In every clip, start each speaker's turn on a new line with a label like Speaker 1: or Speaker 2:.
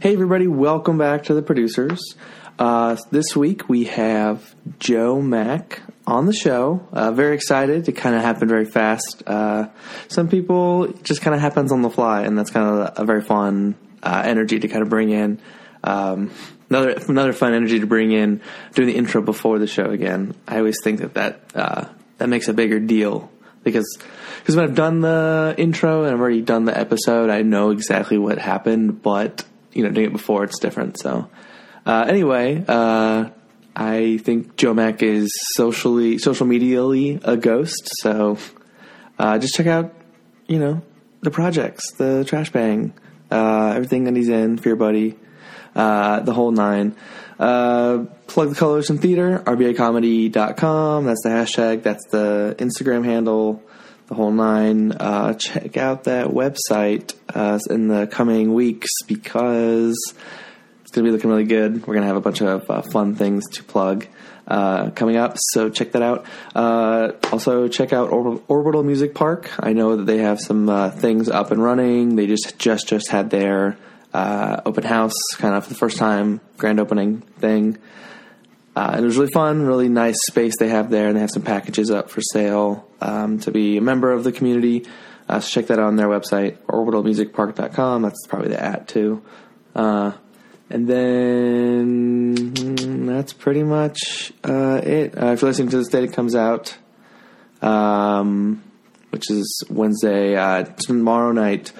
Speaker 1: Hey, everybody, welcome back to the producers. Uh, this week we have Joe Mack on the show. Uh, very excited. It kind of happened very fast. Uh, some people it just kind of happens on the fly, and that's kind of a very fun uh, energy to kind of bring in. Um, another another fun energy to bring in doing the intro before the show again. I always think that that uh, that makes a bigger deal because because when I've done the intro and I've already done the episode, I know exactly what happened. But you know, doing it before it's different. So uh, anyway, uh, I think Joe Mac is socially social medially a ghost. So uh, just check out you know the projects, the Trash Bang, uh, everything that he's in, Fear Buddy, uh, the whole nine. Uh, plug the Color Ocean Theater, rbacomedy.com. That's the hashtag. That's the Instagram handle, the whole nine. Uh, check out that website uh, in the coming weeks because it's going to be looking really good. We're going to have a bunch of uh, fun things to plug uh, coming up, so check that out. Uh, also, check out Orb- Orbital Music Park. I know that they have some uh, things up and running. They just just just had their uh, open house, kind of for the first time, grand opening thing. Uh, and it was really fun, really nice space they have there, and they have some packages up for sale um, to be a member of the community. Uh, so check that out on their website, orbitalmusicpark.com. That's probably the at too. Uh, and then mm, that's pretty much uh, it. Uh, if you're listening to this date, it comes out, um, which is Wednesday. Uh, tomorrow night,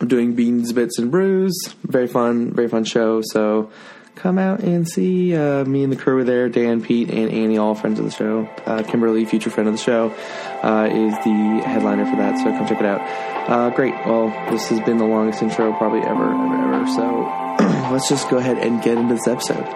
Speaker 1: I'm doing Beans, Bits, and Brews. Very fun, very fun show. So come out and see uh, me and the crew are there. Dan, Pete, and Annie, all friends of the show. Uh, Kimberly, future friend of the show, uh, is the headliner for that. So come check it out. Uh, great. Well, this has been the longest intro probably ever, ever, ever. So let's just go ahead and get into this episode.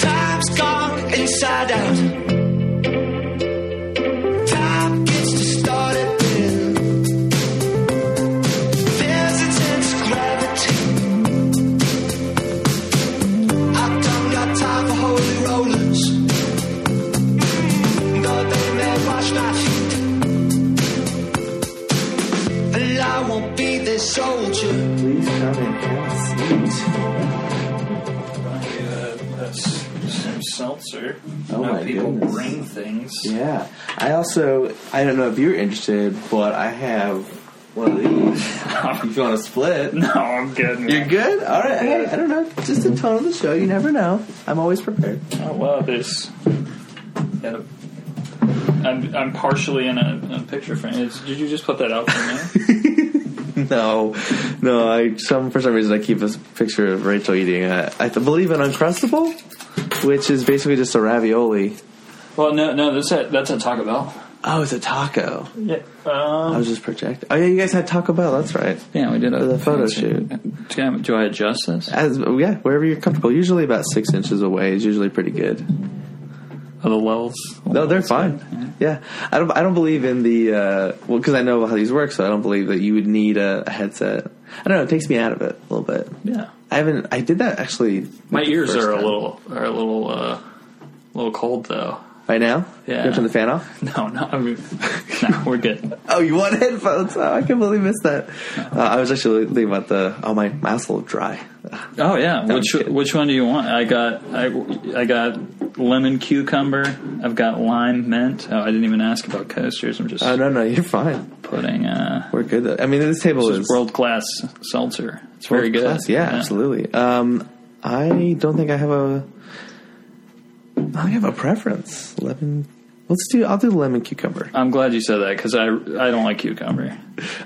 Speaker 2: Time's gone inside out. Time gets distorted then. There's intense gravity. I don't got time for holy rollers. Though they may wash my feet. And I won't be their soldier.
Speaker 1: Please come and have a seat.
Speaker 3: some seltzer.
Speaker 1: Oh
Speaker 3: Now
Speaker 1: my
Speaker 3: people
Speaker 1: goodness.
Speaker 3: bring things.
Speaker 1: Yeah. I also, I don't know if you're interested, but I have one of these. if you want to split.
Speaker 3: No, I'm good. man.
Speaker 1: You're good? All right. Hey, I don't know. Just the tone of the show. You never know. I'm always prepared.
Speaker 3: Oh wow, there's. Got a, I'm I'm partially in a, a picture frame. Is, did you just put that out for me?
Speaker 1: No, no. I some for some reason I keep a s- picture of Rachel eating. A, I believe an uncrustable, which is basically just a ravioli.
Speaker 3: well, no, no. That's at that's at Taco Bell.
Speaker 1: Oh, it's a taco.
Speaker 3: Yeah.
Speaker 1: I
Speaker 3: Um,
Speaker 1: was just projecting. Oh yeah, you guys had Taco Bell. That's right.
Speaker 3: yeah, we did a
Speaker 1: the photo shoot.
Speaker 3: Do I, do I adjust this?
Speaker 1: As yeah, wherever you're comfortable. Usually about six inches away is usually pretty good.
Speaker 3: Are the levels?
Speaker 1: No, they're fine. Yeah, I don't. I don't believe in the uh, well because I know how these work, so I don't believe that you would need a, a headset. I don't know. It takes me out of it a little bit.
Speaker 3: Yeah.
Speaker 1: I haven't. I did that actually.
Speaker 3: My
Speaker 1: the
Speaker 3: ears
Speaker 1: first
Speaker 3: are a
Speaker 1: time.
Speaker 3: little are a little uh, little cold though.
Speaker 1: Right now.
Speaker 3: Yeah.
Speaker 1: You wanna turn the fan off.
Speaker 3: No, no, I mean, no, we're good.
Speaker 1: Oh, you want headphones? Oh, I completely missed that. Uh, I was actually thinking about the. Oh, my mouth's a little dry.
Speaker 3: Oh yeah,
Speaker 1: I'm
Speaker 3: which
Speaker 1: just kidding.
Speaker 3: which one do you want? I got I, I got lemon cucumber. I've got lime mint. Oh, I didn't even ask about coasters. I'm just
Speaker 1: Oh no, no, you're fine.
Speaker 3: putting uh,
Speaker 1: We're good. Though. I mean, this table
Speaker 3: this
Speaker 1: is
Speaker 3: world class seltzer. It's very good.
Speaker 1: world-class. Yeah, absolutely. Um, I don't think I have a. I don't think I have a preference. Lemon. Let's do. I'll do lemon cucumber.
Speaker 3: I'm glad you said that because I I don't like cucumber.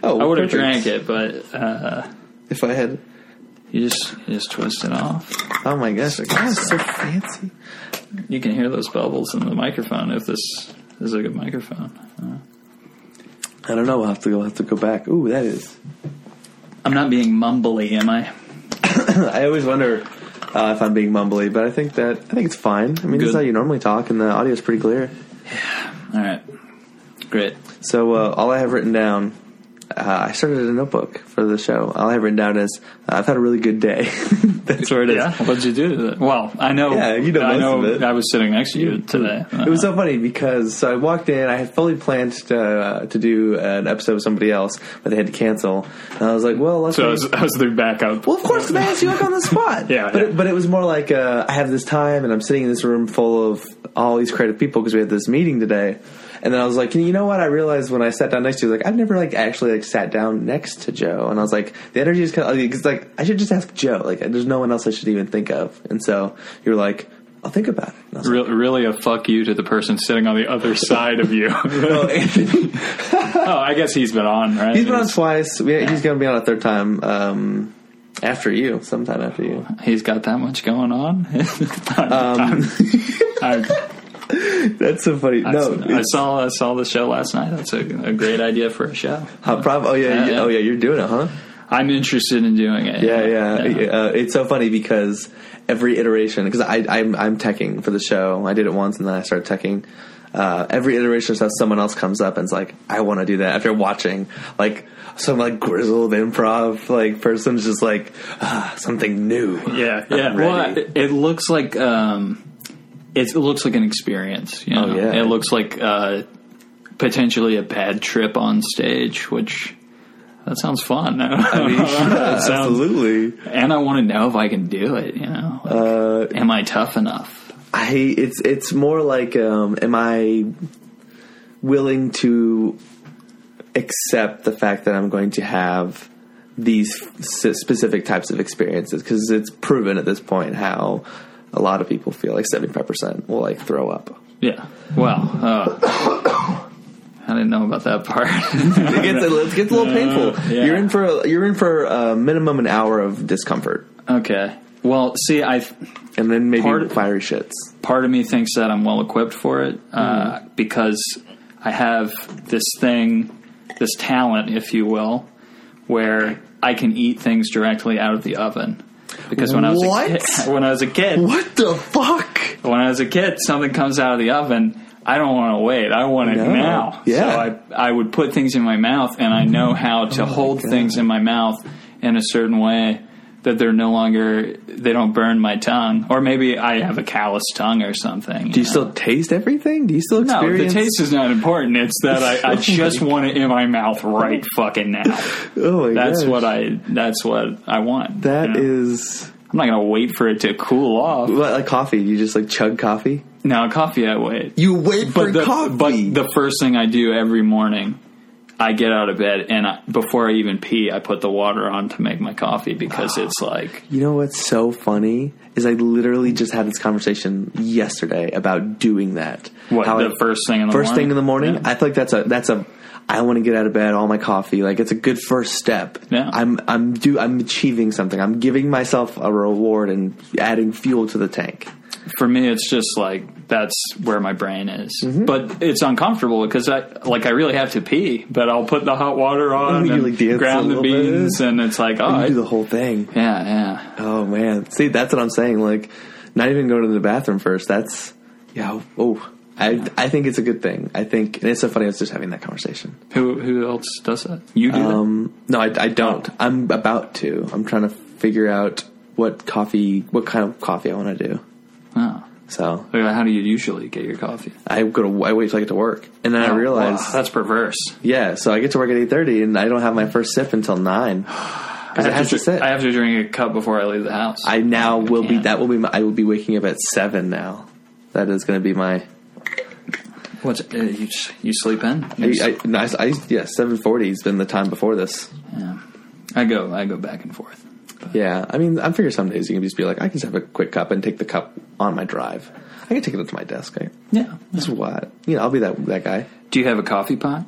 Speaker 1: Oh,
Speaker 3: I would have
Speaker 1: perfect.
Speaker 3: drank it, but uh,
Speaker 1: if I had.
Speaker 3: you just you just twist it off.
Speaker 1: Oh my gosh! Like, oh, it's so fancy.
Speaker 3: You can hear those bubbles in the microphone if this is a good microphone. Uh,
Speaker 1: I don't know. We'll have to. We'll have to go back. Ooh, that is.
Speaker 3: I'm not being mumbly, am I?
Speaker 1: I always wonder uh, if I'm being mumbly, but I think that I think it's fine. I mean, this is
Speaker 3: Good.
Speaker 1: how you normally talk, and the audio is pretty clear.
Speaker 3: All right, great.
Speaker 1: So uh, all I have written down uh, I started a notebook for the show. All I have written down is uh, I've had a really good day. That's where it is.
Speaker 3: Yeah. What'd you do? To that? Well, I know.
Speaker 1: Yeah, you know
Speaker 3: I
Speaker 1: most
Speaker 3: know.
Speaker 1: of it.
Speaker 3: I was sitting next to you today. Uh,
Speaker 1: It was so funny because so I walked in. I had fully planned to uh, to do an episode with somebody else, but they had to cancel. And I was like, "Well, let's."
Speaker 3: so I was, I was their backup.
Speaker 1: well, of course, 'cause I asked you like on the spot.
Speaker 3: Yeah,
Speaker 1: but
Speaker 3: yeah.
Speaker 1: It, but it was more like uh, I have this time, and I'm sitting in this room full of all these creative people because we had this meeting today. And then I was like, you know what? I realized when I sat down next to you, like I've never like actually like sat down next to Joe, and I was like, the energy is kind of because like I should just ask Joe. Like, there's no one else I should even think of. And so you were like, I'll think about it. And I was like,
Speaker 3: Re- really a fuck you to the person sitting on the other side of you.
Speaker 1: "No, Anthony."
Speaker 3: oh, I guess he's been on, right?
Speaker 1: He's been on twice. We, He's going to be on a third time um, after you, sometime after you.
Speaker 3: He's got that much going on. I'm- I'm-
Speaker 1: That's so funny.
Speaker 3: I-
Speaker 1: Um, no,
Speaker 3: I
Speaker 1: it's
Speaker 3: saw I saw the show last night. That's a, a great idea for a show.
Speaker 1: Hot Prop. Oh yeah,
Speaker 3: Yeah,
Speaker 1: you-
Speaker 3: yeah.
Speaker 1: oh yeah. You're doing it, huh?
Speaker 3: I'm interested in doing it.
Speaker 1: Yeah, yeah. Uh, it's so funny because every iteration, because I I'm, I'm teching for the show. I did it once and then I started teching. Uh, every iteration is how someone else comes up and is like, I want to do that after watching like some like grizzled improv like person's just like ah, something new.
Speaker 3: yeah, yeah.
Speaker 1: I'm
Speaker 3: Well,
Speaker 1: ready.
Speaker 3: it, it looks like um, it, it looks like an experience. You know?
Speaker 1: Oh, yeah.
Speaker 3: It looks like uh, potentially a bad trip on stage, which that sounds fun. I
Speaker 1: mean,
Speaker 3: don't know. It sounds,
Speaker 1: Absolutely.
Speaker 3: and I want to know if I can do it. You know, Like,
Speaker 1: Uh,
Speaker 3: am I tough enough?
Speaker 1: I it's it's more like um, am I willing to accept the fact that I'm going to have these s- specific types of experiences because it's proven at this point how a lot of people feel like 75% will like throw up.
Speaker 3: Yeah. Well, uh, I didn't know about that part.
Speaker 1: It gets, it gets a little painful.
Speaker 3: Uh, yeah.
Speaker 1: You're in for you're in for a minimum an hour of discomfort
Speaker 3: okay. Well, see, I.
Speaker 1: and then maybe
Speaker 3: Part-
Speaker 1: fiery shits.
Speaker 3: part of me thinks that I'm well equipped for it uh,
Speaker 1: Mm-hmm.
Speaker 3: because I have this thing, this talent, if you will, where I can eat things directly out of the oven. Because when I
Speaker 1: What?
Speaker 3: was a kid, when I was a kid,
Speaker 1: What the fuck?
Speaker 3: when I was a kid, something comes out of the oven. I don't want to wait. I want it
Speaker 1: No.
Speaker 3: now.
Speaker 1: Yeah. Mm-hmm. Oh
Speaker 3: So I I would put things in my mouth, and I know how to hold things in my mouth in a certain way that they're no longer they don't burn my tongue, or maybe I have a callous tongue or something.
Speaker 1: Do you still taste everything? Do you still
Speaker 3: no,
Speaker 1: experience?
Speaker 3: the taste is not important. It's that I, I just want it in my mouth right fucking now.
Speaker 1: Oh my
Speaker 3: That's
Speaker 1: gosh.
Speaker 3: what I. That's what I want.
Speaker 1: That
Speaker 3: you know?
Speaker 1: is
Speaker 3: I'm not gonna wait for it to cool off.
Speaker 1: What, like coffee? You just like chug coffee?
Speaker 3: No, coffee. I wait.
Speaker 1: You wait
Speaker 3: but the, But the first thing I do every morning, I get out of bed and I, before I even pee, I put the water on to make my coffee because it's like
Speaker 1: you know what's so funny is I literally just had this conversation yesterday about doing that.
Speaker 3: what
Speaker 1: How
Speaker 3: the
Speaker 1: I-
Speaker 3: first thing in the
Speaker 1: first
Speaker 3: morning.
Speaker 1: thing in the morning.
Speaker 3: Yeah.
Speaker 1: I feel like that's a that's a. I want to get out of bed, all my coffee. Like it's a good first step.
Speaker 3: Yeah.
Speaker 1: I'm I'm do I'm achieving something. I'm giving myself a reward and adding fuel to the tank.
Speaker 3: for me, it's just like that's where my brain is.
Speaker 1: Mm-hmm.
Speaker 3: But it's uncomfortable because I like I really have to pee, but I'll put the hot water on
Speaker 1: You,
Speaker 3: and
Speaker 1: like, dance a
Speaker 3: ground the
Speaker 1: little bit.
Speaker 3: beans, and it's like oh
Speaker 1: You
Speaker 3: I-
Speaker 1: do the whole thing.
Speaker 3: yeah yeah.
Speaker 1: Oh man, see that's what I'm saying. Like, not even going to the bathroom first. That's yeah. Oh, I I think it's a good thing. I think and it's so funny. I was just having that conversation.
Speaker 3: Who who else does that? You do
Speaker 1: Um, no, I, I don't. I'm about to. I'm trying to figure out what coffee, what kind of coffee I want to do.
Speaker 3: that. Oh.
Speaker 1: So
Speaker 3: How do you usually get your coffee?
Speaker 1: I go to I wait till I get to work, and then I
Speaker 3: Oh,
Speaker 1: realize
Speaker 3: wow, that's perverse.
Speaker 1: yeah. So I get to work at eight thirty, and I don't have my first sip until nine because it has to,
Speaker 3: dr-
Speaker 1: sit.
Speaker 3: I
Speaker 1: I,
Speaker 3: have to drink a cup before I leave the house.
Speaker 1: now will be
Speaker 3: can't.
Speaker 1: that will be my, I will be waking up at seven now. That is going to be my
Speaker 3: What's uh, you, s- you sleep in? You s-
Speaker 1: I, I, no, I, I, yeah, seven forty has been the time before this.
Speaker 3: yeah. I go. I go back and forth.
Speaker 1: Yeah, I mean, I figure some days you can just be like, I can just have a quick cup and take the cup on my drive. I can take it up to my desk. I,
Speaker 3: Yeah.
Speaker 1: this is what you know. I'll be that that guy
Speaker 3: Do you have a coffee pot?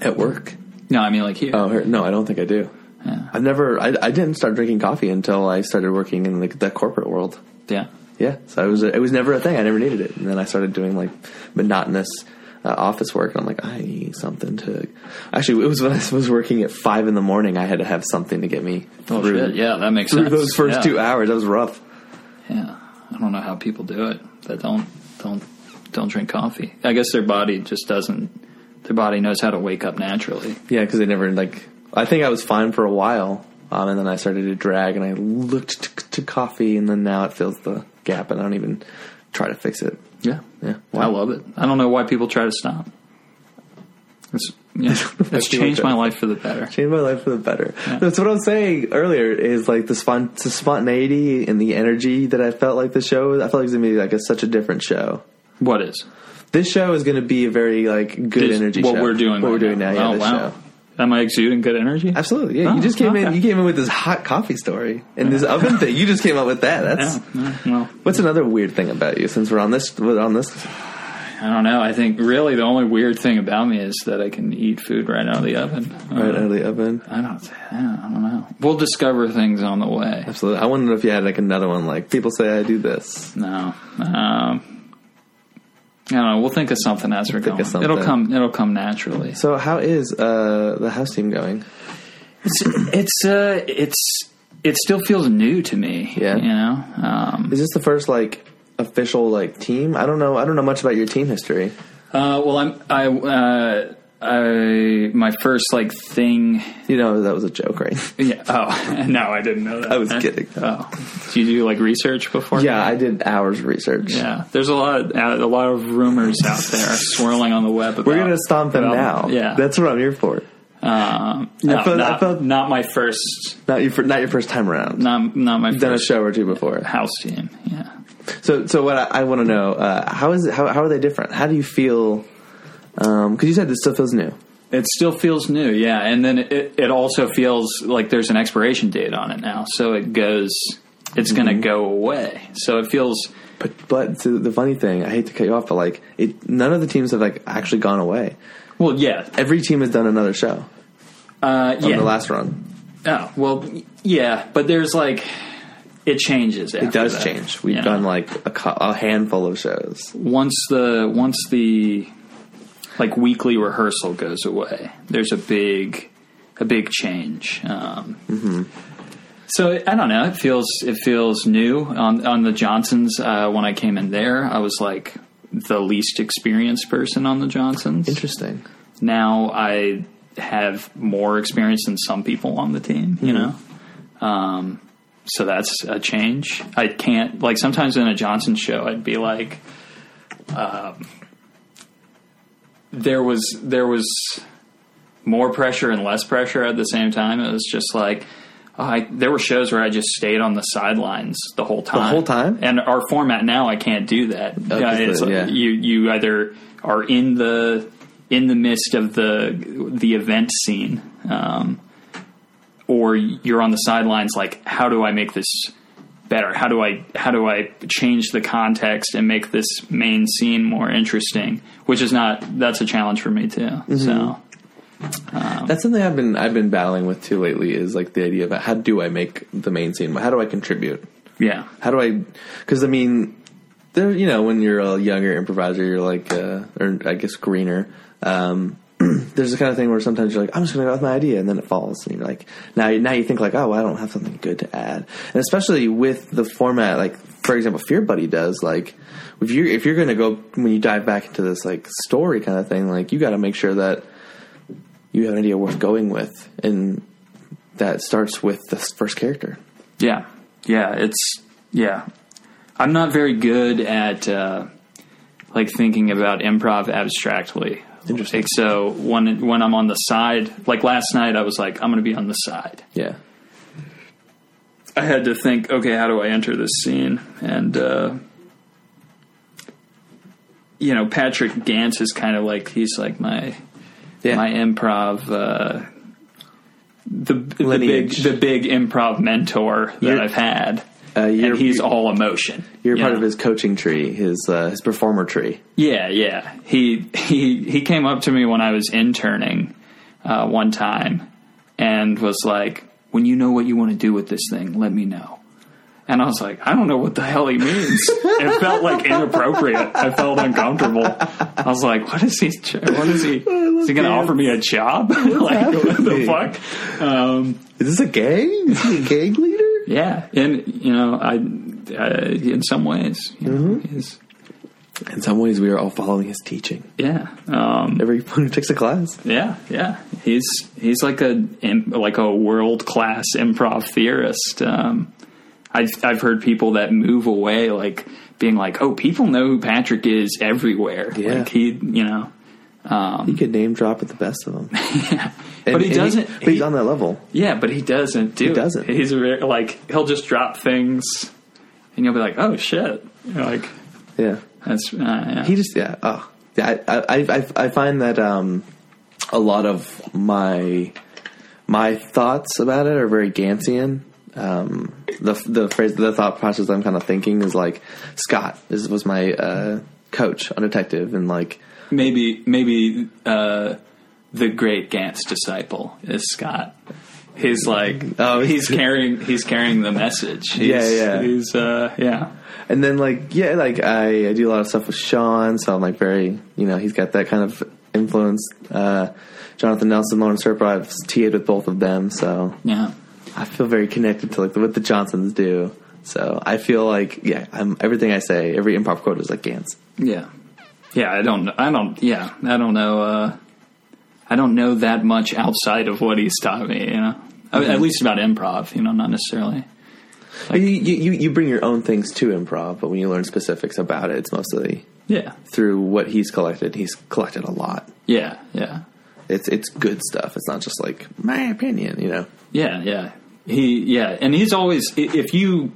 Speaker 1: at work.
Speaker 3: No, I mean like here.
Speaker 1: Oh here- no, I don't think I do.
Speaker 3: Yeah.
Speaker 1: I've never. I, I didn't start drinking coffee until I started working in the, the corporate world.
Speaker 3: Yeah.
Speaker 1: Yeah, so it was it was never a thing. I never needed it, and then I started doing like monotonous uh, office work. And I'm like, I need something to. Actually, it was when I was working at five in the morning. I had to have something to get me
Speaker 3: Oh
Speaker 1: through.
Speaker 3: shit. Yeah, that makes
Speaker 1: through
Speaker 3: sense.
Speaker 1: those first
Speaker 3: Yeah.
Speaker 1: two hours. That was rough.
Speaker 3: Yeah. I don't know how people do it. That don't don't don't drink coffee. I guess their body just doesn't. their body knows how to wake up naturally.
Speaker 1: Yeah, because they never like. I think I was fine for a while, um, and then I started to drag, and I looked t- to coffee, and then now it fills the gap, and I don't even try to fix it.
Speaker 3: Yeah,
Speaker 1: Yeah,
Speaker 3: I love it. I don't know why people try to stop. It's yeah, it's changed my life for the better.
Speaker 1: Changed my life for the better. That's what I was saying earlier. Is like the, spon- the spontaneity and the energy that I felt like the show. I felt like it was gonna be like a, such a different show.
Speaker 3: What is
Speaker 1: This show is gonna be a very like good
Speaker 3: Is
Speaker 1: energy.
Speaker 3: What
Speaker 1: show.
Speaker 3: we're doing?
Speaker 1: What
Speaker 3: right
Speaker 1: we're doing now.
Speaker 3: now.
Speaker 1: yeah,
Speaker 3: oh
Speaker 1: this
Speaker 3: wow!
Speaker 1: show.
Speaker 3: Am I exuding good energy?
Speaker 1: Absolutely. Yeah.
Speaker 3: Oh,
Speaker 1: you just came in.
Speaker 3: okay.
Speaker 1: You came in with this hot coffee story and this oven thing. You just came up with that. That's.
Speaker 3: Yeah, yeah, well,
Speaker 1: What's another weird thing about you? Since we're on this, we're on this,
Speaker 3: Uh-huh. I don't know. I think really the only weird thing about me is that I can eat food right out of the oven.
Speaker 1: right out of the oven.
Speaker 3: I don't. I don't know. We'll discover things on the way.
Speaker 1: Absolutely. I wonder if you had like another one. Like people say, I do this.
Speaker 3: No. Um, I don't know. We'll think of something as we're
Speaker 1: Think
Speaker 3: going.
Speaker 1: of something.
Speaker 3: It'll come. It'll come naturally.
Speaker 1: So how is uh, the house team going?
Speaker 3: It's it's uh, it's it still feels new to me.
Speaker 1: Yeah.
Speaker 3: You know. Um,
Speaker 1: Is this the first like official like team? I don't know. I don't know much about your team history.
Speaker 3: uh, well, I'm. I. Uh, I my first like thing.
Speaker 1: You know that was a joke, right?
Speaker 3: Yeah. Oh no, I didn't know that.
Speaker 1: I was kidding.
Speaker 3: Oh, do you do like research before?
Speaker 1: yeah, I did hours of research.
Speaker 3: Yeah, there's a lot, a lot of rumors out there swirling on the web. About,
Speaker 1: We're gonna stomp them
Speaker 3: about-
Speaker 1: now.
Speaker 3: Yeah,
Speaker 1: that's what I'm here for.
Speaker 3: um, no,
Speaker 1: I felt- I
Speaker 3: not,
Speaker 1: felt-
Speaker 3: not my first,
Speaker 1: Not your fir- not your first time around.
Speaker 3: not not my
Speaker 1: Done a
Speaker 3: first
Speaker 1: show or two before.
Speaker 3: house team. Yeah,
Speaker 1: So, so what I, I want to know uh, how is it, how how are they different? How do you feel? Because you said this stuff feels new.
Speaker 3: it still feels new. Yeah, and then it it also feels like there's an expiration date on it now, so it goes, it's gonna go away. So it feels
Speaker 1: But but so the funny thing, I hate to cut you off, but like it, none of the teams have like actually gone away.
Speaker 3: well, yeah,
Speaker 1: Every team has done another show
Speaker 3: uh,
Speaker 1: from
Speaker 3: yeah.
Speaker 1: the last run.
Speaker 3: oh, well, yeah, but there's like. It changes.
Speaker 1: It does change. We've done like a, co- a handful of shows.
Speaker 3: once the once the like weekly rehearsal goes away, there's a big a big change. Um, So I don't know. It feels it feels new on on the Johnsons. Uh, when I came in there, I was like the least experienced person on the Johnsons.
Speaker 1: Interesting.
Speaker 3: Now I have more experience than some people on the team. You know.
Speaker 1: Mm-hmm.
Speaker 3: Um, so that's a change. I can't like sometimes in a Johnson show, I'd be like, um, there was there was more pressure and less pressure at the same time. It was just like. oh, I, there were shows where I just stayed on the sidelines the whole time.
Speaker 1: whole time?
Speaker 3: and our format now I can't do that. Yeah,
Speaker 1: 'cause
Speaker 3: it's
Speaker 1: the-
Speaker 3: like
Speaker 1: yeah.
Speaker 3: you you either are in the in the midst of the the event scene, um, or you're on the sidelines. Like, how do I make this better? How do I how do I change the context and make this main scene more interesting? Which is not that's a challenge for me too. So
Speaker 1: That's something I've been I've been battling with too lately. Is like the idea of how do I make the main scene? How do I contribute?
Speaker 3: yeah,
Speaker 1: how do I? Because I mean, there. You know, when you're a younger improviser, you're like, uh, or I guess greener. Um, there's the kind of thing where sometimes you're like, I'm just going to go with my idea, and then it falls, and you're like, now, now you think like, oh, well, I don't have something good to add, and especially with the format, like for example, Fear Buddy does, like if you if you're going to go when you dive back into this like story kind of thing, like you got to make sure that you have an idea worth going with, and that starts with the first character.
Speaker 3: yeah, yeah. It's yeah. I'm not very good at uh, like thinking about improv abstractly.
Speaker 1: Interesting.
Speaker 3: Like, so when when I'm on the side, like last night, I was like, I'm going to be on the side.
Speaker 1: Yeah.
Speaker 3: I had to think, okay, how do I enter this scene? And uh, you know, Patrick Gantz is kind of like he's like my
Speaker 1: Yeah.
Speaker 3: my improv uh, the the big
Speaker 1: Lineage.
Speaker 3: the big improv mentor that
Speaker 1: You're-
Speaker 3: I've had,
Speaker 1: Uh, you're-
Speaker 3: and he's all emotion.
Speaker 1: You're
Speaker 3: you
Speaker 1: part
Speaker 3: know?
Speaker 1: of his coaching tree, his uh, his performer tree.
Speaker 3: Yeah, yeah. He he he came up to me when I was interning uh, one time and was like, "When you know what you want to do with this thing, let me know." And I was like, "I don't know what the hell he means." it felt like inappropriate. I felt uncomfortable. I was like, "What is he? What is he? Is he going
Speaker 1: him.
Speaker 3: to offer me a job? like what the
Speaker 1: happening?
Speaker 3: fuck?" Um,
Speaker 1: Is this a gang? Is he a gang leader? Mm-hmm.
Speaker 3: yeah, and you know, I, I in some ways, you know, he's
Speaker 1: In some ways, we are all following his teaching.
Speaker 3: Yeah. Um,
Speaker 1: Everyone who takes a class.
Speaker 3: Yeah, yeah. He's he's like a im- like a world class improv theorist. Um, I've I've heard people that move away like being like, oh, people know who Patrick is everywhere.
Speaker 1: Yeah.
Speaker 3: Like he, you know,
Speaker 1: He could name drop at the best of them. And-
Speaker 3: but he
Speaker 1: and
Speaker 3: doesn't.
Speaker 1: but he's
Speaker 3: he-
Speaker 1: on that level.
Speaker 3: yeah, but he doesn't do. He
Speaker 1: doesn't.
Speaker 3: He's a very, like he'll just drop things, and you'll be like, oh shit, You're like
Speaker 1: Yeah.
Speaker 3: that's uh, yeah.
Speaker 1: He just yeah. Oh, yeah. I I I, I find that um, a lot of my my thoughts about it are very Gansian. Um, the the phrase the thought process I'm kind of thinking is like Scott is was my uh, coach on detective and like
Speaker 3: maybe maybe uh, the great Gantz disciple is Scott. He's like
Speaker 1: Oh,
Speaker 3: he's carrying he's carrying the message. He's,
Speaker 1: Yeah, yeah.
Speaker 3: He's uh, yeah.
Speaker 1: and then like yeah like I, I do a lot of stuff with Sean so I'm like very you know he's got that kind of influence. Uh, Jonathan Nelson, Lawrence Serpa, I've TA'd with both of them so
Speaker 3: Yeah.
Speaker 1: I feel very connected to like what the Johnsons do. So I feel like yeah, I'm everything I say, every improv quote is like Gans.
Speaker 3: Yeah. Yeah, I don't I don't yeah, I don't know uh, I don't know that much outside of what he's taught me, you know. I mean,
Speaker 1: Mm-hmm.
Speaker 3: At least about improv, you know, not necessarily.
Speaker 1: you, you you- you bring your own things to improv, but when you learn specifics about it, it's mostly
Speaker 3: Yeah.
Speaker 1: through what he's collected. He's collected a lot.
Speaker 3: Yeah, yeah.
Speaker 1: It's it's good stuff. It's not just like my opinion, you know.
Speaker 3: Yeah, yeah. He yeah, and he's always i- if you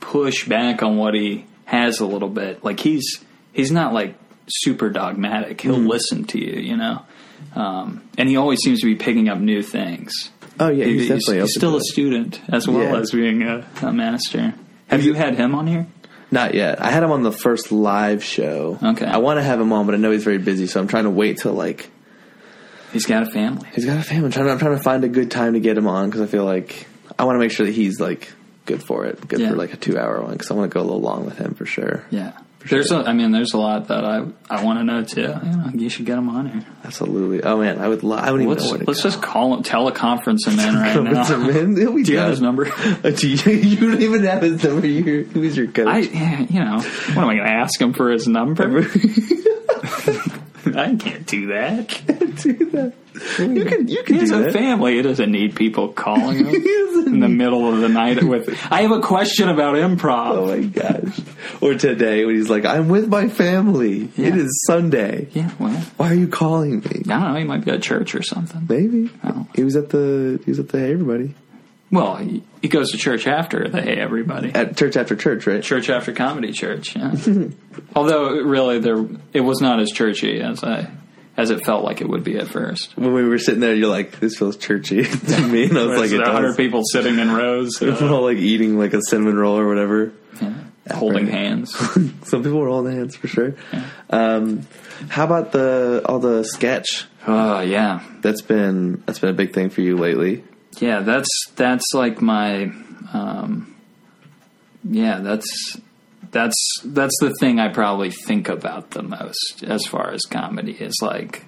Speaker 3: push back on what he has a little bit, like he's he's not like super dogmatic.
Speaker 1: Mm-hmm.
Speaker 3: He'll listen to you, you know. Um, and he always seems to be picking up new things.
Speaker 1: Oh yeah,
Speaker 3: He-
Speaker 1: he's,
Speaker 3: he's,
Speaker 1: definitely
Speaker 3: he's
Speaker 1: open
Speaker 3: still
Speaker 1: to
Speaker 3: a
Speaker 1: it.
Speaker 3: student as well
Speaker 1: Yeah.
Speaker 3: as being a, a master. Have you had him on here?
Speaker 1: Not yet. I had him on the first live show.
Speaker 3: Okay.
Speaker 1: I want to have him on, but I know he's very busy, so I'm trying to wait till like
Speaker 3: He's got a family.
Speaker 1: He's got a family. I'm trying, to, I'm trying to find a good time to get him on because I feel like I want to make sure that he's like good for it, good
Speaker 3: Yeah.
Speaker 1: for like a two hour one because I want to go a little long with him for sure.
Speaker 3: Yeah. There's a, I mean, there's a lot that I, I want to know too. You, know, you should get him on here.
Speaker 1: Absolutely. Oh man, I would. Lo- I wouldn't even
Speaker 3: Let's
Speaker 1: know where to
Speaker 3: let's
Speaker 1: go.
Speaker 3: just call him, teleconference him in right now.
Speaker 1: Convince him in. He'll be
Speaker 3: Do you have his
Speaker 1: done. Uh,
Speaker 3: number?
Speaker 1: Do you, you don't even have his number. You're, who's your coach?
Speaker 3: I, yeah, you know, what am I going to ask him for his number? I can't do that.
Speaker 1: do that. You can. You can
Speaker 3: He has
Speaker 1: do
Speaker 3: a
Speaker 1: that.
Speaker 3: family. He doesn't need people calling him
Speaker 1: doesn't
Speaker 3: in the middle of the night with. I have a question about
Speaker 1: Oh
Speaker 3: improv.
Speaker 1: my gosh. Or today when he's like, I'm with my family. It
Speaker 3: Yeah.
Speaker 1: is Sunday.
Speaker 3: Yeah, well,
Speaker 1: Why are you calling me?
Speaker 3: I don't know. He might be at church or something.
Speaker 1: Maybe
Speaker 3: Oh.
Speaker 1: he was at the he was at the hey everybody
Speaker 3: Well, he, he goes to church after the Hey Everybody.
Speaker 1: at church after church, right?
Speaker 3: Church after comedy church. Yeah. Although really, there it was not as churchy as I as it felt like it would be at first.
Speaker 1: when we were sitting there, you're like, "This feels churchy to me," and I was like, "It
Speaker 3: There's a hundred
Speaker 1: does."
Speaker 3: people sitting in rows, uh,
Speaker 1: People all like eating like a cinnamon roll or whatever.
Speaker 3: holding hands.
Speaker 1: Some people were holding hands for sure. Um, how about the all the sketch?
Speaker 3: Oh yeah,
Speaker 1: That's been that's been a big thing for you lately.
Speaker 3: yeah. That's that's like my, um, yeah. That's that's that's the thing I probably think about the most as far as comedy is like,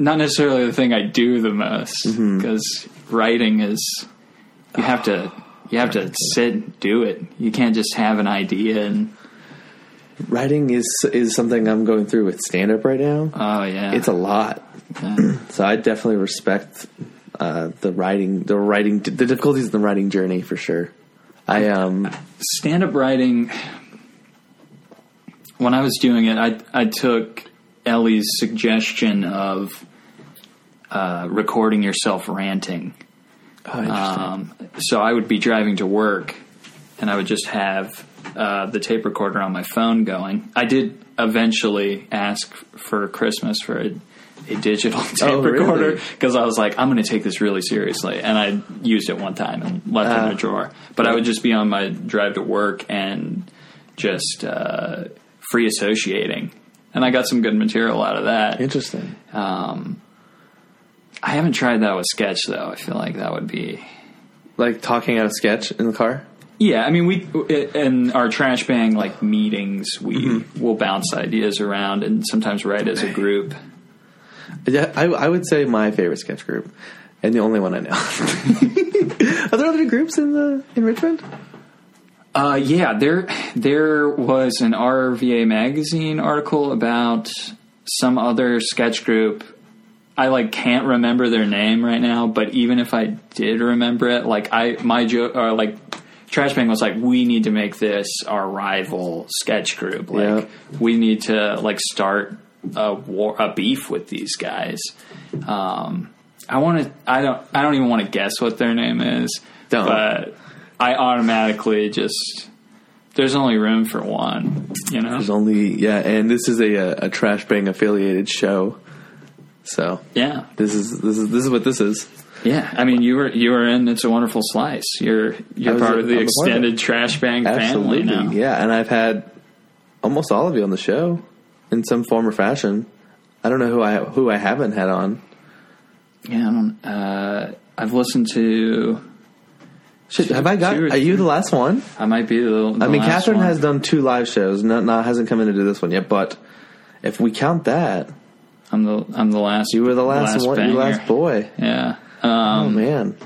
Speaker 3: not necessarily the thing I do the most because writing is you have to you have to sit and do it. You can't just have an idea and
Speaker 1: Writing is is something I'm going through with stand up right now.
Speaker 3: oh yeah,
Speaker 1: It's a lot,
Speaker 3: yeah.
Speaker 1: so I definitely respect uh, the writing the writing the difficulties in the writing journey for sure. I um
Speaker 3: stand up writing when I was doing it I I took Ellie's suggestion of uh, recording yourself ranting
Speaker 1: oh, interesting.
Speaker 3: um, so I would be driving to work, and I would just have uh, the tape recorder on my phone going. I did eventually ask for Christmas for a, a digital tape
Speaker 1: Oh, really?
Speaker 3: recorder because I was like, I'm going to take this really seriously, and I used it one time and left
Speaker 1: Ah.
Speaker 3: it in a drawer. But I would just be on my drive to work and just uh, free associating, and I got some good material out of that.
Speaker 1: interesting.
Speaker 3: I haven't tried that with sketch though. I feel like that would be
Speaker 1: Like talking out a sketch in the car.
Speaker 3: Yeah, I mean, we in our trash bang like meetings, we will bounce ideas around and sometimes write as a group.
Speaker 1: Yeah, I, I would say my favorite sketch group, and the only one I know. Are there other groups in the in Richmond?
Speaker 3: Uh, yeah, there there was an RVA magazine article about some other sketch group. I like can't remember their name right now, but even if I did remember it, like I my joke or like Trash Bang was like, we need to make this our rival sketch group. Like we need to like start a war a beef with these guys. Um, I want to. I don't. I don't even want to guess what their name is.
Speaker 1: Don't.
Speaker 3: But I automatically just there's only room for one, you know.
Speaker 1: There's only yeah, and this is a, a, a trash bang affiliated show, so
Speaker 3: Yeah,
Speaker 1: this is this is this is what this is.
Speaker 3: yeah. I mean, you were you were in It's a Wonderful Slice. You're
Speaker 1: I
Speaker 3: you're
Speaker 1: was
Speaker 3: part
Speaker 1: a-
Speaker 3: of the
Speaker 1: I'm a part of
Speaker 3: extended Trash Bang
Speaker 1: Absolutely,
Speaker 3: family now.
Speaker 1: yeah. And I've had almost all of you on the show in some form or fashion. I don't know who I who I haven't had on.
Speaker 3: Yeah. I don't, uh, I've listened to.
Speaker 1: Shit, have I got?
Speaker 3: Two or
Speaker 1: Are you the last one?
Speaker 3: I might be the. the
Speaker 1: I mean,
Speaker 3: last
Speaker 1: Catherine
Speaker 3: one.
Speaker 1: has done two live shows. Not, not hasn't come in to do this one yet. But if we count that,
Speaker 3: I'm the I'm the last.
Speaker 1: you were the last, one. You
Speaker 3: banger.
Speaker 1: last boy.
Speaker 3: Yeah. Um,
Speaker 1: Oh man,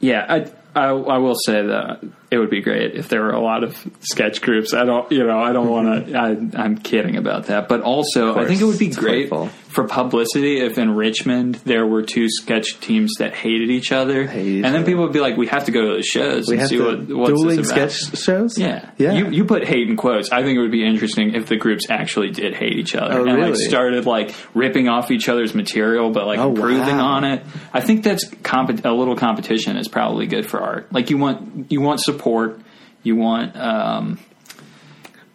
Speaker 3: Yeah, I, I I will say that it would be great if there were a lot of sketch groups. I don't, you know, I don't want to. I'm kidding about that, but also
Speaker 1: Mm-hmm.
Speaker 3: I
Speaker 1: course,
Speaker 3: think it would be
Speaker 1: it's
Speaker 3: great
Speaker 1: hurtful.
Speaker 3: for publicity if in Richmond there were two sketch teams that hated each other,
Speaker 1: Hated each
Speaker 3: and then
Speaker 1: other.
Speaker 3: people would be like, "We have to go to the shows
Speaker 1: we
Speaker 3: and
Speaker 1: have
Speaker 3: see
Speaker 1: to
Speaker 3: what what's this
Speaker 1: dueling
Speaker 3: about.
Speaker 1: sketch shows.
Speaker 3: Yeah,
Speaker 1: yeah.
Speaker 3: You you put hate in quotes. I think it would be interesting if the groups actually did hate each other
Speaker 1: Oh,
Speaker 3: and
Speaker 1: really?
Speaker 3: like started like ripping off each other's material, but like
Speaker 1: Oh,
Speaker 3: improving
Speaker 1: wow.
Speaker 3: on it. I think that's comp- a little competition is probably good for art. Like you want you want support. You want um,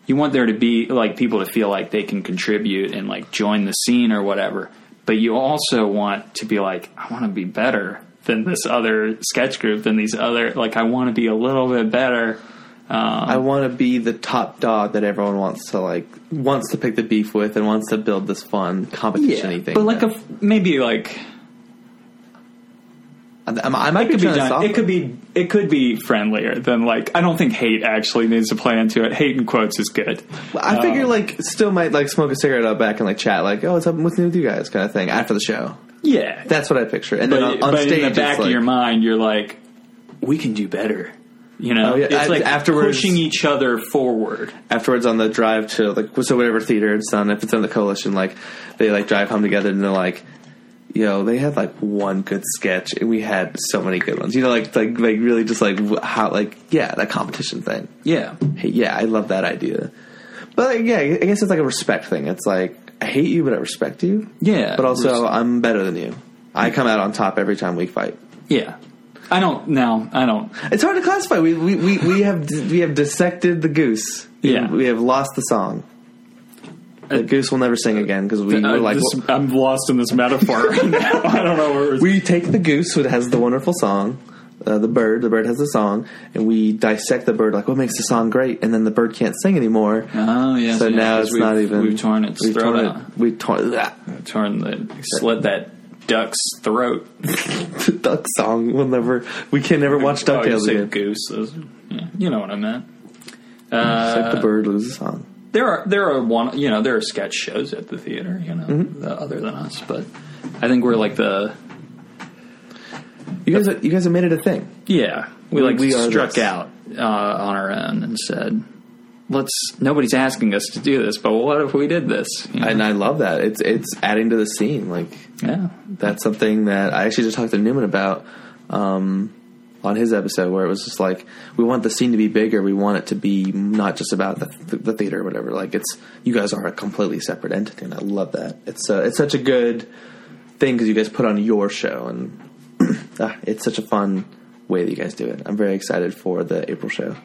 Speaker 3: you want there to be like people to feel like they can contribute and like join the scene or whatever. But you also want to be like, I want to be better than this other sketch group than these other like I want to be a little bit better.
Speaker 1: I want to be the top dog that everyone wants to like wants to pick the beef with and wants to build this fun competition thing.
Speaker 3: But like a
Speaker 1: with.
Speaker 3: f- maybe like
Speaker 1: I I- I might
Speaker 3: it
Speaker 1: be
Speaker 3: could be
Speaker 1: trying to
Speaker 3: done.
Speaker 1: solve
Speaker 3: It could be it could be friendlier than like I don't think hate actually needs to play into it. Hate in quotes is good.
Speaker 1: I figure
Speaker 3: Um,
Speaker 1: like still might like smoke a cigarette out back and like chat like oh what's up what's new with you guys kind of thing after the show.
Speaker 3: yeah.
Speaker 1: That's what I picture. And
Speaker 3: but
Speaker 1: then on, on
Speaker 3: but
Speaker 1: stage
Speaker 3: in the back
Speaker 1: it's like,
Speaker 3: of your mind, you're like, we can do better. You know,
Speaker 1: Oh, yeah.
Speaker 3: it's
Speaker 1: I-
Speaker 3: like
Speaker 1: afterwards-
Speaker 3: pushing each other forward.
Speaker 1: afterwards on the drive to like so whatever theater it's on if it's on the coalition like they like drive home together and they're like yo they had like one good sketch and we had so many good ones you know like like like really just like wh- how like yeah that competition thing
Speaker 3: Yeah,
Speaker 1: hey, yeah I love that idea but like, yeah I guess it's like a respect thing it's like I hate you but I respect you
Speaker 3: yeah.
Speaker 1: but also I'm better than you I come out on top every time we fight
Speaker 3: yeah. I don't now. I don't.
Speaker 1: it's hard to classify we we we, we have we have dissected the goose
Speaker 3: Yeah. Uh,
Speaker 1: we have lost the song. The goose will never sing again because we
Speaker 3: I-
Speaker 1: were like
Speaker 3: uh, this- I'm lost in this metaphor right now. I don't know where it's
Speaker 1: we take the goose which has the wonderful song, uh, the bird. The bird has the song, and we dissect the bird like what makes the song great, and then the bird can't sing anymore.
Speaker 3: Oh yeah.
Speaker 1: so now it's not even
Speaker 3: We've torn its
Speaker 1: we've
Speaker 3: throat
Speaker 1: torn
Speaker 3: out.
Speaker 1: It, we torn ah,
Speaker 3: Torn the slit that duck's throat.
Speaker 1: the duck song. will never. We can never watch
Speaker 3: Oh, you
Speaker 1: Ducktales
Speaker 3: said
Speaker 1: again.
Speaker 3: goose. Those- yeah, you know what I meant.
Speaker 1: Except the
Speaker 3: Uh,
Speaker 1: bird loses song.
Speaker 3: there are there are one you know there are sketch shows at the theater you know
Speaker 1: Mm-hmm.
Speaker 3: the- other than us but I think we're like the
Speaker 1: You guys, you guys have made it a thing.
Speaker 3: yeah we
Speaker 1: We-
Speaker 3: like
Speaker 1: we are
Speaker 3: struck
Speaker 1: this.
Speaker 3: out uh, on our own and said let's nobody's asking us to do this but what if we did this You know?
Speaker 1: And I love that. It's it's adding to the scene. Like
Speaker 3: yeah
Speaker 1: that's something that I actually just talked to Newman about um, on his episode, where it was just like we want the scene to be bigger. We want it to be not just about the, the theater or whatever. Like it's you guys are a completely separate entity, and I love that. It's uh, it's such a good thing because you guys put on your show, and ah, it's such a fun way that you guys do it. I'm very excited for the April show.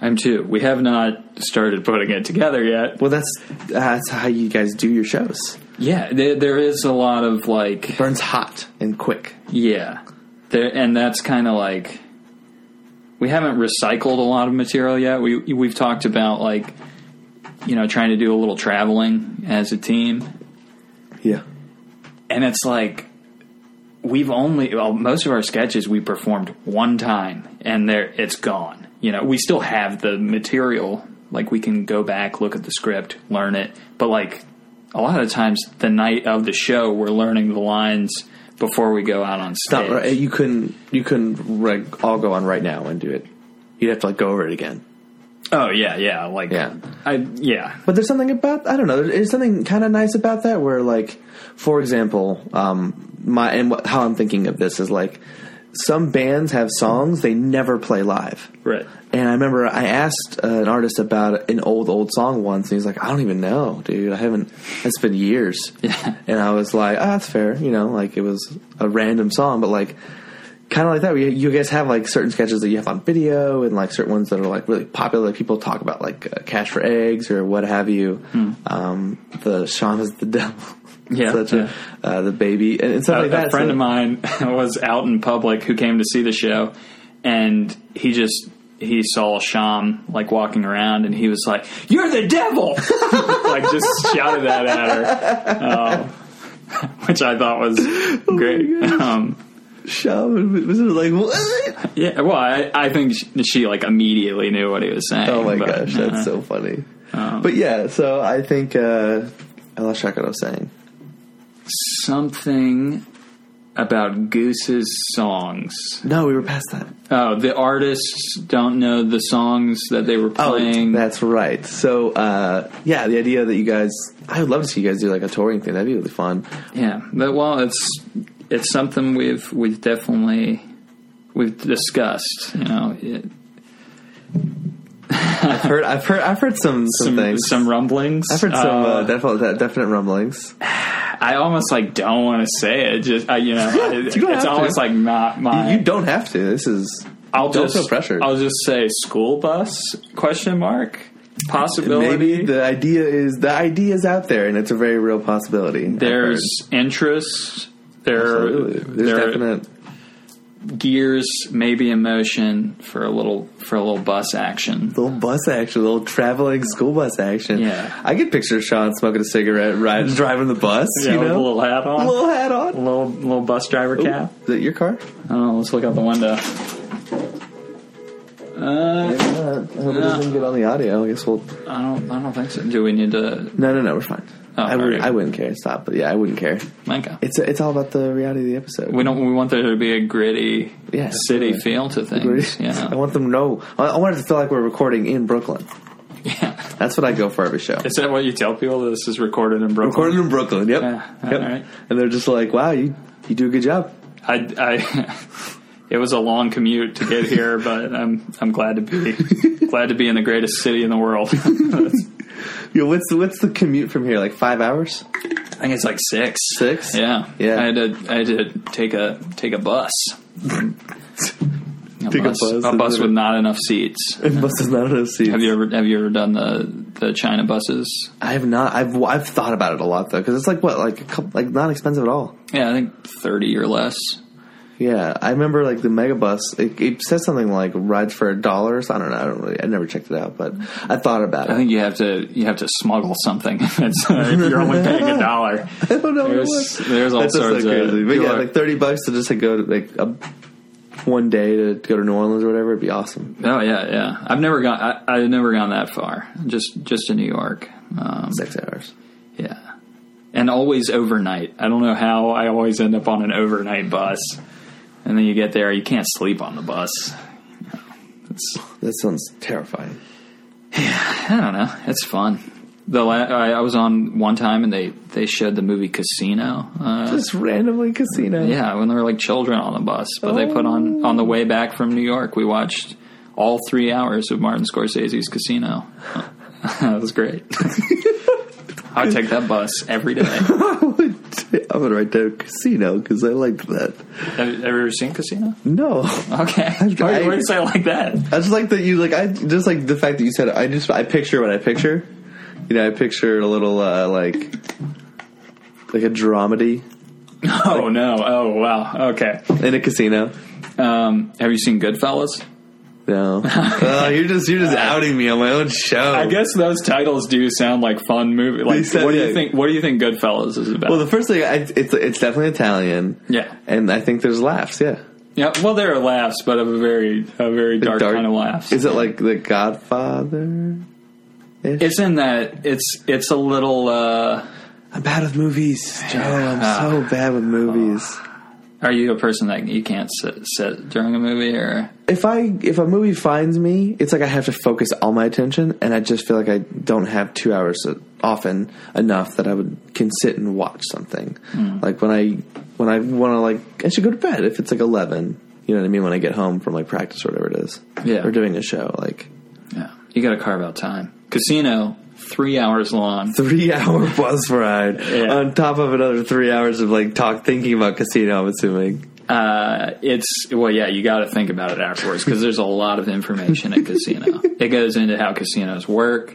Speaker 3: I'm too we have not started putting it together yet
Speaker 1: Well, that's that's how you guys do your shows.
Speaker 3: Yeah, there, there is a lot of like,
Speaker 1: Burns hot and quick.
Speaker 3: yeah, there, and that's kind of like we haven't recycled a lot of material yet. We we've talked about like, you know, trying to do a little traveling as a team,
Speaker 1: Yeah.
Speaker 3: and it's like we've only well, most of our sketches we performed one time, and there it's gone. You know, we still have the material. Like we can go back, look at the script, learn it, but like a lot of times the night of the show we're learning the lines before we go out on
Speaker 1: Not
Speaker 3: stage.
Speaker 1: right. You couldn't. You couldn't like all go on right now and do it. you'd have to like go over it again.
Speaker 3: Oh yeah, yeah. Like
Speaker 1: Yeah.
Speaker 3: I yeah.
Speaker 1: But there's something about I don't know. There's something kind of nice about that. Where like, for example, um, my and what, how I'm thinking of this is like, some bands have songs they never play live.
Speaker 3: Right.
Speaker 1: And I remember I asked uh, an artist about an old old song once, and he's like, "I don't even know, dude. I haven't. It's been years."
Speaker 3: Yeah.
Speaker 1: And I was like, "Ah, that's fair. You know, like it was a random song, but like." Kind of like that. where You, you guys have like certain sketches that you have on video, and like certain ones that are like really popular. that people talk about like uh, Cash for Eggs or what have you. Um, the Sean is the devil.
Speaker 3: Hmm. Yeah,
Speaker 1: such
Speaker 3: yeah.
Speaker 1: A, uh, the baby and, and stuff
Speaker 3: A,
Speaker 1: like that.
Speaker 3: a friend
Speaker 1: So-
Speaker 3: of mine was out in public who came to see the show, and he just he saw Sham like walking around, and he was like, "You're the devil!" like just shouted that at her, um, which I thought was great.
Speaker 1: Oh gosh.
Speaker 3: um,
Speaker 1: Sean was like, what?
Speaker 3: yeah, well, I, I think she, she like immediately knew what he was saying.
Speaker 1: Oh my
Speaker 3: but,
Speaker 1: gosh, that's
Speaker 3: uh,
Speaker 1: so funny.
Speaker 3: Um.
Speaker 1: but yeah, so I think uh, I lost track of what I was saying.
Speaker 3: something about Goose's songs.
Speaker 1: No, we were past that.
Speaker 3: Oh, the artists don't know the songs that they
Speaker 1: Oh,
Speaker 3: were playing.
Speaker 1: that's right. So uh, yeah, the idea that you guys, I would love to see you guys do like a touring thing. That'd be really fun.
Speaker 3: yeah, but well, it's it's something we've we've definitely we've discussed. You know, it,
Speaker 1: I've heard, I've heard, I've heard some some,
Speaker 3: some,
Speaker 1: things.
Speaker 3: some rumblings.
Speaker 1: I've heard some
Speaker 3: Uh,
Speaker 1: uh, definite, definite rumblings.
Speaker 3: I almost like don't want to say it. Just I, you know, I-
Speaker 1: You don't
Speaker 3: it's
Speaker 1: have to.
Speaker 3: almost like not my.
Speaker 1: You don't have to. This is
Speaker 3: I'll
Speaker 1: don't
Speaker 3: just
Speaker 1: feel pressured.
Speaker 3: I'll just say school bus question mark possibility.
Speaker 1: maybe the idea is the idea is out there, and it's a very real possibility. I've
Speaker 3: there's interest. There,
Speaker 1: heard. Absolutely. there's
Speaker 3: there,
Speaker 1: definite.
Speaker 3: gears maybe in motion for a little for a little bus action.
Speaker 1: little bus action, little traveling school bus action.
Speaker 3: Yeah.
Speaker 1: I could picture Sean smoking a cigarette, riding, driving the bus.
Speaker 3: Yeah,
Speaker 1: you
Speaker 3: with
Speaker 1: know,
Speaker 3: a little hat on,
Speaker 1: Little hat on.
Speaker 3: little little bus driver
Speaker 1: oh.
Speaker 3: cap.
Speaker 1: Is that your car?
Speaker 3: I don't know. Let's look out the window. Uh,
Speaker 1: Maybe not. I hope it doesn't get on the audio. I guess we'll.
Speaker 3: I don't. I don't think so. Do we need to,
Speaker 1: No, no, no. We're fine.
Speaker 3: Oh,
Speaker 1: I, wouldn't,
Speaker 3: alright.
Speaker 1: I wouldn't care. Stop. But yeah, I wouldn't care.
Speaker 3: Minka?
Speaker 1: It's it's all about the reality of the episode.
Speaker 3: We don't. We want there to be a gritty
Speaker 1: Yeah,
Speaker 3: city
Speaker 1: absolutely.
Speaker 3: feel to things.
Speaker 1: I
Speaker 3: Yeah.
Speaker 1: want them to know. I I want it to feel like we're recording in Brooklyn.
Speaker 3: yeah.
Speaker 1: That's what I go for every show.
Speaker 3: Is that what you tell people? This is recorded in Brooklyn.
Speaker 1: recorded in Brooklyn. Yep.
Speaker 3: Yeah,
Speaker 1: yep.
Speaker 3: alright.
Speaker 1: And they're just like, "Wow, you you do a good job."
Speaker 3: I, I it was a long commute to get here, but I'm I'm glad to be glad to be in the greatest city in the world. I
Speaker 1: Yo, what's the, what's the commute from here? Like five hours?
Speaker 3: think it's like six.
Speaker 1: Six?
Speaker 3: Yeah,
Speaker 1: Yeah.
Speaker 3: I had to I had to take a take a bus. A
Speaker 1: Take a
Speaker 3: bus,
Speaker 1: bus
Speaker 3: a
Speaker 1: and
Speaker 3: bus
Speaker 1: then-
Speaker 3: with not enough seats.
Speaker 1: Bus is not enough seats.
Speaker 3: Have you ever have you ever done the the China buses?
Speaker 1: I have not. I've I've thought about it a lot though, because it's like what, like a couple, like not expensive at all.
Speaker 3: Yeah, I think thirty or less.
Speaker 1: Yeah, I remember like the megabus. It, it says something like rides for a dollar. or so- I don't know. I don't really. I never checked it out, but I thought about
Speaker 3: I
Speaker 1: it.
Speaker 3: think you have to you have to smuggle something. That's, if you're only paying a dollar.
Speaker 1: I don't know. what it
Speaker 3: There's-
Speaker 1: was.
Speaker 3: there's all
Speaker 1: That's just
Speaker 3: sorts
Speaker 1: so
Speaker 3: of-
Speaker 1: crazy. But
Speaker 3: you
Speaker 1: yeah,
Speaker 3: are-
Speaker 1: like thirty bucks to just like go to like a, one day to go to New Orleans or whatever. It'd be awesome.
Speaker 3: Oh yeah, yeah. I've never gone. I, I've never gone that far. Just just to New York. Um,
Speaker 1: Six hours.
Speaker 3: yeah, and always overnight. I don't know how I always end up on an overnight bus, and then you get there, you can't sleep on the bus. It's,
Speaker 1: That sounds terrifying.
Speaker 3: I don't know. It's fun. The la- I, I was on one time, and they they showed the movie Casino. Uh,
Speaker 1: Just randomly casino.
Speaker 3: yeah, when there were like children on the bus, but they put on on the way back from New York. We watched all three hours of Martin Scorsese's Casino. that was great. I would take that bus every day. Have
Speaker 1: I'm gonna write down casino because I liked that.
Speaker 3: you have you ever seen Casino?
Speaker 1: No.
Speaker 3: Okay, why why do you say it like that?
Speaker 1: I just like that you like I just like the fact that you said I just I picture what I picture. You know, I picture a little uh, like like a dramedy
Speaker 3: Oh no! Oh wow! Okay.
Speaker 1: in a casino.
Speaker 3: Um, have you seen Goodfellas?
Speaker 1: No, oh, you're just you're just outing me on my own show.
Speaker 3: I guess those titles do sound like fun movie. Like,
Speaker 1: sound-
Speaker 3: what do you
Speaker 1: yeah.
Speaker 3: think? What do you think Goodfellas is about?
Speaker 1: well, the first thing I, it's it's definitely Italian.
Speaker 3: yeah,
Speaker 1: and I think there's laughs. Yeah,
Speaker 3: yeah. Well, there are laughs, but of a very, a very dark, kind of laughs.
Speaker 1: Is it like The Godfather?
Speaker 3: It's in that it's it's a little uh
Speaker 1: I'm bad with movies, Joe. I'm so bad with movies.
Speaker 3: Are you a person that you can't sit, sit during a movie, or
Speaker 1: if I if a movie finds me, it's like I have to focus all my attention, and I just feel like I don't have two hours often enough that I would can sit and watch something.
Speaker 3: Hmm.
Speaker 1: Like when I when I want to like I should go to bed if it's like eleven. You know what I mean? When I get home from like practice or whatever it is,
Speaker 3: Yeah.
Speaker 1: or doing a show like
Speaker 3: yeah, you got to carve out time. Casino, three hours long.
Speaker 1: three hour bus ride
Speaker 3: Yeah.
Speaker 1: on top of another three hours of like talk thinking about casino. I'm assuming.
Speaker 3: Uh, it's well, yeah, you got to think about it afterwards because there's a lot of information at casino. It goes into how casinos work.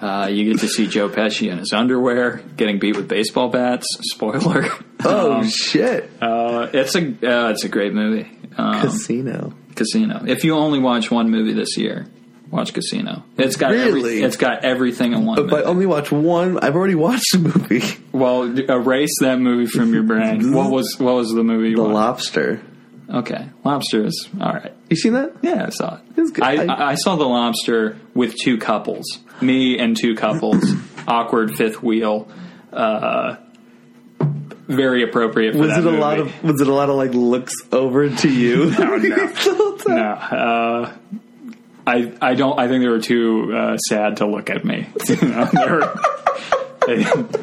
Speaker 3: Uh, you get to see Joe Pesci in his underwear getting beat with baseball bats. Spoiler.
Speaker 1: Oh
Speaker 3: Um,
Speaker 1: shit!
Speaker 3: uh, it's a uh, it's a great movie. Um,
Speaker 1: casino.
Speaker 3: Casino. If you only watch one movie this year, watch Casino. It's got
Speaker 1: Really? Uh,
Speaker 3: every, it's got everything in one.
Speaker 1: If I
Speaker 3: movie.
Speaker 1: only watch one, I've already watched the movie,
Speaker 3: Well, d- erase that movie from your brain. what was what was the movie? you
Speaker 1: The
Speaker 3: watched?
Speaker 1: Lobster.
Speaker 3: okay, Lobster is all right.
Speaker 1: You seen that?
Speaker 3: Yeah, I saw it.
Speaker 1: was good.
Speaker 3: I,
Speaker 1: I-
Speaker 3: I, I saw the lobster with two couples, me and two couples, awkward fifth wheel. Uh, very appropriate for
Speaker 1: Was
Speaker 3: that
Speaker 1: it a
Speaker 3: movie.
Speaker 1: lot of was it a lot of like looks over to you? no,
Speaker 3: No, uh, I I don't. I think they were too uh, sad to look at me. You know, they were, they-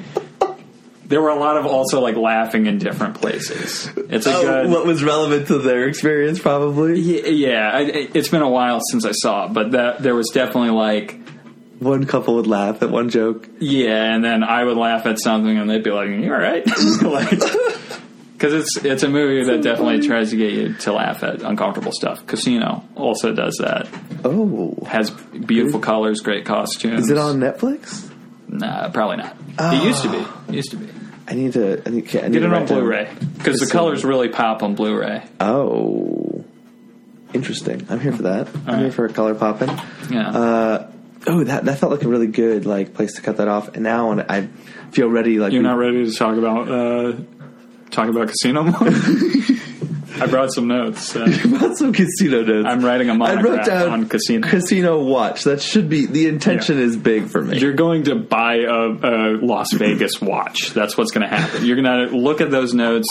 Speaker 3: there were a lot of also like laughing in different places. It's a
Speaker 1: Oh,
Speaker 3: good.
Speaker 1: what was relevant to their experience probably.
Speaker 3: Y- Oh, yeah, I, I- it's been a while since I saw it, but that there was definitely like
Speaker 1: One couple would laugh at one joke.
Speaker 3: yeah, and then I would laugh at something, and they'd be like, "You all right?" like, because it's it's a movie that definitely tries to get you to laugh at uncomfortable stuff. Casino also does that.
Speaker 1: Oh,
Speaker 3: Has beautiful colors, great costumes.
Speaker 1: is it on Netflix?
Speaker 3: Nah, probably not. It used to be.
Speaker 1: Ah.
Speaker 3: It used to be.
Speaker 1: I need to. I need, okay, I need to
Speaker 3: Get it on
Speaker 1: write down-
Speaker 3: Blu-ray because the
Speaker 1: Casino.
Speaker 3: colors really pop on Blu-ray.
Speaker 1: Oh, interesting. I'm here for that. I'm here
Speaker 3: right.
Speaker 1: for a color popping.
Speaker 3: Yeah.
Speaker 1: Uh, oh, that that felt like a really good like place to cut that off. And now, and I feel ready. Like
Speaker 3: You're
Speaker 1: we-
Speaker 3: not ready to talk about uh, talk about Casino more. I brought some notes. Uh,
Speaker 1: That's some casino notes.
Speaker 3: I'm writing a
Speaker 1: I wrote
Speaker 3: monograph
Speaker 1: down
Speaker 3: on Casino.
Speaker 1: casino watch. That should be the intention
Speaker 3: Yeah.
Speaker 1: is big for me.
Speaker 3: You're going to buy a, a Las Vegas watch. That's what's going to happen. You're going to look at those notes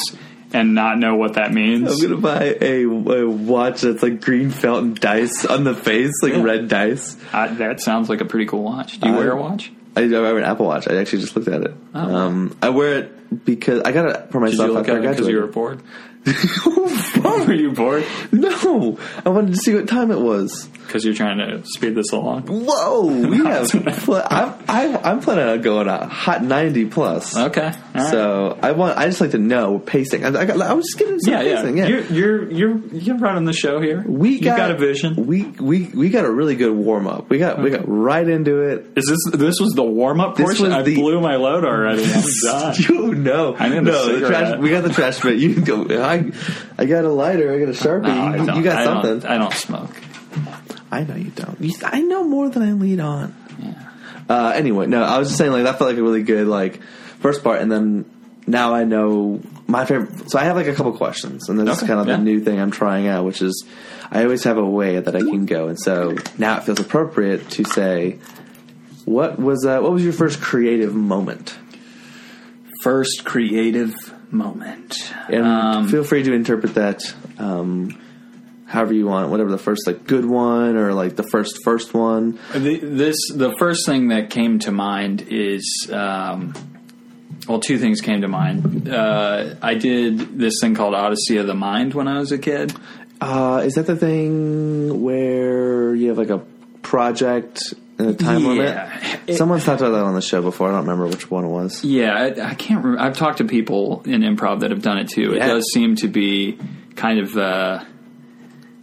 Speaker 3: and not know what that
Speaker 1: I'm
Speaker 3: means.
Speaker 1: gonna buy a, a watch that's like green fountain dice on the face, like red dice.
Speaker 3: I, that sounds like a pretty cool watch. Do you
Speaker 1: I-
Speaker 3: wear a watch?
Speaker 1: I, I have an Apple Watch. I actually just looked at it. Um, I wear it because I got it for
Speaker 3: Oh. Did you
Speaker 1: myself
Speaker 3: look
Speaker 1: after
Speaker 3: at
Speaker 1: I
Speaker 3: it because you were
Speaker 1: graduated.
Speaker 3: bored? Were you bored?
Speaker 1: no, I wanted to see what time it was.
Speaker 3: Because you're trying to speed this along.
Speaker 1: Whoa, we have. pl- I'm, I'm, I'm planning on going a hot ninety plus.
Speaker 3: Okay. all right.
Speaker 1: So I want. I just like to know pacing. I, I, got, I was just getting some
Speaker 3: yeah, yeah.
Speaker 1: pacing. Yeah.
Speaker 3: You're you're you're you're running the show here.
Speaker 1: we
Speaker 3: you got a vision.
Speaker 1: We we we got a really good warm up. We got we got right into it.
Speaker 3: Is this this was the warm up
Speaker 1: This
Speaker 3: portion?
Speaker 1: was
Speaker 3: I
Speaker 1: the-
Speaker 3: blew my load already. I'm done.
Speaker 1: You know,
Speaker 3: I need a
Speaker 1: no, the trash,
Speaker 3: cigarette.
Speaker 1: we got the trash bin. You go. I, I got a lighter. I got a sharpie.
Speaker 3: No, I
Speaker 1: You-
Speaker 3: don't-
Speaker 1: you got
Speaker 3: I don't-
Speaker 1: something.
Speaker 3: I don't smoke.
Speaker 1: I know you don't. You, I know more than I lead on. Uh, anyway, no, I was just saying like that felt like a really good like first part, and then now I know my favorite. So I have like a couple questions, and this is
Speaker 3: Okay,
Speaker 1: kind of
Speaker 3: yeah.
Speaker 1: the new thing I'm trying out, which is I always have a way that I can go, and so now it feels appropriate to say what was uh, what was your first creative moment,
Speaker 3: First creative moment.
Speaker 1: and
Speaker 3: Um,
Speaker 1: feel free to interpret that. Um, However you want, whatever the first like good one or like the first first one.
Speaker 3: The, this the first thing that came to mind is um, well, two things came to mind. Uh, I did this thing called Odyssey of the Mind when I was a kid.
Speaker 1: Uh, is that the thing where you have like a project and a time
Speaker 3: Yeah.
Speaker 1: limit? Someone's talked about that on the show before. I don't remember which one it was.
Speaker 3: Yeah, I, I can't. Remember. I've talked to people in improv that have done it too. It
Speaker 1: Yeah.
Speaker 3: does seem to be kind of uh,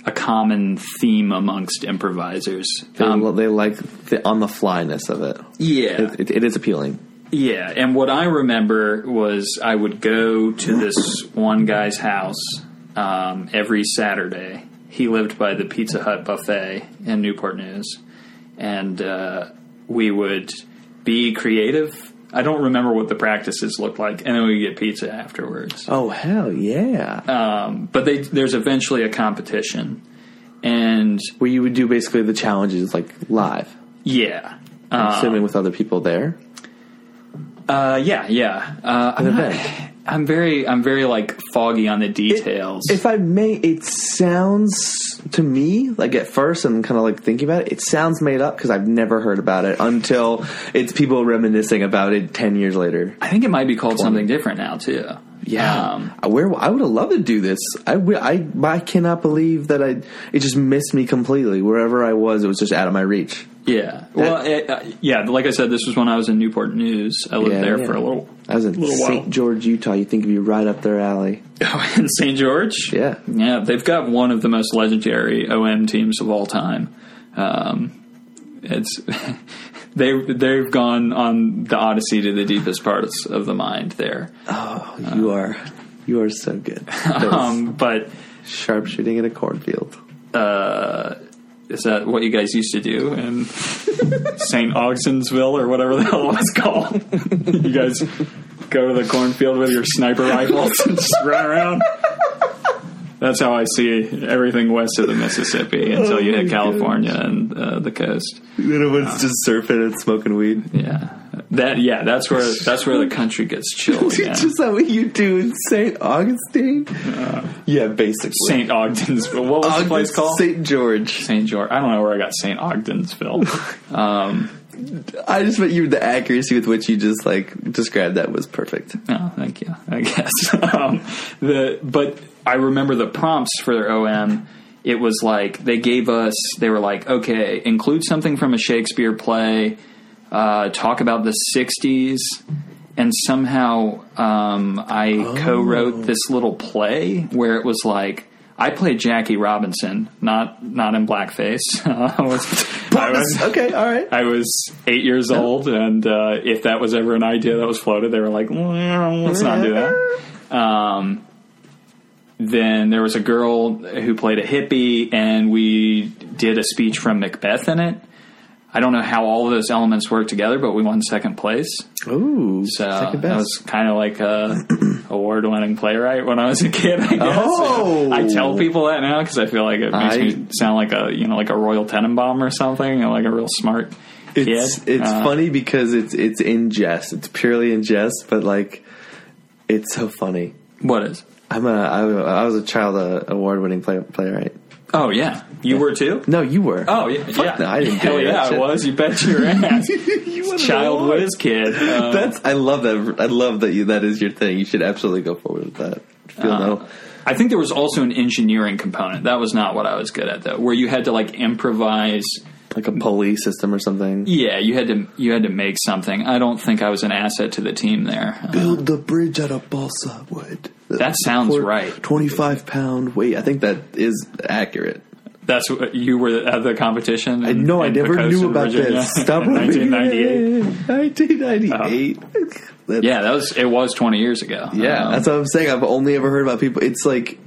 Speaker 3: a common theme amongst improvisers.
Speaker 1: They,
Speaker 3: Um,
Speaker 1: lo- they like the on the flyness of it.
Speaker 3: yeah,
Speaker 1: It, it, it is appealing.
Speaker 3: Yeah, and what I remember was I would go to this one guy's house um, every Saturday. He lived by the Pizza Hut buffet in Newport News, and uh, we would be creative. I don't remember what the practices looked like, and then we get pizza afterwards
Speaker 1: Oh hell yeah!
Speaker 3: but they, there's eventually a competition, and
Speaker 1: where you would do basically the challenges like live,
Speaker 3: yeah, uh,
Speaker 1: assuming with other people there.
Speaker 3: uh, yeah, yeah. Uh, I'm
Speaker 1: An
Speaker 3: not-
Speaker 1: event.
Speaker 3: I'm very I'm very like foggy on the details.
Speaker 1: If I may, it sounds to me like at first, and kind of like thinking about it, it sounds made up because I've never heard about it until it's people reminiscing about it ten years later.
Speaker 3: I think it might be called something different now too.
Speaker 1: Yeah,
Speaker 3: Um,
Speaker 1: I- where I would have loved to do this. I, wi- I I cannot believe that I it just missed me completely. Wherever I was, it was just out of my reach.
Speaker 3: yeah. Well, it, uh, yeah. Like I said, this was when I was in Newport News. I lived
Speaker 1: Yeah,
Speaker 3: there
Speaker 1: yeah.
Speaker 3: for a little.
Speaker 1: I was in
Speaker 3: Little while.
Speaker 1: St. George, Utah. You think it'd be right up their alley?
Speaker 3: in St. George.
Speaker 1: Yeah.
Speaker 3: yeah. They've got one of the most legendary OM teams of all time. Um, it's they they've gone on the odyssey to the deepest parts of the mind there.
Speaker 1: Oh, you are you are so good. That was
Speaker 3: Uh. Um, but
Speaker 1: sharpshooting in a cornfield.
Speaker 3: is that what you guys used to do in St. Augustinsville or whatever the hell it was called? you guys go to the cornfield with your sniper rifles and just run around. That's how I see everything west of the Mississippi until you hit California and uh, the coast.
Speaker 1: Everyone's just surfing and smoking weed.
Speaker 3: Yeah, that yeah, that's where that's where the country gets chilled.
Speaker 1: Dude,
Speaker 3: Yeah.
Speaker 1: Just that what you do in St. Augustine? yeah, basically.
Speaker 3: St. Ogdensville. What was Uh. the place called?
Speaker 1: St. George.
Speaker 3: St. George. I don't know where I got St. Ogdensville. Um,
Speaker 1: I just bet you the accuracy with which you just like described that was perfect.
Speaker 3: Oh, thank you. I guess. um, the but I remember the prompts for their OM. It was like they gave us. They were like, okay, include something from a Shakespeare play. Uh, talk about the '60s, and somehow um, I co-wrote this little play where it was like. I played Jackie Robinson, not not in blackface. I was- I was-
Speaker 1: okay, all right.
Speaker 3: I was eight years old, and uh, if that was ever an idea that was floated, they were like, "Well, "Let's not do that." Um, then there was a girl who played a hippie, and we did a speech from Macbeth in it. I don't know how all of those elements work together, but we won second place.
Speaker 1: Ooh,
Speaker 3: So
Speaker 1: second
Speaker 3: I
Speaker 1: best.
Speaker 3: was kind of like a award-winning playwright when I was a kid. I guess
Speaker 1: Oh.
Speaker 3: I tell people that now because I feel like it makes
Speaker 1: I-
Speaker 3: me sound like a you know like a Royal Tenenbaum or something, or like a real smart
Speaker 1: it's
Speaker 3: kid.
Speaker 1: it's
Speaker 3: Uh,
Speaker 1: funny because it's it's in jest. It's purely in jest, but like it's so funny.
Speaker 3: What is?
Speaker 1: I'm a I, I was a child uh, award winning play, playwright.
Speaker 3: Oh yeah, you were too.
Speaker 1: No, you were.
Speaker 3: Oh yeah, yeah.
Speaker 1: no, I didn't do
Speaker 3: Hell
Speaker 1: that
Speaker 3: yeah, I
Speaker 1: shit.
Speaker 3: was. You bet your ass.
Speaker 1: You won an
Speaker 3: Child
Speaker 1: award.
Speaker 3: whiz kid. Uh,
Speaker 1: That's I love that. I love that you that is your thing. You should absolutely go forward with that. Feel
Speaker 3: Uh,
Speaker 1: no.
Speaker 3: I think there was also an engineering component. That was not what I was good at though, where you had to like improvise.
Speaker 1: like a police system or something.
Speaker 3: Yeah, you had to you had to make something. I don't think I was an asset to the team there. Uh,
Speaker 1: Build the bridge out of balsa wood.
Speaker 3: That sounds right.
Speaker 1: Twenty-five pound weight. I think that is accurate.
Speaker 3: That's what you were at the competition.
Speaker 1: I
Speaker 3: in-
Speaker 1: know. I
Speaker 3: in
Speaker 1: never
Speaker 3: Picosa,
Speaker 1: knew about
Speaker 3: Virginia,
Speaker 1: this. Stop.
Speaker 3: in 1998.
Speaker 1: Nineteen ninety-eight.
Speaker 3: Uh-huh. Yeah, that was it. Was twenty years ago.
Speaker 1: Yeah,
Speaker 3: Um,
Speaker 1: that's what I'm saying. I've only ever heard about people. It's like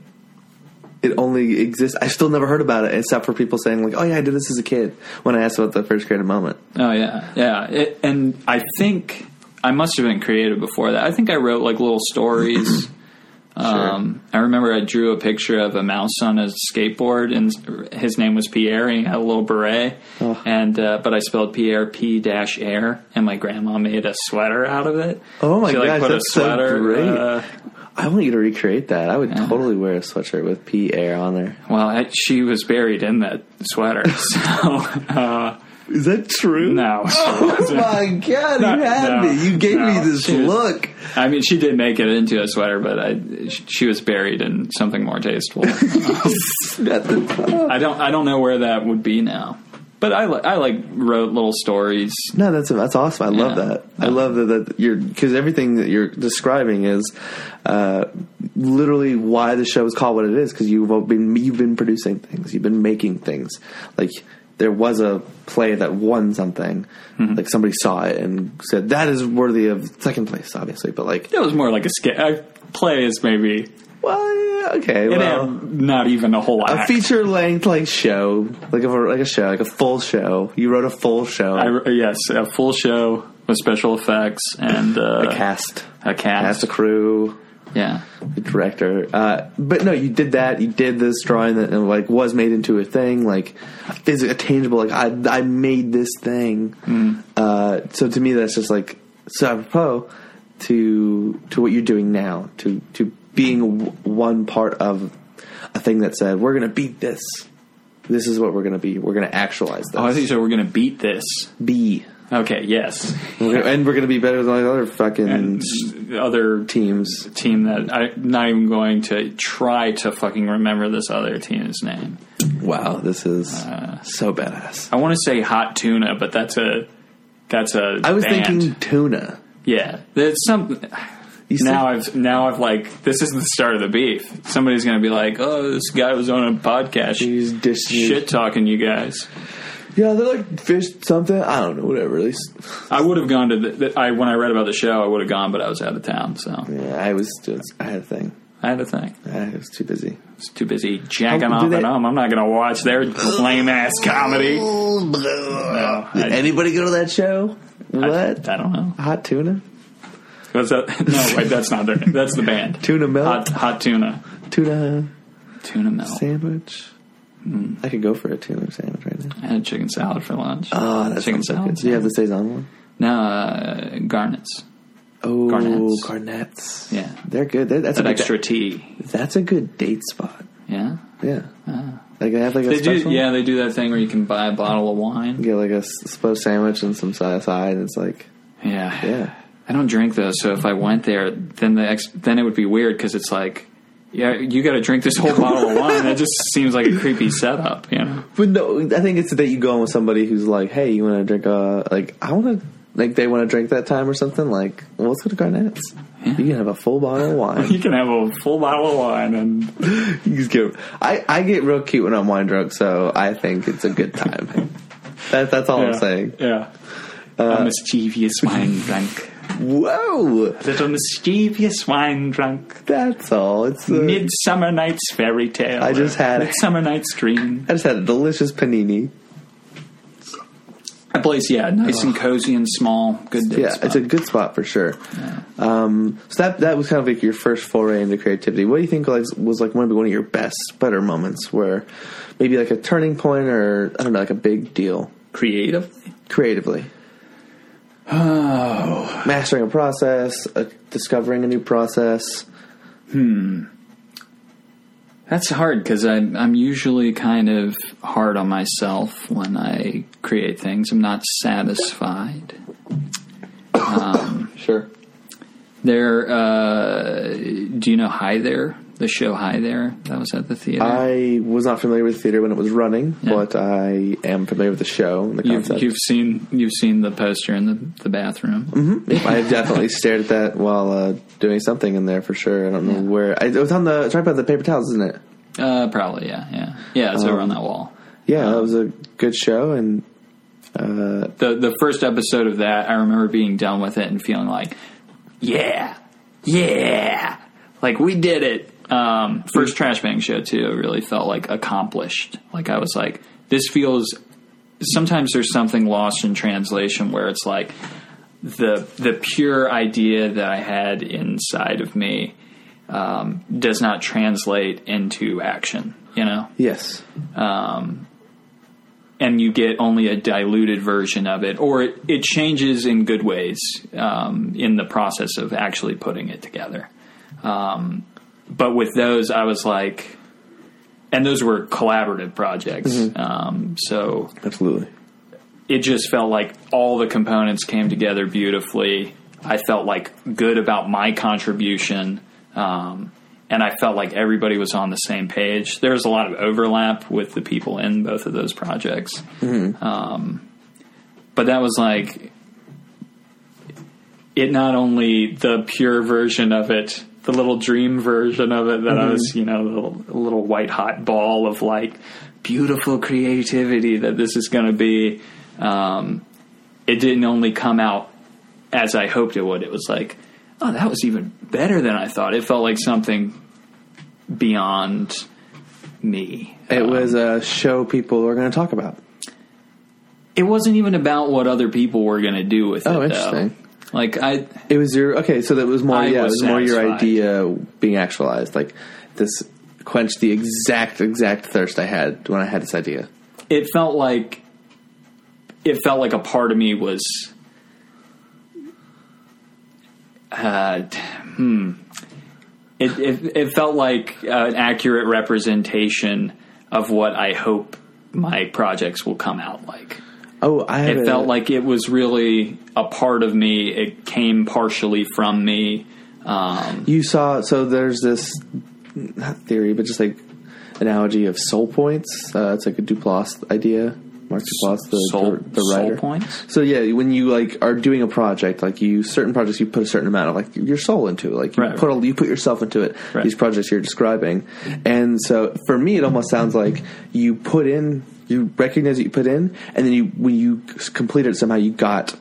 Speaker 1: it only exists. I still never heard about it except for people saying like, "Oh yeah, I did this as a kid." When I asked about the first creative moment,
Speaker 3: Oh yeah, yeah. It, and I think I must have been creative before that. I think I wrote like little stories. um, I remember I drew a picture of a mouse on a skateboard, and his name was Pierre. And he had a little beret,
Speaker 1: Oh.
Speaker 3: and uh, but I spelled Pierre P dash air, and my grandma made a sweater out of it.
Speaker 1: Oh, my
Speaker 3: she, like,
Speaker 1: gosh,
Speaker 3: put
Speaker 1: that's
Speaker 3: a
Speaker 1: so
Speaker 3: sweater,
Speaker 1: great.
Speaker 3: uh,
Speaker 1: I want you to recreate that. I would totally wear a sweatshirt with P Air on there.
Speaker 3: well, I, she was buried in that sweater, so uh,
Speaker 1: Is that true?
Speaker 3: no.
Speaker 1: Oh my god,
Speaker 3: No,
Speaker 1: you had
Speaker 3: no,
Speaker 1: me. You gave me
Speaker 3: no.
Speaker 1: this
Speaker 3: She was-
Speaker 1: look.
Speaker 3: I mean, she did make it into a sweater, but I, she was buried in something more tasteful.
Speaker 1: At the top.
Speaker 3: I don't, I don't know where that would be now. But I, li- I like wrote little stories.
Speaker 1: No, that's that's awesome. I love
Speaker 3: Yeah.
Speaker 1: that. I love that, that you're because everything that you're describing is uh, literally why the show is called what it is. Because you've been you've been producing things, you've been making things. Like there was a play that won something. Like somebody saw it and said that is worthy of second place, obviously. But like,
Speaker 3: It was more like a skit. I play is maybe
Speaker 1: well, yeah, okay,
Speaker 3: it
Speaker 1: well,
Speaker 3: had not even a whole
Speaker 1: a
Speaker 3: act.
Speaker 1: feature length like show, like a like a show, like a full show. You wrote a full show,
Speaker 3: I wr- yes, a full show with special effects and uh,
Speaker 1: a cast,
Speaker 3: A
Speaker 1: cast
Speaker 3: cast.
Speaker 1: a crew.
Speaker 3: yeah,
Speaker 1: the director. Uh, but no, you did that. You did this drawing that and, like was made into a thing, like a phys- a tangible. Like I, I
Speaker 3: Mm.
Speaker 1: made this thing. Uh, so to me, that's just like so apropos. to to what you're doing now, to to being w- one part of a thing that said we're going to beat this. This is what we're going to be. We're going to actualize this.
Speaker 3: Oh, I think you said we're going to beat this.
Speaker 1: be.
Speaker 3: Okay, yes.
Speaker 1: We're gonna- and we're going to be better than all the other fucking
Speaker 3: And other team,
Speaker 1: teams.
Speaker 3: team that I'm not even going to try to fucking remember this other team's name.
Speaker 1: Wow, this is so badass.
Speaker 3: I want to say Hot Tuna, but that's a that's a.
Speaker 1: I was
Speaker 3: band.
Speaker 1: thinking tuna.
Speaker 3: yeah, that's something.
Speaker 1: You said-
Speaker 3: Now I've now I've like this is the start of the beef. Somebody's going to be like, "Oh, this guy was on a podcast,
Speaker 1: He's dissing you.
Speaker 3: shit talking you guys."
Speaker 1: Yeah, they're like fish something. I don't know, whatever. At least
Speaker 3: I would have gone to the, the, I when I read about the show, I would have gone, but I was out of town, so
Speaker 1: yeah, I was just I had a thing.
Speaker 3: I had a thing.
Speaker 1: I was too busy.
Speaker 3: I was too busy jacking
Speaker 1: How- Oh, do
Speaker 3: off
Speaker 1: they-
Speaker 3: at home. I'm not going to watch their lame ass comedy. No, I-
Speaker 1: Did anybody go to that show?
Speaker 3: I-
Speaker 1: What?
Speaker 3: I, don't know.
Speaker 1: Hot tuna?
Speaker 3: Was that, no, wait, that's not their. That's the band.
Speaker 1: Tuna melt?
Speaker 3: Hot, hot tuna.
Speaker 1: Tuna
Speaker 3: Tuna melt.
Speaker 1: sandwich? I could go for a tuna sandwich right now.
Speaker 3: I had chicken salad for lunch.
Speaker 1: Oh, that
Speaker 3: chicken
Speaker 1: sounds so
Speaker 3: salad.
Speaker 1: good. Do you have the Saison one?
Speaker 3: No, uh, garnets.
Speaker 1: Oh,
Speaker 3: Garnettes.
Speaker 1: Garnets.
Speaker 3: Yeah.
Speaker 1: They're good. That- that's,
Speaker 3: That
Speaker 1: a good
Speaker 3: extra tea.
Speaker 1: that's a good date spot.
Speaker 3: Yeah.
Speaker 1: Yeah. Like they have like a
Speaker 3: Ah. They do.
Speaker 1: special?
Speaker 3: Yeah, they do that thing where you can buy a bottle of wine.
Speaker 1: Get like a s- split sandwich and some side side and it's like
Speaker 3: Yeah.
Speaker 1: Yeah.
Speaker 3: I don't drink though, so if I went there, then the ex- then it would be weird because it's like, yeah, you got to drink this whole bottle of wine. That just seems like a creepy setup, you know?
Speaker 1: But no, I think it's that you go in with somebody who's like, "Hey, you want to drink a like? I want to like they want to drink that time or something. Like, well, let's go to Garnett's. You can have a full bottle of wine.
Speaker 3: You can have a full bottle of wine, and
Speaker 1: you just get. I I get real cute when I'm wine drunk, so I think it's a good time. that, that's all I'm
Speaker 3: Yeah.
Speaker 1: saying.
Speaker 3: yeah, a mischievous wine drunk,
Speaker 1: Whoa,
Speaker 3: little mischievous wine drunk.
Speaker 1: that's all. It's uh,
Speaker 3: Midsummer Night's Fairy Tale.
Speaker 1: I just
Speaker 3: or
Speaker 1: had-
Speaker 3: Midsummer Night's Dream.
Speaker 1: I just had a delicious panini.
Speaker 3: That place, yeah, nice and cozy and small. Good day.
Speaker 1: Yeah, it's a good spot for sure. Um, so that that was kind of like your first foray into creativity. What do you think like, was like one of one of your best, better moments, where maybe like a turning point or I don't know, like a big deal
Speaker 3: creative.
Speaker 1: creatively? Oh, mastering a process, uh, discovering a new process.
Speaker 3: That's hard because I'm, I'm usually kind of hard on myself when I create things. I'm not satisfied.
Speaker 1: Sure.
Speaker 3: There, uh, do you know Hi There? The show Hi There that was at the theater.
Speaker 1: I was not familiar with theater when it was running,
Speaker 3: Yeah.
Speaker 1: but I am familiar with the show and the
Speaker 3: you've,
Speaker 1: concept.
Speaker 3: you've seen you've seen the poster in the, the bathroom.
Speaker 1: I've definitely stared at that while uh, doing something in there for sure. I don't know where. I, it was on the. It's right by the paper towels, isn't it?
Speaker 3: Uh, probably, yeah, yeah, yeah. It's over
Speaker 1: Um,
Speaker 3: on that wall.
Speaker 1: Yeah, that Uh, was a good show, and
Speaker 3: the the first episode of that, I remember being done with it and feeling like, yeah, yeah, like we did it. Um, first trash bang show too. I really felt like accomplished. Like I was like, this feels. Sometimes there's something lost in translation where it's like the the pure idea that I had inside of me um, does not translate into action. You know
Speaker 1: yes,
Speaker 3: and you get only a diluted version of it, or it, it changes in good ways um, in the process of actually putting it together. Um, but with those, I was like, and those were collaborative projects. Um, so
Speaker 1: absolutely.
Speaker 3: it just felt like all the components came together beautifully. I felt like good about my contribution, um, and I felt like everybody was on the same page. There was a lot of overlap with the people in both of those projects, um, but that was like it. Not only the pure version of it, the little dream version of it that I
Speaker 1: Mm-hmm.
Speaker 3: was, you know, the little, a little white hot ball of like beautiful creativity that this is going to be um, it didn't only come out as I hoped it would. It was like, oh, that was even better than I thought. It felt like something beyond me. Um,
Speaker 1: It was a show people are going to talk about.
Speaker 3: It wasn't even about what other people were going to do with
Speaker 1: Oh,
Speaker 3: it.
Speaker 1: interesting.
Speaker 3: Though. Like I,
Speaker 1: It was your okay. So that was more.
Speaker 3: I
Speaker 1: yeah,
Speaker 3: was
Speaker 1: it was more your
Speaker 3: satisfied.
Speaker 1: idea being actualized. Like this quenched the exact exact thirst I had when I had this idea.
Speaker 3: it felt like it felt like a part of me was uh, t- hmm. It, it, it felt like uh, an accurate representation of what I hope my projects will come out like.
Speaker 1: Oh, I had
Speaker 3: It
Speaker 1: a-
Speaker 3: felt like it was really a part of me. It came partially from me. Um,
Speaker 1: you saw. So there's this not theory, but just like analogy of soul points. Uh, it's like a Duplass idea. Mark Duplass, the
Speaker 3: soul,
Speaker 1: the writer.
Speaker 3: soul points.
Speaker 1: So yeah, when you like are doing a project, like you certain projects, you put a certain amount of like your soul into it. Like you
Speaker 3: Right,
Speaker 1: put a, you put yourself into it.
Speaker 3: Right.
Speaker 1: These projects you're describing, and so for me, it almost sounds like you put in, you recognize that you put in, and then you when you complete it somehow you got.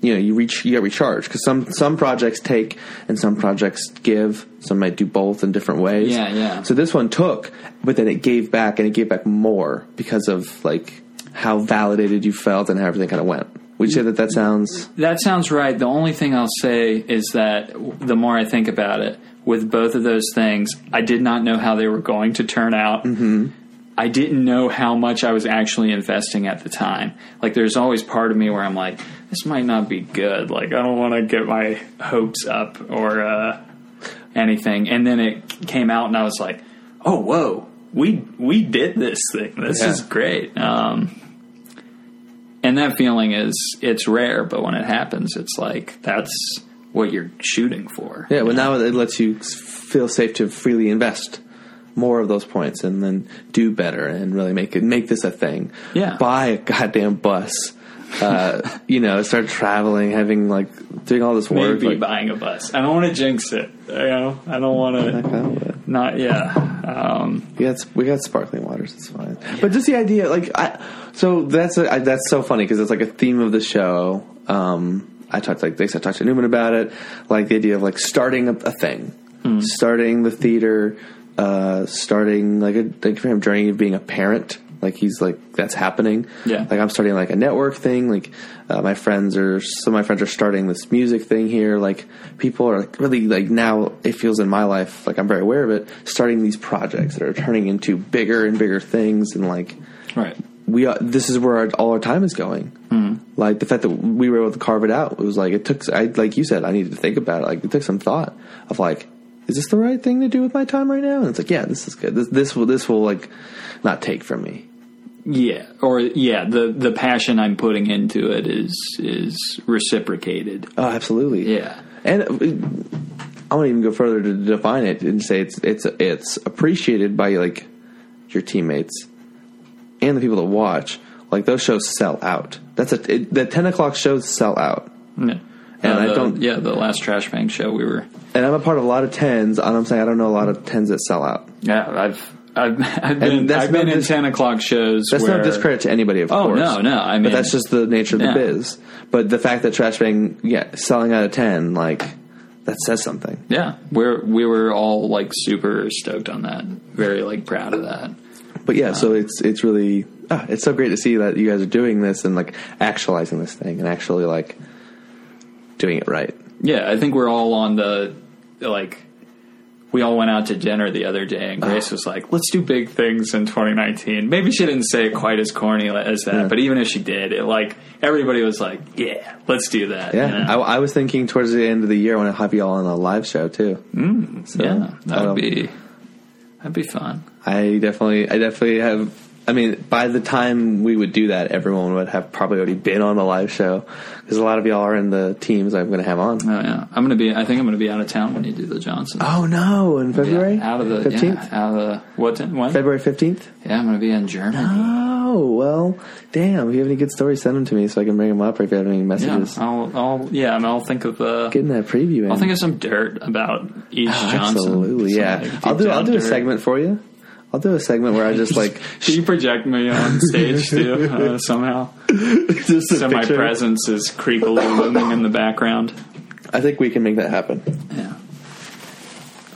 Speaker 1: You know, you reach, you got recharged because some some projects take and some projects give. Some might do both in different ways.
Speaker 3: Yeah, yeah.
Speaker 1: So this one took, but then it gave back and it gave back more because of like how validated you felt and how everything kind of went. Would you say that that sounds
Speaker 3: That sounds right. The only thing I'll say is that w- the more I think about it, with both of those things, I did not know how they were going to turn out. Mm-hmm. I didn't know how much I was actually investing at the time. Like, there's always part of me where I'm like, this might not be good. Like, I don't want to get my hopes up or uh, anything. And then it came out, and I was like, oh, whoa, we we did this thing. This
Speaker 1: Yeah.
Speaker 3: is great. Um, and that feeling is it's rare but when it happens it's like that's what you're shooting for
Speaker 1: yeah? Well, now it lets you s- feel safe to freely invest more of those points and then do better and really make it make this a thing.
Speaker 3: Yeah.
Speaker 1: buy a goddamn bus. Uh, you know, start traveling, having like doing all this work.
Speaker 3: maybe
Speaker 1: like-
Speaker 3: buying a bus i don't want to jinx it you know i don't want
Speaker 1: I
Speaker 3: to
Speaker 1: kinda would.
Speaker 3: not yeah um,
Speaker 1: We got we got sparkling waters. It's fine. But just the idea, like, I, so that's a, I, that's so funny because it's like a theme of the show. Um, I talked like this. I talked to Newman about it, like the idea of like starting a, a thing, starting the theater, uh, starting like a like for him journey of being a parent. Like he's like that's happening.
Speaker 3: Yeah.
Speaker 1: Like I'm starting like a network thing. Like uh, my friends are some of my friends are starting this music thing here. Like people are like, really like now it feels in my life like I'm very aware of it. Starting these projects that are turning into bigger and bigger things and like
Speaker 3: right
Speaker 1: we are, this is where our, all our time is going. Like the fact that we were able to carve it out, it was like it took. I like you said, I needed to think about it. Like it took some thought of like, is this the right thing to do with my time right now? And it's like, yeah, this is good. This this will this will like not take from me.
Speaker 3: yeah or yeah the the passion i'm putting into it is is reciprocated
Speaker 1: Oh, absolutely.
Speaker 3: yeah
Speaker 1: and uh, I won't even go further to define it and say it's it's it's appreciated by like your teammates and the people that watch. Like those shows sell out. That's a it, the ten o'clock shows sell out.
Speaker 3: and
Speaker 1: I don't-
Speaker 3: yeah the last trash bank show we were
Speaker 1: and I'm a part of a lot of tens, and I'm saying I don't know a lot of tens that sell out.
Speaker 3: yeah i've I've, I've been
Speaker 1: that's
Speaker 3: I've been
Speaker 1: not
Speaker 3: in
Speaker 1: dis-
Speaker 3: ten o'clock shows.
Speaker 1: That's
Speaker 3: where,
Speaker 1: not discredit to anybody, of
Speaker 3: Oh,
Speaker 1: course.
Speaker 3: no, no, I mean-
Speaker 1: but that's just the nature of the
Speaker 3: Yeah.
Speaker 1: biz. But the fact that Trash Bang, yeah, selling out of ten, like that says something.
Speaker 3: Yeah, we're we were all like super stoked on that. Very like proud of that.
Speaker 1: But yeah, so it's it's really ah, it's so great to see that you guys are doing this and like actualizing this thing and actually like doing it right.
Speaker 3: Yeah, I think we're all on the like we all went out to dinner the other day and Grace was like, "Let's do big things in 2019." Maybe she didn't say it quite as corny li- as that, but even if she did, it like everybody was like, "Yeah, let's do that."
Speaker 1: Yeah,
Speaker 3: you know?
Speaker 1: I, I was thinking towards the end of the year when I have you all on a live show too. Mm, so,
Speaker 3: yeah, that
Speaker 1: that'll-
Speaker 3: would be that'd be fun.
Speaker 1: I definitely, I definitely have. I mean, by the time we would do that, everyone would have probably already been on the live show because a lot of y'all are in the teams I'm going to have on.
Speaker 3: Oh yeah, I'm gonna be. I think I'm gonna be out of town when you do the Johnson.
Speaker 1: Oh no! In February,
Speaker 3: out of the
Speaker 1: fifteenth,
Speaker 3: yeah, out of the what when?
Speaker 1: February fifteenth.
Speaker 3: Yeah, I'm gonna be in Germany.
Speaker 1: Oh well, damn! If you have any good stories, send them to me so I can bring them up. Or if you have any
Speaker 3: Yeah,
Speaker 1: messages,
Speaker 3: I'll, I'll yeah, and I'll think of uh,
Speaker 1: getting that preview in.
Speaker 3: I'll think of some dirt about each Johnson.
Speaker 1: Absolutely,
Speaker 3: Some,
Speaker 1: yeah.
Speaker 3: like, deep
Speaker 1: I'll do. I'll
Speaker 3: down
Speaker 1: do a
Speaker 3: dirt.
Speaker 1: segment for you. I'll do a segment where I just like
Speaker 3: Can you project me on stage too? Uh, somehow,
Speaker 1: just a
Speaker 3: so my
Speaker 1: picture.
Speaker 3: presence is creepily looming in the background.
Speaker 1: I think we can make that happen.
Speaker 3: Yeah,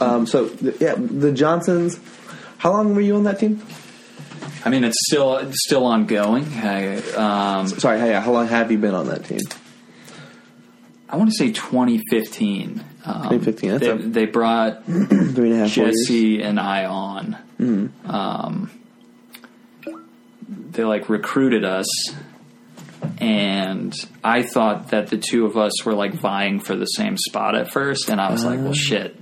Speaker 1: Um, so th- yeah, the Johnsons. How long were you on that team?
Speaker 3: I mean it's still it's still ongoing. I um,
Speaker 1: Sorry, hey, how long have you been on that team?
Speaker 3: I want to say 2015. Um,
Speaker 1: 2015, that's
Speaker 3: They,
Speaker 1: a-
Speaker 3: they brought
Speaker 1: Three and a half. four years?
Speaker 3: Jesse and I on. Um, they like recruited us, and I thought that the two of us were like vying for the same spot at first, and I was like, well, shit,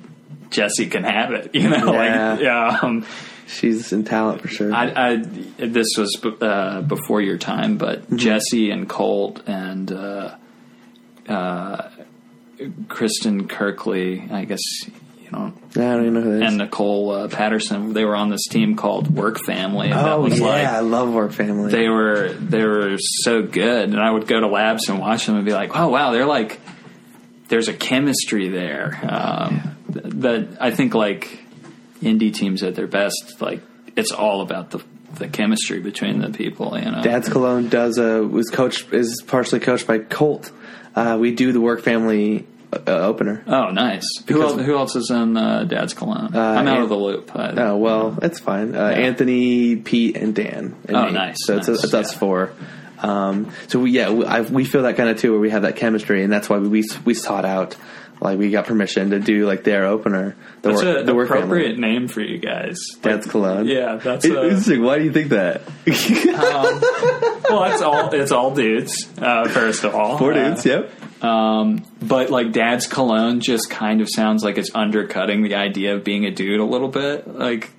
Speaker 3: Jesse can have it, you know?
Speaker 1: Yeah.
Speaker 3: Like, yeah. Um,
Speaker 1: She's in talent for sure.
Speaker 3: I, I this was uh, before your time, but Jesse and Colt and uh, uh, Kristen Kirkley, I guess you know,
Speaker 1: I don't even know who that is.
Speaker 3: and Nicole uh, Patterson, they were on this team called Work Family. And that
Speaker 1: oh
Speaker 3: was
Speaker 1: yeah,
Speaker 3: like
Speaker 1: I love our family.
Speaker 3: they were they were so good, and I would go to labs and watch them and be like, oh wow, they're like there's a chemistry there um, th- that I think like indie teams at their best, like it's all about the the chemistry between the people, you know.
Speaker 1: Dad's Cologne does a was coached is partially coached by Colt. Uh, we do the work family uh, opener.
Speaker 3: Oh, nice. Who
Speaker 1: Because-
Speaker 3: else, who else is in uh, Dad's Cologne? I'm out of the loop. I,
Speaker 1: Oh well, it's fine. Uh, Anthony, Pete, and Dan. and
Speaker 3: Oh,
Speaker 1: me.
Speaker 3: nice,
Speaker 1: So it's,
Speaker 3: nice,
Speaker 1: it's us
Speaker 3: yeah.
Speaker 1: four. Um, so we, yeah, we, I, we feel that kind of too, where we have that chemistry, and that's why we we sought out, like we got permission to do like their opener. The
Speaker 3: that's
Speaker 1: work,
Speaker 3: an
Speaker 1: the work
Speaker 3: appropriate
Speaker 1: family.
Speaker 3: name for you guys.
Speaker 1: Dad's Cologne.
Speaker 3: Yeah, that's
Speaker 1: It-
Speaker 3: a-
Speaker 1: interesting. Why do you think that?
Speaker 3: well, it's all it's all dudes. Uh, first of all,
Speaker 1: Four
Speaker 3: Uh,
Speaker 1: dudes. Yep.
Speaker 3: Um, but like dad's cologne just kind of sounds like it's undercutting the idea of being a dude a little bit. Like,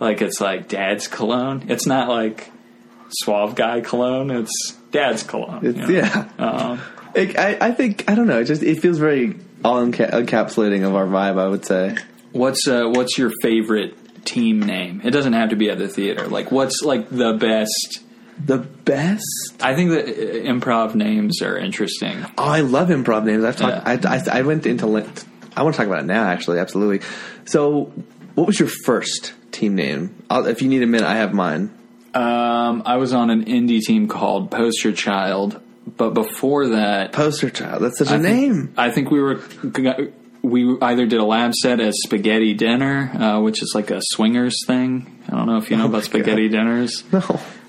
Speaker 3: like it's like dad's cologne. It's not like suave guy cologne. It's dad's cologne.
Speaker 1: It's,
Speaker 3: you know?
Speaker 1: yeah.
Speaker 3: Um,
Speaker 1: It, I, I think I don't know. It just it feels very all enca- encapsulating of our vibe. I would say.
Speaker 3: what's uh, what's your favorite team name? It doesn't have to be at the theater. Like, what's like the best?
Speaker 1: The best.
Speaker 3: I think that uh, improv names are interesting.
Speaker 1: Oh, I love improv names. I've talked.
Speaker 3: Yeah.
Speaker 1: I, I, I went into. length. I want to talk about it now. Actually, absolutely. So, what was your first team name? I'll, if you need a minute, I have mine.
Speaker 3: Um, I was on an indie team called Poster Child, but before that,
Speaker 1: Poster child. That's such a
Speaker 3: I think-
Speaker 1: name.
Speaker 3: I think we were we either did a lab set as spaghetti dinner, uh, which is like a swingers thing. I don't know if you
Speaker 1: Oh
Speaker 3: know about spaghetti dinners.
Speaker 1: No.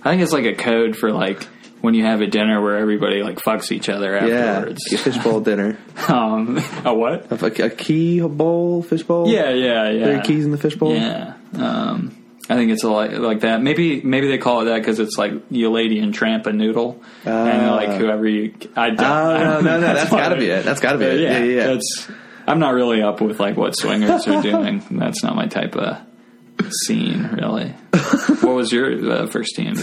Speaker 3: I think it's like a code for like when you have a dinner where everybody like fucks each other
Speaker 1: Yeah.
Speaker 3: afterwards.
Speaker 1: A fishbowl dinner.
Speaker 3: Um, a what?
Speaker 1: A, a key bowl fishbowl.
Speaker 3: Yeah, yeah, yeah.
Speaker 1: There are keys in the fishbowl.
Speaker 3: Yeah. Um, I think it's a like, like that. Maybe maybe they call it that because it's like you lady and tramp a noodle, and like whoever you. I don't,
Speaker 1: Oh
Speaker 3: I
Speaker 1: no
Speaker 3: don't
Speaker 1: Ah. no no! that's
Speaker 3: why.
Speaker 1: gotta be it. That's gotta be it. Yeah yeah. yeah.
Speaker 3: That's, I'm not really up with like what swingers are doing. That's not my type of scene, really. what was your uh, first team?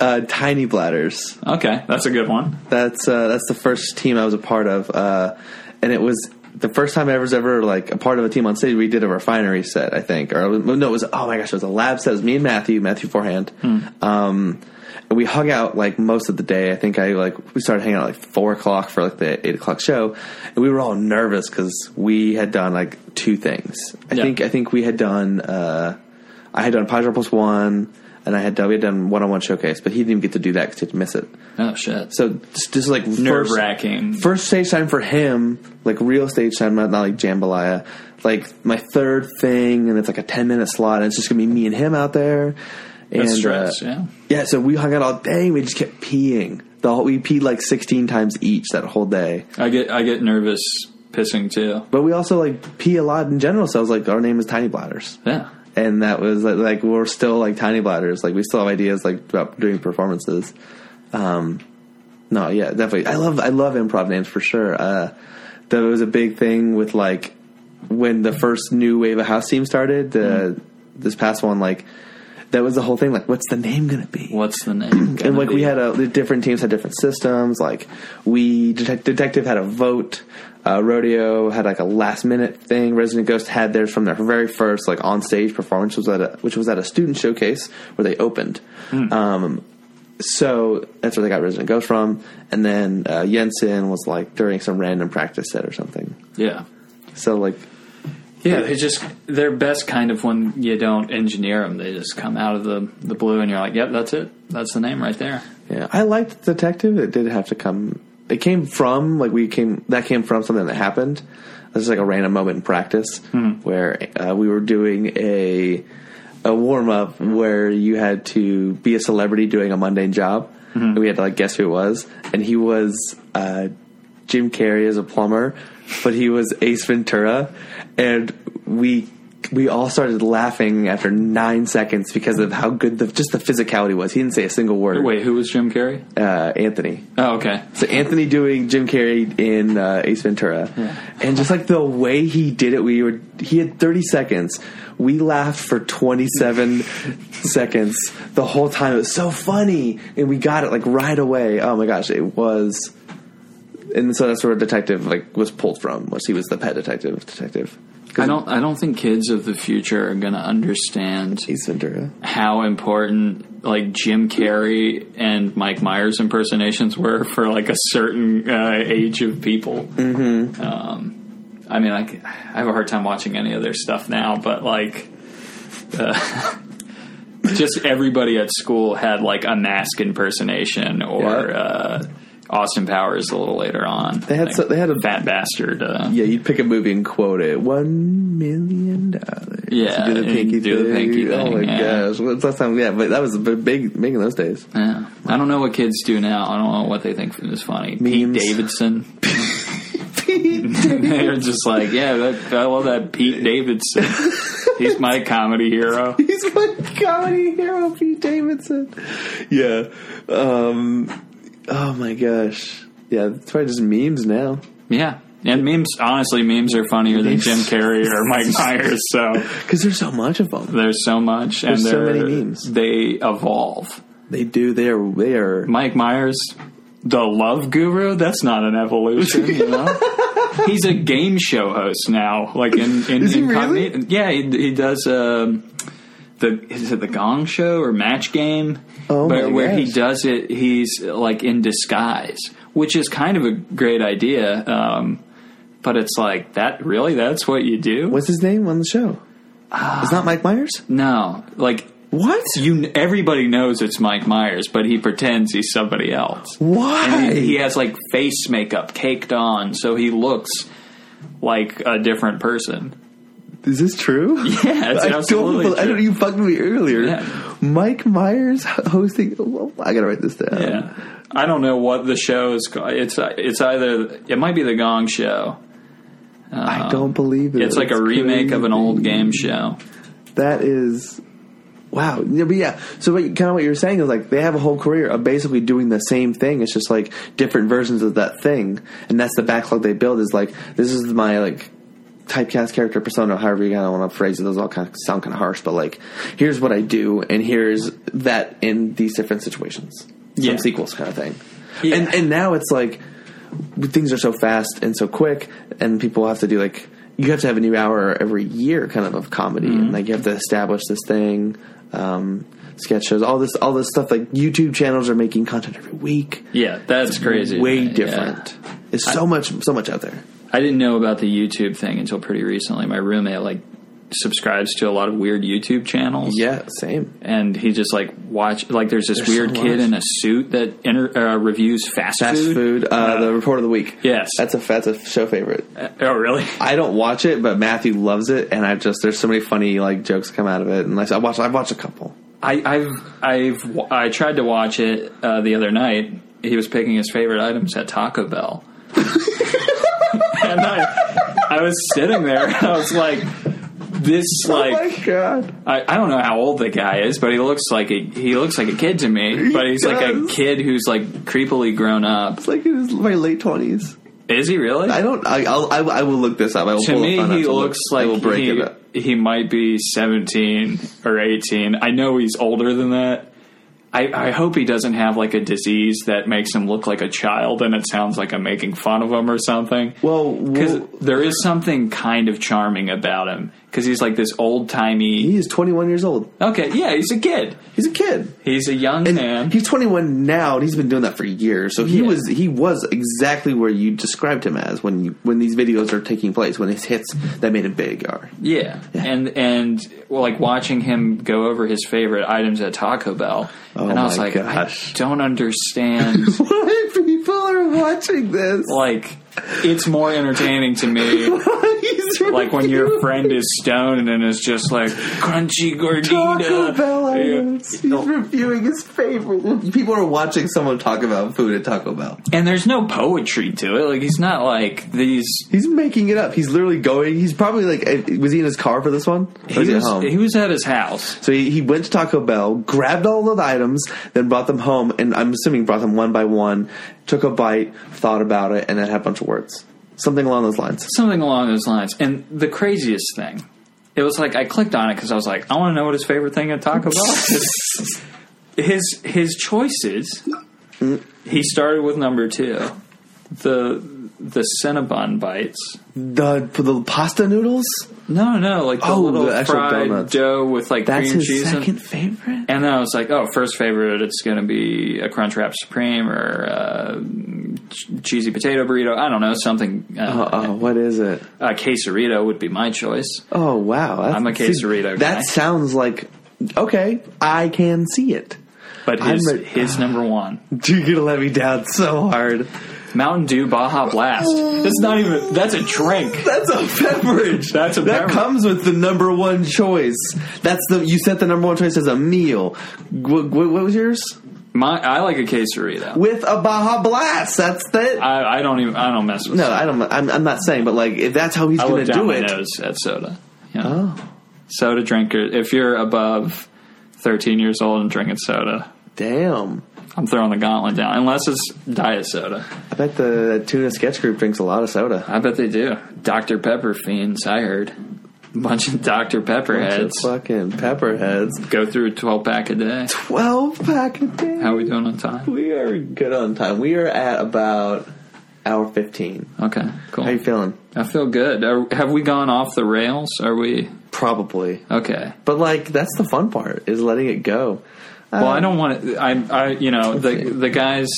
Speaker 1: uh, tiny bladders.
Speaker 3: Okay, that's a good one.
Speaker 1: That's uh, that's the first team I was a part of, uh, and it was the first time I was ever like a part of a team on stage. We did a refinery set, I think, or no, it was oh my gosh, it was a lab set. It was me and Matthew, Matthew Forehand. Um, and we hung out like most of the day. I think I like we started hanging out like four o'clock for like the eight o'clock show, and we were all nervous because we had done like two things. I
Speaker 3: Yeah.
Speaker 1: think I think we had done. Uh, I had done Padre Plus One, and I had done, we had done One on One Showcase, but he didn't even get to do that because he had to miss it.
Speaker 3: Oh shit,
Speaker 1: So this this is like first-
Speaker 3: nerve wracking.
Speaker 1: First stage time for him, like real stage time, not, not like jambalaya. Like my third thing, and it's like a ten minute slot, and it's just gonna be me and him out there. And,
Speaker 3: That's
Speaker 1: uh,
Speaker 3: stress, yeah.
Speaker 1: yeah, so we hung out all day. and We just kept peeing. The whole, we peed like sixteen times each that whole day.
Speaker 3: I get I get nervous pissing too.
Speaker 1: But we also like pee a lot in general. So I was like, our name is Tiny Bladders.
Speaker 3: Yeah.
Speaker 1: and that was like, like we're still like tiny bladders like we still have ideas like about doing performances um no yeah definitely i love i love improv names for sure uh that was a big thing with like when the first new wave of house team started the this past one like that was the whole thing like what's the name gonna be
Speaker 3: What's the name?
Speaker 1: and
Speaker 3: gonna
Speaker 1: like
Speaker 3: be?
Speaker 1: we had a the different teams had different systems. Like we detec- detective had a vote, uh, rodeo had like a last minute thing. Resident Ghost had theirs from their very first like on stage performance was at a, which was at a student showcase where they opened. Um, so that's where they got Resident Ghost from, and then uh, Jensen was like during some random practice set or something.
Speaker 3: yeah.
Speaker 1: So like
Speaker 3: Yeah, they just they're best kind of when you don't engineer them. They just come out of the the blue, and you're like, "Yep, that's it. That's the name right there."
Speaker 1: Yeah, I liked Detective. It did have to come. It came from like we came. That came from something that happened. This is like a random moment in practice where uh, we were doing a a warm up where you had to be a celebrity doing a mundane job. And we had to like guess who it was, and he was uh, Jim Carrey as a plumber, but he was Ace Ventura, and we we all started laughing after nine seconds because of how good the just the physicality was. He didn't say a single word.
Speaker 3: Wait, who was Jim Carrey?
Speaker 1: Uh, Anthony.
Speaker 3: Oh, okay.
Speaker 1: So Anthony doing Jim Carrey in uh, Ace Ventura, and just like the way he did it, we were he had thirty seconds. We laughed for twenty seven seconds the whole time. It was so funny, and we got it like right away. Oh my gosh, it was. And so that's where detective like was pulled from was he was the pet detective detective. 'Cause
Speaker 3: I don't. I don't think kids of the future are going to understand
Speaker 1: Ace Ventura.
Speaker 3: how important like Jim Carrey and Mike Myers impersonations were for like a certain uh, age of people. Mm-hmm. Um, I mean, like I have a hard time watching any of their stuff now, but like. Uh, Just everybody at school had like a mask impersonation, or
Speaker 1: Yeah.
Speaker 3: uh, Austin Powers a little later on.
Speaker 1: They had so- they had a-
Speaker 3: fat bastard. Uh,
Speaker 1: Yeah, you'd pick a movie and quote it. One million dollars.
Speaker 3: Yeah,
Speaker 1: do the
Speaker 3: and
Speaker 1: pinky,
Speaker 3: do the
Speaker 1: thing.
Speaker 3: pinky
Speaker 1: Oh
Speaker 3: thing,
Speaker 1: my
Speaker 3: yeah.
Speaker 1: gosh, what's last time? Yeah, but that was b- big, big in those days.
Speaker 3: Yeah. I don't know what kids do now. I don't know what they think is funny. Pete
Speaker 1: Memes.
Speaker 3: Davidson. They're just like, yeah, that, I love that Pete Davidson. He's my comedy hero.
Speaker 1: He's my comedy hero, Pete Davidson. Yeah. Um. Oh my gosh. Yeah, it's probably just memes now.
Speaker 3: Yeah. And memes, honestly, memes are funnier than Jim Carrey or Mike Myers. So
Speaker 1: Because there's so much of them.
Speaker 3: there's so much,
Speaker 1: There's
Speaker 3: and
Speaker 1: so many
Speaker 3: they're-
Speaker 1: memes.
Speaker 3: They evolve.
Speaker 1: They do. They are. They are.
Speaker 3: Mike Myers, the love guru, that's not an evolution, you know? He's a game show host now, like in, in
Speaker 1: Is he
Speaker 3: incognito- Yeah, he, he does um, the is it the Gong Show or Match Game?
Speaker 1: Oh,
Speaker 3: but
Speaker 1: my
Speaker 3: where he
Speaker 1: gosh.
Speaker 3: does it, he's like in disguise, which is kind of a great idea. Um, but it's like that really that's what you do?
Speaker 1: What's his name on the show? it's
Speaker 3: Ah.
Speaker 1: not Mike Myers.
Speaker 3: No, like.
Speaker 1: What?
Speaker 3: You, everybody knows it's Mike Myers, but he pretends he's somebody else.
Speaker 1: Why?
Speaker 3: And he, he has like face makeup caked on, so he looks like a different person.
Speaker 1: Is this true?
Speaker 3: Yeah, it's
Speaker 1: I don't,
Speaker 3: absolutely
Speaker 1: bel- I
Speaker 3: true.
Speaker 1: don't. You fucked me earlier.
Speaker 3: Yeah.
Speaker 1: Mike Myers hosting. well, I gotta write this down.
Speaker 3: yeah, I don't know what the show is called. It's it's either it might be the Gong Show.
Speaker 1: I don't believe it.
Speaker 3: It's like a remake of an old game show.
Speaker 1: That is. Wow. Yeah, but yeah. So what, kind of what you're saying is like they have a whole career of basically doing the same thing. It's just like different versions of that thing, and that's the backlog they build. Is like this is my like typecast character persona, however you kind of want to phrase it. Those all kind of sound kind of harsh, but like here's what I do, and here's that in these different situations. Some
Speaker 3: Yeah.
Speaker 1: sequels kind of thing.
Speaker 3: Yeah.
Speaker 1: And and now it's like things are so fast and so quick, and people have to do like you have to have a new hour every year, kind of of comedy,
Speaker 3: Mm-hmm.
Speaker 1: and like you have to establish this thing, um, sketch shows, all this, all this stuff. Like YouTube channels are making content every week,
Speaker 3: Yeah, that's crazy.
Speaker 1: way
Speaker 3: Yeah.
Speaker 1: different. It's so much, so much out there.
Speaker 3: I didn't know about the YouTube thing until pretty recently. My roommate like subscribes to a lot of weird YouTube channels.
Speaker 1: Yeah, same.
Speaker 3: and he just like watch like there's this
Speaker 1: There's
Speaker 3: weird
Speaker 1: so
Speaker 3: kid
Speaker 1: much.
Speaker 3: in a suit that inter- uh, reviews fast,
Speaker 1: Fast food, uh, the report of the week.
Speaker 3: Yes.
Speaker 1: that's a that's a show favorite.
Speaker 3: Oh, really?
Speaker 1: I don't watch it, but Matthew loves it, and I just there's so many funny like jokes come out of it, and I I watched I watched a couple.
Speaker 3: I, I've I've I tried to watch it uh, the other night. He was picking his favorite items at Taco Bell, and I I was sitting there and I was like, this like
Speaker 1: oh my god.
Speaker 3: I, I don't know how old the guy is, but he looks like a he looks like a kid to me. But he's like a
Speaker 1: does.
Speaker 3: kid who's like creepily grown up.
Speaker 1: It's like in his my late twenties.
Speaker 3: Is he really?
Speaker 1: I don't. I, I'll, I, will- I will look this up. I will
Speaker 3: to
Speaker 1: pull
Speaker 3: me,
Speaker 1: up on
Speaker 3: he
Speaker 1: it.
Speaker 3: looks
Speaker 1: I
Speaker 3: like
Speaker 1: will break
Speaker 3: he,
Speaker 1: it up.
Speaker 3: he might be 17 or 18. I know he's older than that. I, I hope he doesn't have like a disease that makes him look like a child and it sounds like I'm making fun of him or something.
Speaker 1: Well,
Speaker 3: because
Speaker 1: well
Speaker 3: there is something kind of charming about him because he's like this old timey.
Speaker 1: he is 21 years old.
Speaker 3: Okay, yeah, he's a kid.
Speaker 1: He's a kid.
Speaker 3: He's a young
Speaker 1: And
Speaker 3: man.
Speaker 1: he's 21 now, and he's been doing that for years. So he
Speaker 3: Yeah.
Speaker 1: was he was exactly where you described him as when you, when these videos are taking place when his hits that made him big are.
Speaker 3: Yeah, and and well, like watching him go over his favorite items at Taco Bell,
Speaker 1: Oh
Speaker 3: and I was
Speaker 1: my
Speaker 3: like,
Speaker 1: gosh.
Speaker 3: I don't understand.
Speaker 1: Why people are watching this?
Speaker 3: like, it's more entertaining to me
Speaker 1: he's
Speaker 3: like when your friend is stoned and is just like crunchy gordita.
Speaker 4: items.
Speaker 3: Yeah.
Speaker 1: He's reviewing his favorite. People are watching someone talk about food at Taco Bell.
Speaker 3: And there's no poetry to it. Like he's not like these.
Speaker 1: He's making it up. He's literally going. He's probably like, eh, was he in his car for this one? Or
Speaker 3: He
Speaker 1: was he at
Speaker 3: was,
Speaker 1: home?
Speaker 3: he was at his house.
Speaker 1: so he, he went to Taco Bell, grabbed all of the items, then brought them home, and I'm assuming brought them one by one, took a bite, thought about it, and then had a bunch of words. Something along those lines.
Speaker 3: something along those lines. And the craziest thing, it was like I clicked on it because I was like, I want to know what his favorite thing at Taco Bell is. his his choices. He started with number two, the the Cinnabon bites.
Speaker 1: The for the pasta noodles?
Speaker 3: No, no, like the
Speaker 1: Oh,
Speaker 3: little
Speaker 1: the actual
Speaker 3: fried
Speaker 1: donuts.
Speaker 3: dough with like
Speaker 1: That's
Speaker 3: cream
Speaker 1: his
Speaker 3: cheese. in-
Speaker 1: second favorite?
Speaker 3: and then I was like, oh, first favorite, it's going to be a Crunchwrap Supreme or uh, ch- cheesy potato burrito. I don't know something.
Speaker 1: Uh,
Speaker 3: Uh,
Speaker 1: uh, what is it?
Speaker 3: a quesarito would be my choice.
Speaker 1: Oh wow! That's,
Speaker 3: I'm a quesarito guy.
Speaker 1: That sounds like okay. I can see it.
Speaker 3: But
Speaker 1: I'm
Speaker 3: his,
Speaker 1: a-
Speaker 3: his number one
Speaker 1: You're gonna let me down so hard.
Speaker 3: Mountain Dew Baja Blast.
Speaker 1: Oh.
Speaker 3: That's not even. That's a drink.
Speaker 1: That's a beverage.
Speaker 3: That's a
Speaker 1: that
Speaker 3: beverage.
Speaker 1: comes with the number one choice. That's the you set the number one choice as a meal. What, what, what was yours?
Speaker 3: My, I like a quesarito.
Speaker 1: With a Baja Blast. That's the
Speaker 3: I, I don't even. I don't mess with.
Speaker 1: no.
Speaker 3: soda.
Speaker 1: I don't. I'm, I'm not saying, but like if that's how he's
Speaker 3: I
Speaker 1: gonna
Speaker 3: look down
Speaker 1: do
Speaker 3: my
Speaker 1: it.
Speaker 3: nose at soda. Yeah.
Speaker 1: Oh
Speaker 3: Soda drinker. If you're above 13 years old and drinking soda,
Speaker 1: damn!
Speaker 3: I'm throwing the gauntlet down. Unless it's diet soda.
Speaker 1: I bet the tuna sketch group drinks a lot of soda.
Speaker 3: I bet they do. Dr Pepper fiends. I heard. Bunch of Dr Pepper heads
Speaker 1: Fucking pepperheads.
Speaker 3: go through a 12 pack a day.
Speaker 1: Twelve pack a day.
Speaker 3: How are we doing on time?
Speaker 1: We are good on time. We are at about hour fifteen.
Speaker 3: Okay, cool.
Speaker 1: How you feeling?
Speaker 3: I feel good. Are, have we gone off the rails? Are we
Speaker 1: Probably,
Speaker 3: okay?
Speaker 1: but like that's the fun part is letting it go. Um,
Speaker 3: Well, I don't want to. I, I, you know, the the guys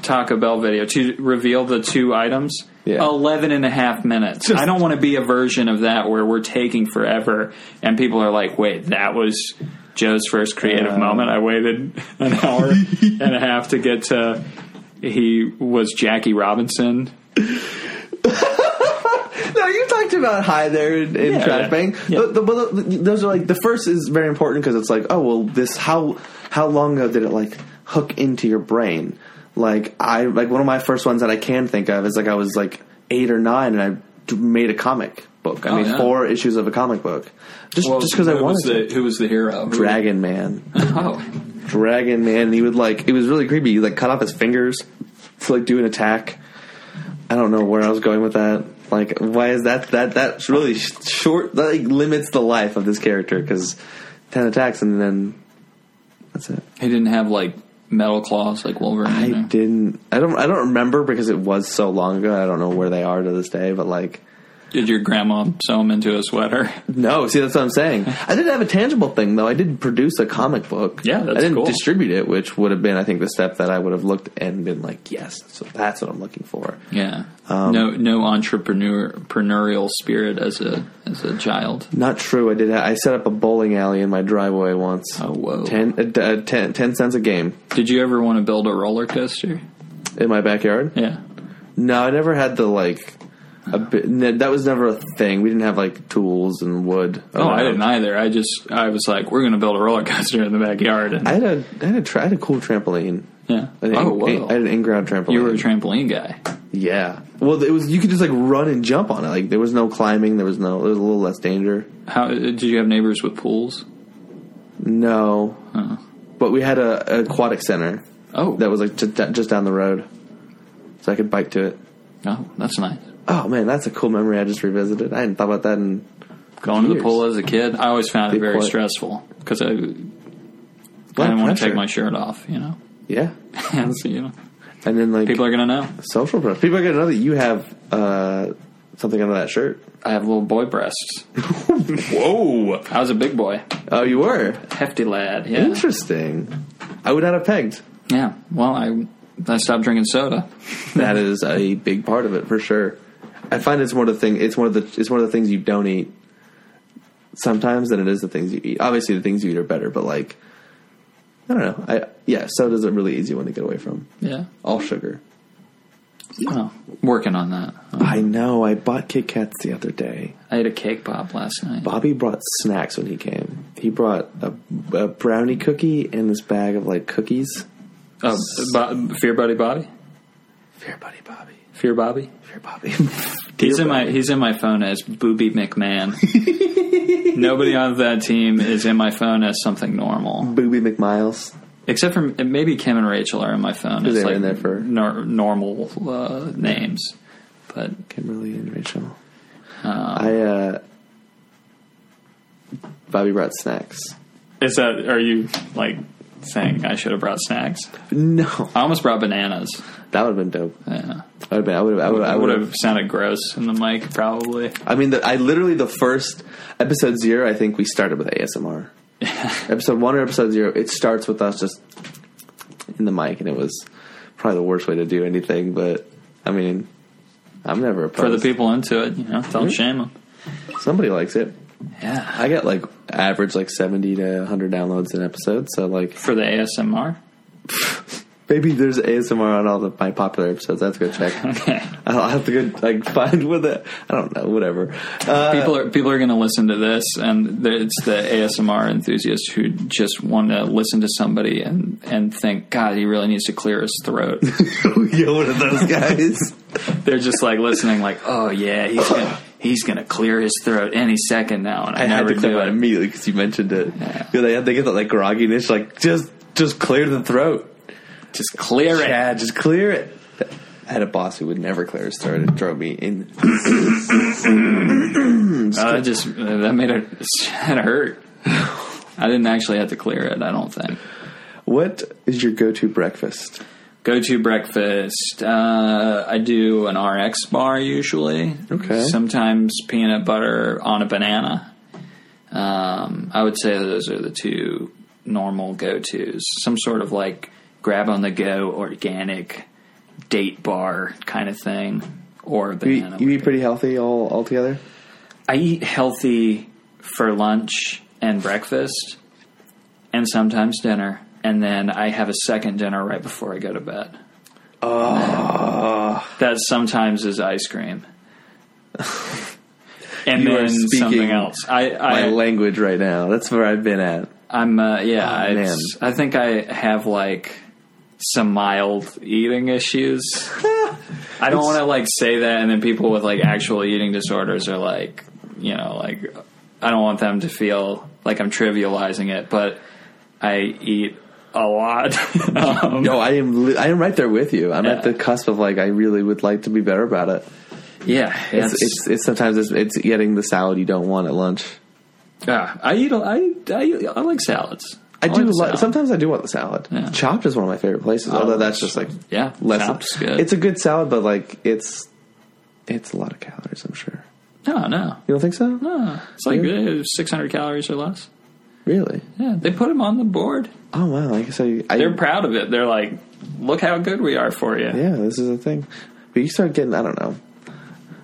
Speaker 3: Taco Bell video to reveal the two items.
Speaker 1: Yeah.
Speaker 3: 11 and a half minutes. I don't want to be a version of that where we're taking forever and people are like, "Wait, that was Joe's first creative
Speaker 1: Uh.
Speaker 3: moment. I waited an hour and a half to get to he was Jackie Robinson."
Speaker 1: No, you talked about hi there in, in
Speaker 3: Yeah.
Speaker 1: trash bang.
Speaker 3: Yeah.
Speaker 1: The- the- well, the- those are like the first is very important because it's like oh well this how how long ago did it like hook into your brain? Like I like one of my first ones that I can think of is like I was like eight or nine and I d- made a comic book. I
Speaker 3: Oh,
Speaker 1: made
Speaker 3: yeah.
Speaker 1: four issues of a comic book just just because I wanted to.
Speaker 3: Who was the hero?
Speaker 1: Dragon Man.
Speaker 3: Oh,
Speaker 1: dragon man and he would like it was really creepy he like cut off his fingers to like do an attack i don't know where i was going with that like why is that that that's really sh- short that like limits the life of this character because 10 attacks and then that's it
Speaker 3: He didn't have like metal claws like Wolverine.
Speaker 1: i
Speaker 3: no?
Speaker 1: didn't i don't i don't remember because it was so long ago i don't know where they are to this day but like
Speaker 3: Did your grandma sew him into a sweater?
Speaker 1: no, see that's what I'm saying. I did have a tangible thing though. I did produce a comic book.
Speaker 3: Yeah, that's
Speaker 1: I didn't
Speaker 3: cool.
Speaker 1: distribute it, which would have been, I think, the step that I would have looked and been like, yes, so that's what I'm looking for.
Speaker 3: Yeah.
Speaker 1: Um,
Speaker 3: no, no entrepreneur entrepreneurial spirit as a as a child.
Speaker 1: Not true. I did. I set up a bowling alley in my driveway once.
Speaker 3: Oh, whoa.
Speaker 1: Ten, uh, d- uh, ten, 10 cents a game
Speaker 3: Did you ever want to build a roller coaster?
Speaker 1: in my backyard.
Speaker 3: Yeah.
Speaker 1: No, I never had the like. A bit, n- that was never a thing. We didn't have like tools and wood.
Speaker 3: Oh, I
Speaker 1: around.
Speaker 3: didn't either. I just I was like, we're going to build a roller coaster in the backyard. And,
Speaker 1: I had a I had a, tr- I had a cool trampoline.
Speaker 3: yeah.
Speaker 1: I had, an
Speaker 3: oh,
Speaker 1: in-
Speaker 3: whoa.
Speaker 1: I had an in-ground trampoline.
Speaker 3: you were a trampoline guy.
Speaker 1: yeah. Well, it was you could just like run and jump on it. Like there was no climbing. There was no. There was a little less danger.
Speaker 3: How did you have neighbors with pools?
Speaker 1: No,
Speaker 3: Huh.
Speaker 1: but we had a, a aquatic center
Speaker 3: Oh,
Speaker 1: that was like just, just down the road, so I could bike to it.
Speaker 3: oh, that's nice.
Speaker 1: Oh man, that's a cool memory I just revisited. I hadn't thought about that. And
Speaker 3: Going to the
Speaker 1: Years.
Speaker 3: pool as a kid, I always found it
Speaker 1: Good
Speaker 3: very
Speaker 1: point.
Speaker 3: stressful because I, I didn't want to
Speaker 1: pressure.
Speaker 3: take my shirt off. You know,
Speaker 1: yeah,
Speaker 3: And so, you know,
Speaker 1: and then like
Speaker 3: people are going to know.
Speaker 1: social press. People are gonna know that you have uh, something under that shirt.
Speaker 3: I have little boy breasts. Whoa! I was a big boy,
Speaker 1: Oh, you were
Speaker 3: hefty lad. Yeah,
Speaker 1: interesting. I would not have pegged.
Speaker 3: yeah. Well, I I stopped drinking soda.
Speaker 1: That is a big part of it for sure. I find it's more the thing. It's one of the it's one of the things you don't eat sometimes than it is the things you eat. Obviously, the things you eat are better, but like I don't know. I yeah, soda's a really easy one to get away from.
Speaker 3: Yeah,
Speaker 1: All sugar.
Speaker 3: Oh, working on that.
Speaker 1: I know. I bought Kit Kats the other day.
Speaker 3: I ate a cake pop last night.
Speaker 1: Bobby brought snacks when he came. He brought a, a brownie cookie and this bag of like cookies.
Speaker 3: Oh, Bo- Fear Buddy Bobby.
Speaker 1: Fear buddy, Bobby.
Speaker 3: Fear Bobby.
Speaker 1: Fear Bobby.
Speaker 3: He's in my he's in my phone as Booby McMahon. Nobody on that team is in my phone as something normal,
Speaker 1: Booby McMiles.
Speaker 3: except for maybe Kim and Rachel are in my phone as
Speaker 1: they were
Speaker 3: like
Speaker 1: in there for-
Speaker 3: nor- normal uh, names. But
Speaker 1: Kimberly and Rachel.
Speaker 3: Um,
Speaker 1: I uh Bobby brought snacks.
Speaker 3: is that are you like saying I should have brought snacks?
Speaker 1: No,
Speaker 3: I almost brought bananas.
Speaker 1: that would have been dope.
Speaker 3: Yeah,
Speaker 1: I would have. I would have. I would have.
Speaker 3: I
Speaker 1: I,
Speaker 3: would
Speaker 1: would've-
Speaker 3: have sounded gross in the mic probably.
Speaker 1: I mean, the, I literally the first episode zero. I think we started with ASMR. episode one or episode zero. It starts with us just in the mic, and it was probably the worst way to do anything. But I mean, I'm never
Speaker 3: For the
Speaker 1: opposed.
Speaker 3: people into it, you know, don't shame them.
Speaker 1: Somebody likes it.
Speaker 3: Yeah,
Speaker 1: I got like average like 70 to 100 downloads an episode. So like
Speaker 3: for the ASMR.
Speaker 1: Maybe there's ASMR on all the my popular episodes. I have to go check. I'll have to go like find with it. I don't know. Whatever. Uh,
Speaker 3: people are people are going to listen to this, and there- it's the ASMR enthusiasts who just want to listen to somebody and and think, God, he really needs to clear his throat.
Speaker 1: yeah, one of those guys.
Speaker 3: They're just like listening, like, Oh yeah, he's gonna he's gonna clear his throat any second now, and I,
Speaker 1: I had
Speaker 3: never
Speaker 1: to clear
Speaker 3: do
Speaker 1: that
Speaker 3: it.
Speaker 1: immediately because you mentioned it. Yeah, they, they get that like grogginess, like just just clear the throat.
Speaker 3: Just clear it.
Speaker 1: Yeah, just clear it. I had a boss who would never clear his throat. It drove me in.
Speaker 3: Uh, just uh, that made it that hurt. I didn't actually have to clear it. I don't think.
Speaker 1: What is your go-to breakfast?
Speaker 3: Go to breakfast. Uh, I do an RX bar usually.
Speaker 1: Okay.
Speaker 3: Sometimes peanut butter on a banana. Um, I would say those are the two normal go tos. Some sort of like grab on the go organic date bar kind of thing, or a
Speaker 1: You,
Speaker 3: banana.
Speaker 1: you eat pretty healthy all all together.
Speaker 3: I eat healthy for lunch and breakfast, and sometimes dinner, and then I have a second dinner right before I go to bed.
Speaker 1: Ah.
Speaker 3: Oh, that sometimes is ice cream, and
Speaker 1: You are
Speaker 3: then
Speaker 1: speaking
Speaker 3: something else. I,
Speaker 1: My
Speaker 3: I
Speaker 1: language right now. That's where I've been at.
Speaker 3: I'm uh, yeah.
Speaker 1: Oh,
Speaker 3: it's-
Speaker 1: man.
Speaker 3: I think I have like some mild eating issues. I don't want to like say that, and then people with like actual eating disorders are like, you know, like I don't want them to feel like I'm trivializing it, but I eat a lot. um,
Speaker 1: No, I am. Li- I am right there with you. I'm at
Speaker 3: Yeah.
Speaker 1: the cusp of like I really would like to be better about it.
Speaker 3: Yeah,
Speaker 1: It's
Speaker 3: it's,
Speaker 1: it's, it's sometimes it's, it's getting the salad you don't want at lunch.
Speaker 3: yeah, I eat. a- I I, I like salads.
Speaker 1: I, do
Speaker 3: like
Speaker 1: like
Speaker 3: salad.
Speaker 1: sometimes I do want the salad.
Speaker 3: Yeah.
Speaker 1: Chopped is one of my favorite places. although that's just like
Speaker 3: yeah,
Speaker 1: less.
Speaker 3: chopped's good.
Speaker 1: It's a good salad, but like it's it's a lot of calories. I'm sure
Speaker 3: no, no,
Speaker 1: you don't think so.
Speaker 3: no. It's like
Speaker 1: Yeah.
Speaker 3: 600 calories or less.
Speaker 1: Really?
Speaker 3: Yeah, they put them on the board.
Speaker 1: Oh wow! I guess I. I
Speaker 3: They're proud of it. They're like, look how good we are for you.
Speaker 1: yeah, this is a thing. But you start getting, I don't know,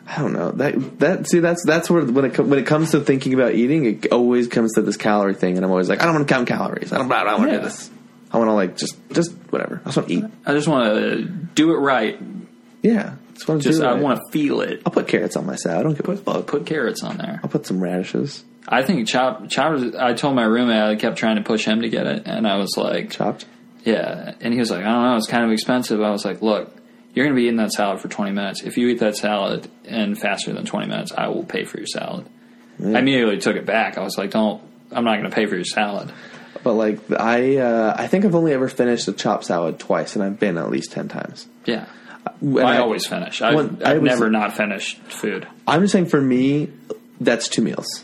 Speaker 1: I don't know that that see that's that's where when it com- when it comes to thinking about eating, it always comes to this calorie thing, and I'm always like, I don't want to count calories. I don't, I don't want to
Speaker 3: Yeah.
Speaker 1: do this. I want to like just just whatever. I just want to eat.
Speaker 3: I just want to do it right.
Speaker 1: Yeah, just want to
Speaker 3: Just
Speaker 1: do it.
Speaker 3: I want to feel it.
Speaker 1: I'll put carrots on my salad. I don't give a fuck.
Speaker 3: Put carrots on there.
Speaker 1: I'll put some radishes
Speaker 3: I think chop chop. I told my roommate I kept trying to push him to get it, and I was like,
Speaker 1: chopped.
Speaker 3: yeah. And he was like, I don't know, it's kind of expensive. I was like, look, you're going to be eating that salad for 20 minutes. If you eat that salad in faster than 20 minutes, I will pay for your salad. I immediately took it back. I was like, don't. I'm not going to pay for your salad.
Speaker 1: But like I uh, I think I've only ever finished a chopped salad twice, and I've been at least ten times.
Speaker 3: Yeah.
Speaker 1: And
Speaker 3: I, always finish. I've,
Speaker 1: when I
Speaker 3: I've
Speaker 1: was-
Speaker 3: never not finished food.
Speaker 1: I'm just saying for me, that's two meals.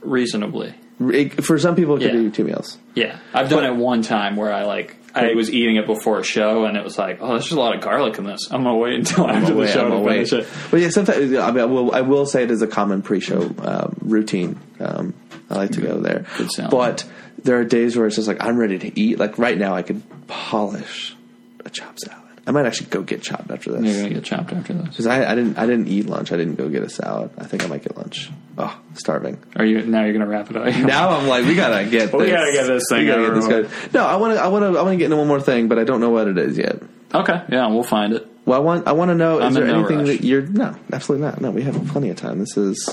Speaker 3: reasonably.
Speaker 1: It, for some people, it could
Speaker 3: Yeah.
Speaker 1: be two meals.
Speaker 3: Yeah, I've done it one time where I like I was eating it before a show and it was like, oh, there's just a lot of garlic in this. I'm gonna wait until after the
Speaker 1: Wait,
Speaker 3: show
Speaker 1: I'm
Speaker 3: to
Speaker 1: away.
Speaker 3: finish it.
Speaker 1: But yeah, sometimes I, mean, I will. I will say it is a common pre-show um, routine. Um, I like to go there,
Speaker 3: Good sound.
Speaker 1: but there are days where it's just like I'm ready to eat. Like right now, I could polish a chopped salad. I might actually go get chopped after
Speaker 3: You're
Speaker 1: this
Speaker 3: gonna get chopped after this.
Speaker 1: because I, I didn't. I didn't eat lunch. I didn't go get a salad. I think I might get lunch. Oh, starving.
Speaker 3: Are you now? You're gonna wrap it up.
Speaker 1: Now I'm like, we gotta get. This.
Speaker 3: We gotta get this thing
Speaker 1: We gotta
Speaker 3: over
Speaker 1: get this
Speaker 3: with.
Speaker 1: guy. No, I want to. I want to. I want to get into one more thing, but I don't know what it is yet.
Speaker 3: Okay, yeah, we'll find it.
Speaker 1: Well, I want I want to know
Speaker 3: I'm
Speaker 1: is there
Speaker 3: in no
Speaker 1: anything
Speaker 3: rush.
Speaker 1: that you're no absolutely not no we have plenty of time. This is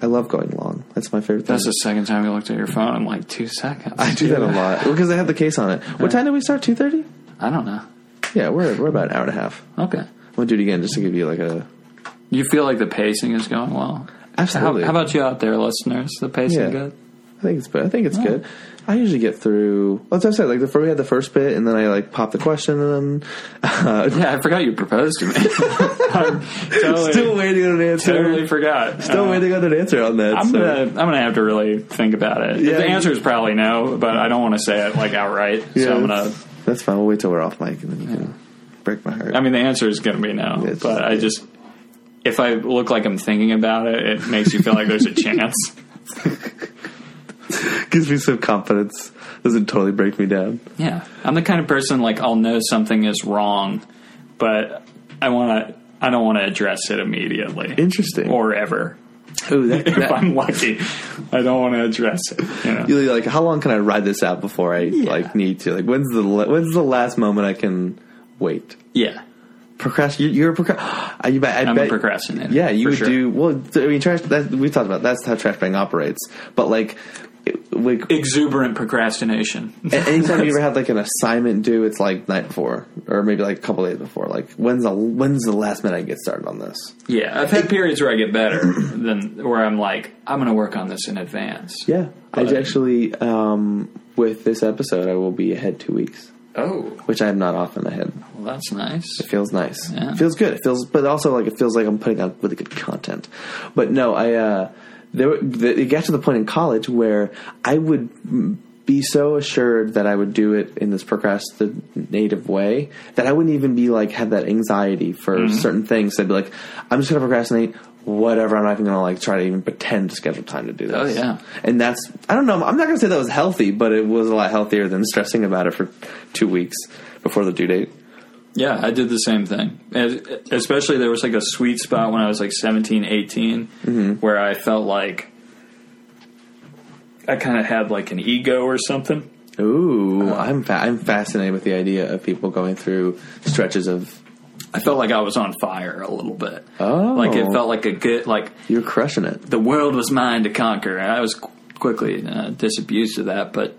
Speaker 1: I love going long. That's my favorite thing.
Speaker 3: That's the second time you looked at your phone in like two seconds.
Speaker 1: I do that a lot because I have the case on it. What time did we start? Two thirty.
Speaker 3: I don't know.
Speaker 1: Yeah, we're we're about an hour and a half.
Speaker 3: Okay.
Speaker 1: I'm gonna do it again just to give you like a
Speaker 3: You feel like the pacing is going well? How,
Speaker 1: absolutely.
Speaker 3: how about you out there, listeners? The pacing
Speaker 1: Yeah.
Speaker 3: good?
Speaker 1: I think it's good. I think it's good. I usually get through. Well, as I said, like before we had the first bit, and then I like pop the question, and then uh,
Speaker 3: Yeah, I forgot you proposed to me. I'm totally,
Speaker 1: still waiting on an answer.
Speaker 3: Oh, totally forgot.
Speaker 1: still
Speaker 3: Uh,
Speaker 1: waiting on an answer on that.
Speaker 3: I'm
Speaker 1: so.
Speaker 3: gonna I'm gonna have to really think about it.
Speaker 1: Yeah.
Speaker 3: the answer is probably no, but I don't want to say it like outright. so I'm gonna.
Speaker 1: that's, that's fine. We'll wait till we're off mic, and then you can break my heart.
Speaker 3: I mean, the answer is gonna be no,
Speaker 1: It's-
Speaker 3: but I just if I look like I'm thinking about it, it makes you feel like there's a chance.
Speaker 1: gives me some confidence. Doesn't totally break me down.
Speaker 3: Yeah, I'm the kind of person like I'll know something is wrong, but I want to. I don't want to address it immediately.
Speaker 1: Interesting.
Speaker 3: Or ever.
Speaker 1: Ooh, that,
Speaker 3: If
Speaker 1: that,
Speaker 3: I'm lucky, I don't want to address it. You know?
Speaker 1: you're like, how long can I ride this out before I like need to? Like, when's the la- when's the last moment I can wait?
Speaker 3: Yeah,
Speaker 1: Procrast- you- You're a procrastinator. You bet. I
Speaker 3: I'm
Speaker 1: bet,
Speaker 3: a procrastinator.
Speaker 1: Yeah, you
Speaker 3: for
Speaker 1: would
Speaker 3: sure.
Speaker 1: do well. th- I mean, trash. That, we talked about that's how trash bang operates. But like, it, like
Speaker 3: exuberant procrastination.
Speaker 1: a- anytime you ever had like an assignment due, it's like night before, or maybe like a couple days before. Like, when's the when's the last minute I get started on this?
Speaker 3: Yeah, I've had periods where I get better than where I'm like, I'm going to work on this in advance.
Speaker 1: Yeah, I
Speaker 3: But-
Speaker 1: actually um, with this episode, I will be ahead two weeks,
Speaker 3: Oh,
Speaker 1: which I am not often ahead.
Speaker 3: well, that's nice.
Speaker 1: feels nice.
Speaker 3: Yeah.
Speaker 1: It feels good. It feels, but also like it feels like I'm putting out really good content. But no, I uh, there were- the, it got to the point in college where I would mm, be so assured that I would do it in this procrastinative way that I wouldn't even be like have that anxiety for
Speaker 3: Mm-hmm.
Speaker 1: certain things. I'd be like, I'm just gonna procrastinate. Whatever, I'm not even gonna like try to even pretend to schedule time to do this.
Speaker 3: Oh, yeah.
Speaker 1: and that's I don't know. I'm not gonna say that was healthy, but it was a lot healthier than stressing about it for two weeks before the due date.
Speaker 3: Yeah, I did the same thing. As, especially there was like a sweet spot when I was like 17, 18,
Speaker 1: Mm-hmm.
Speaker 3: where I felt like I kind of had like an ego or something.
Speaker 1: Ooh,
Speaker 3: Uh,
Speaker 1: I'm fa- I'm fascinated with the idea of people going through stretches of
Speaker 3: I felt like I was on fire a little bit.
Speaker 1: Oh.
Speaker 3: Like it felt like a good, like
Speaker 1: you're crushing it.
Speaker 3: the world was mine to conquer. And I was qu- quickly uh, disabused of that, but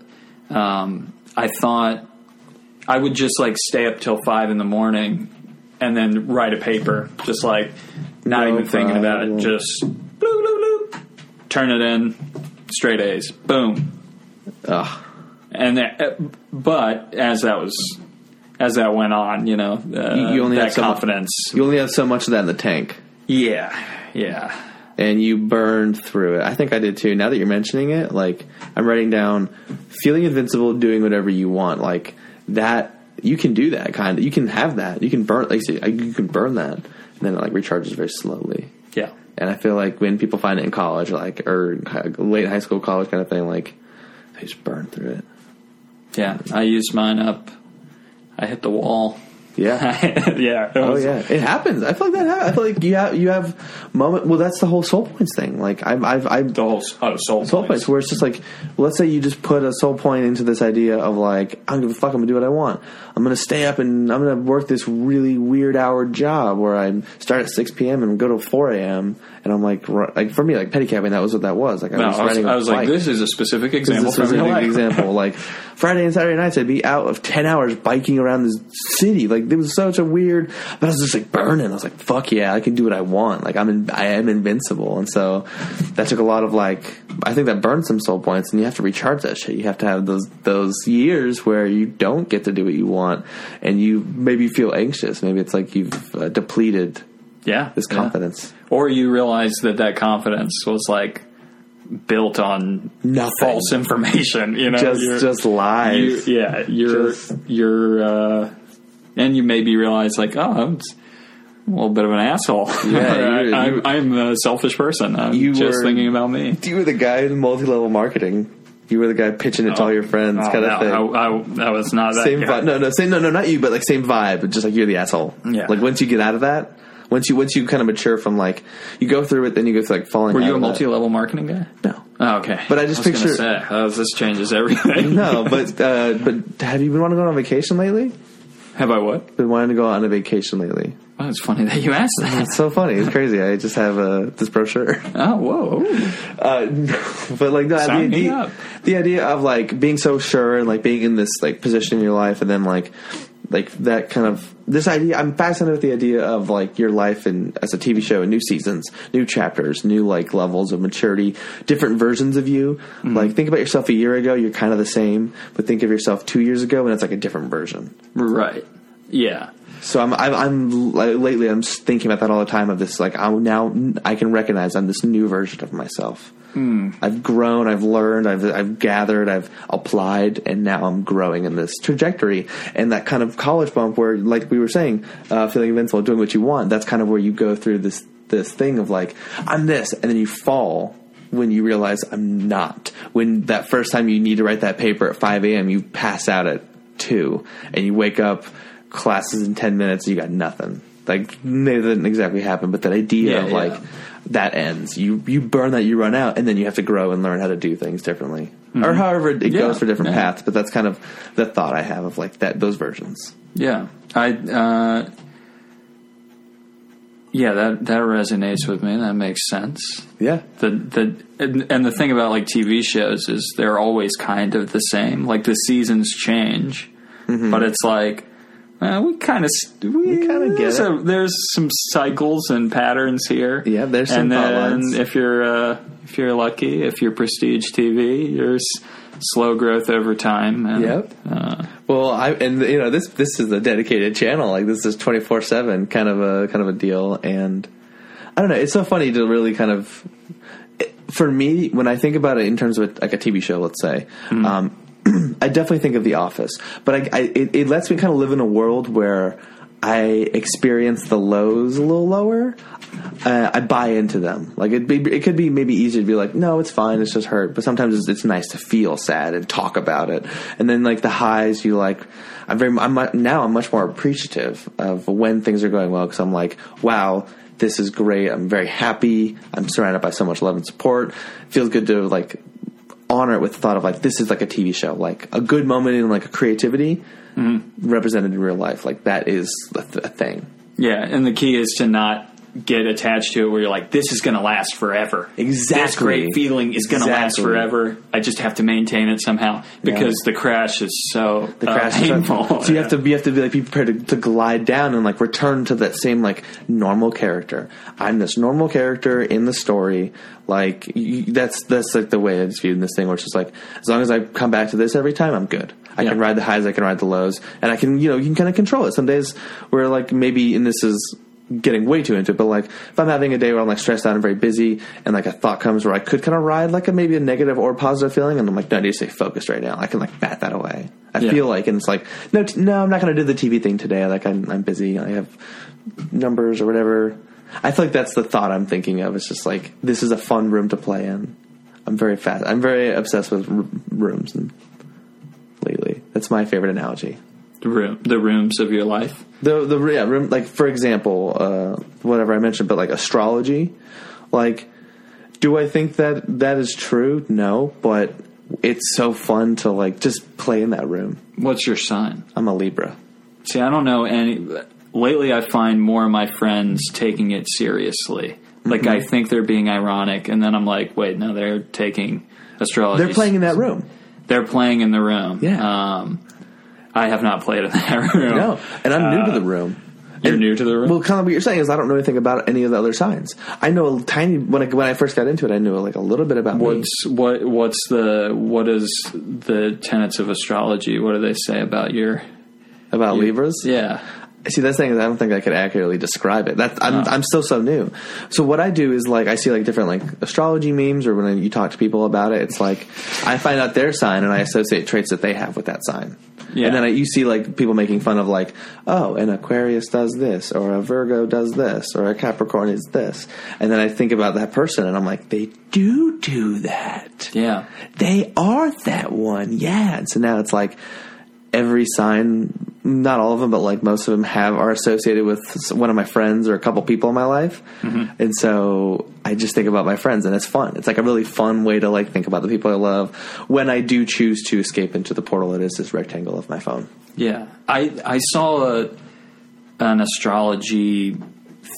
Speaker 3: um, I thought I would just like stay up till five in the morning and then write a paper, just like not
Speaker 1: No
Speaker 3: even thinking about it,
Speaker 1: problem.
Speaker 3: just bloop, bloop, bloop, turn it in, straight A's, boom.
Speaker 1: Ugh.
Speaker 3: And that, uh, but as that was as that went on, you know, uh,
Speaker 1: You- you only have
Speaker 3: that
Speaker 1: so much-
Speaker 3: confidence.
Speaker 1: You only have so much of that in the tank,
Speaker 3: yeah, yeah.
Speaker 1: and you burned through it. I think I did too. Now that you're mentioning it, like I'm writing down feeling invincible, doing whatever you want, like that. You can do that kind of. You can have that. You can burn like you said, you can burn that, and then it like recharges very slowly.
Speaker 3: Yeah.
Speaker 1: And I feel like when people find it in college, like or hi- late high school, college kind of thing, like they just burn through it.
Speaker 3: Yeah. I used mine up. I hit the wall.
Speaker 1: Yeah.
Speaker 3: yeah. it
Speaker 1: Oh
Speaker 3: was-
Speaker 1: yeah, it happens. I feel like that. Ha- I feel like you have you have moment. Well, that's the whole soul points thing. Like I've I've, I've
Speaker 3: The whole s- oh soul,
Speaker 1: soul points where it's just like, let's say you just put a soul point into this idea of like, I'm gonna fuck, I'm gonna do what I want. I'm gonna stay up and I'm gonna work this really weird hour job where I start at 6 p.m. and go to 4 a.m. And I'm like, ru- like for me, like pedicabbing, that was what that was. Like I
Speaker 3: No,
Speaker 1: was
Speaker 3: I was,
Speaker 1: riding a
Speaker 3: I was like,
Speaker 1: bike.
Speaker 3: this is a specific
Speaker 1: This
Speaker 3: example.
Speaker 1: is a
Speaker 3: from
Speaker 1: specific
Speaker 3: LA.
Speaker 1: example. Like Friday and Saturday nights, I'd be out of ten hours biking around this city. Like it was such a weird, but I was just like burning. I was like, "Fuck yeah, I can do what I want. Like I'm, in, I am invincible." And so that took a lot of like, I think that burned some soul points, and you have to recharge that shit. You have to have those those years where you don't get to do what you want, and you maybe feel anxious. Maybe it's like you've uh, depleted
Speaker 3: Yeah,
Speaker 1: this
Speaker 3: yeah.
Speaker 1: confidence.
Speaker 3: Or you realize that that confidence was like built on
Speaker 1: Nothing.
Speaker 3: false information. You know,
Speaker 1: Just
Speaker 3: You're-
Speaker 1: just
Speaker 3: you-
Speaker 1: lies.
Speaker 3: yeah, you're
Speaker 1: Just-
Speaker 3: you're, uh, and you maybe realize like, oh, I'm s- a little bit of an asshole.
Speaker 1: Yeah, you-
Speaker 3: I,
Speaker 1: you-
Speaker 3: am I'm a selfish person. I'm
Speaker 1: You
Speaker 3: just
Speaker 1: were-
Speaker 3: thinking about me.
Speaker 1: you were the guy in multi-level marketing. You were the guy pitching it to all your friends,
Speaker 3: Oh,
Speaker 1: kind of
Speaker 3: no,
Speaker 1: thing.
Speaker 3: I, I, that was not that
Speaker 1: same
Speaker 3: guy.
Speaker 1: vibe. No, no, same. No, no, not you, but like same vibe. but Just like you're the asshole.
Speaker 3: Yeah.
Speaker 1: Like once you get out of that, once you once you kind of mature from like you go through it, then you go through like falling.
Speaker 3: Were
Speaker 1: out
Speaker 3: you a
Speaker 1: of that.
Speaker 3: multi-level marketing guy?
Speaker 1: No.
Speaker 3: Oh, okay.
Speaker 1: But I just
Speaker 3: was gonna
Speaker 1: picture-
Speaker 3: say, oh, this changes everything.
Speaker 1: No, but uh, but have you been wanting to go on vacation lately?
Speaker 3: Have I what?
Speaker 1: Been wanting to go on a vacation lately.
Speaker 3: Well, it's funny that you asked that.
Speaker 1: It's so funny. It's crazy. I just have uh, this brochure.
Speaker 3: Oh, whoa.
Speaker 1: Uh, but like no,
Speaker 3: Sign
Speaker 1: the,
Speaker 3: me
Speaker 1: the,
Speaker 3: up.
Speaker 1: the idea of like being so sure and like being in this like position in your life and then like like that kind of this idea i'm fascinated with the idea of like your life and as a tv show and new seasons new chapters new like levels of maturity different versions of you
Speaker 3: Mm-hmm.
Speaker 1: like think about yourself a year ago you're kind of the same but think of yourself two years ago and it's like a different version
Speaker 3: Right. Yeah.
Speaker 1: so i'm i'm, I'm like, lately i'm s- thinking about that all the time of this like i'm now i can recognize i'm this new version of myself I've grown, I've learned, I've, I've gathered, I've applied, and now I'm growing in this trajectory. And that kind of college bump where, like we were saying, uh, feeling invincible, doing what you want, that's kind of where you go through this, this thing of like, I'm this, and then you fall when you realize I'm not. When that first time you need to write that paper at 5 a.m., you pass out at 2, and you wake up, classes in 10 minutes, and you got nothing. Like, maybe that didn't exactly happen, but that idea
Speaker 3: Yeah,
Speaker 1: of
Speaker 3: yeah.
Speaker 1: like, that ends. You you burn that, you run out, and then you have to grow and learn how to do things differently, or however it
Speaker 3: Mm-hmm. Yeah,
Speaker 1: goes for different
Speaker 3: yeah.
Speaker 1: paths. But that's kind of the thought I have of like that those versions.
Speaker 3: Yeah. I, uh, yeah, that, that resonates with me. That makes sense.
Speaker 1: Yeah,
Speaker 3: the the and, and the thing about like TV shows is they're always kind of the same. Like the seasons change, but it's like eh, we kind of we,
Speaker 1: Mm-hmm. kinda get
Speaker 3: there's
Speaker 1: it.
Speaker 3: a- there's some cycles and patterns here.
Speaker 1: Yeah, there's some
Speaker 3: and
Speaker 1: plot
Speaker 3: then
Speaker 1: lines.
Speaker 3: if you're uh, if you're lucky, if you're prestige TV, you're s- slow growth over time. And,
Speaker 1: Yep.
Speaker 3: uh,
Speaker 1: Well, I and you know this this is a dedicated channel. Like this is twenty four seven kind of a kind of a deal, and I don't know. It's so funny to really kind of for me when I think about it in terms of like a TV show, let's say. Um, I definitely think of The Office, but I, I it, it lets me kind of live in a world where I experience the lows a little lower. Uh, I buy into them. Like it, be, it could be maybe easier to be like, no, it's fine, it's just hurt. But sometimes it's, it's nice to feel sad and talk about it. And then like the highs, you like. I'm very. I'm mu- now. I'm much more appreciative of when things are going well because I'm like, wow, this is great. I'm very happy. I'm surrounded by so much love and support. feels good to like honor it with the thought of like this is like a TV show, like a good moment in like a creativity represented in real life. Like that is a, th- a thing.
Speaker 3: yeah, and the key is to not get attached to it where you're like this is going to last forever. This
Speaker 1: Exactly.
Speaker 3: great feeling is going to last
Speaker 1: Exactly.
Speaker 3: forever. I just have to maintain it somehow because the crash is so
Speaker 1: The
Speaker 3: uh,
Speaker 1: crash is-
Speaker 3: painful.
Speaker 1: So you have to you have to be like be prepared to, to glide down and like return to that same like normal character. I'm this normal character in the story. Like you, that's that's like the way it's viewed in this thing, where it's just like as long as I come back to this every time, I'm good. I
Speaker 3: Yeah.
Speaker 1: can ride the highs, I can ride the lows, and I can you know you can kind of control it. Some days where like maybe and this is getting way too into it, but like if I'm having a day where I'm like stressed out and very busy, and like a thought comes where I could kind of ride like a maybe a negative or positive feeling, and I'm like no, I need to stay focused right now. I can like bat that away. I
Speaker 3: Yeah.
Speaker 1: feel like, and it's like, no, t- no, I'm not going to do the TV thing today. Like, I'm, I'm busy. I have numbers or whatever. I feel like that's the thought I'm thinking of. It's just like this is a fun room to play in. I'm very fast. I'm very obsessed with r- rooms and lately. That's my favorite analogy.
Speaker 3: the, room, the rooms of your life.
Speaker 1: The the yeah, room like for example, uh, whatever I mentioned, but like astrology, like do I think that that is true? No, but it's so fun to like just play in that room.
Speaker 3: What's your sign?
Speaker 1: I'm a Libra.
Speaker 3: See, I don't know any. Lately, I find more of my friends taking it seriously. Like I
Speaker 1: Mm-hmm.
Speaker 3: think they're being ironic, and then I'm like, wait, no, they're taking astrology.
Speaker 1: They're playing in that room.
Speaker 3: They're playing in the room.
Speaker 1: Yeah.
Speaker 3: Um, I have not played in that room.
Speaker 1: No, and I'm new to the room.
Speaker 3: You're new to the room.
Speaker 1: Well, kind of what you're saying is I don't know anything about any of the other signs. I know a tiny when I, when I first got into it, I knew like a little bit about me.
Speaker 3: What's what? What's the what is the tenets of astrology? What do they say about your?
Speaker 1: about Libras.
Speaker 3: Yeah,
Speaker 1: See, that's the thing is I don't think I could accurately describe it. That I'm, I'm still so new. So what I do is like I see like different like astrology memes, or when I, you talk to people about it, it's like I find out their sign and I associate traits that they have with that sign.
Speaker 3: Yeah.
Speaker 1: And then I, you see like people making fun of like, oh, an Aquarius does this, or a Virgo does this, or a Capricorn is this, and then I think about that person and I'm like, they do do that
Speaker 3: yeah,
Speaker 1: they are that one. Yeah. And so now it's like every sign not all of them, but like most of them have are associated with s- one of my friends or a couple people in my life, and so I just think about my friends, and it's fun. It's like a really fun way to like think about the people I love when I do choose to escape into the portal that is this rectangle of my phone.
Speaker 3: Yeah, I I saw a an astrology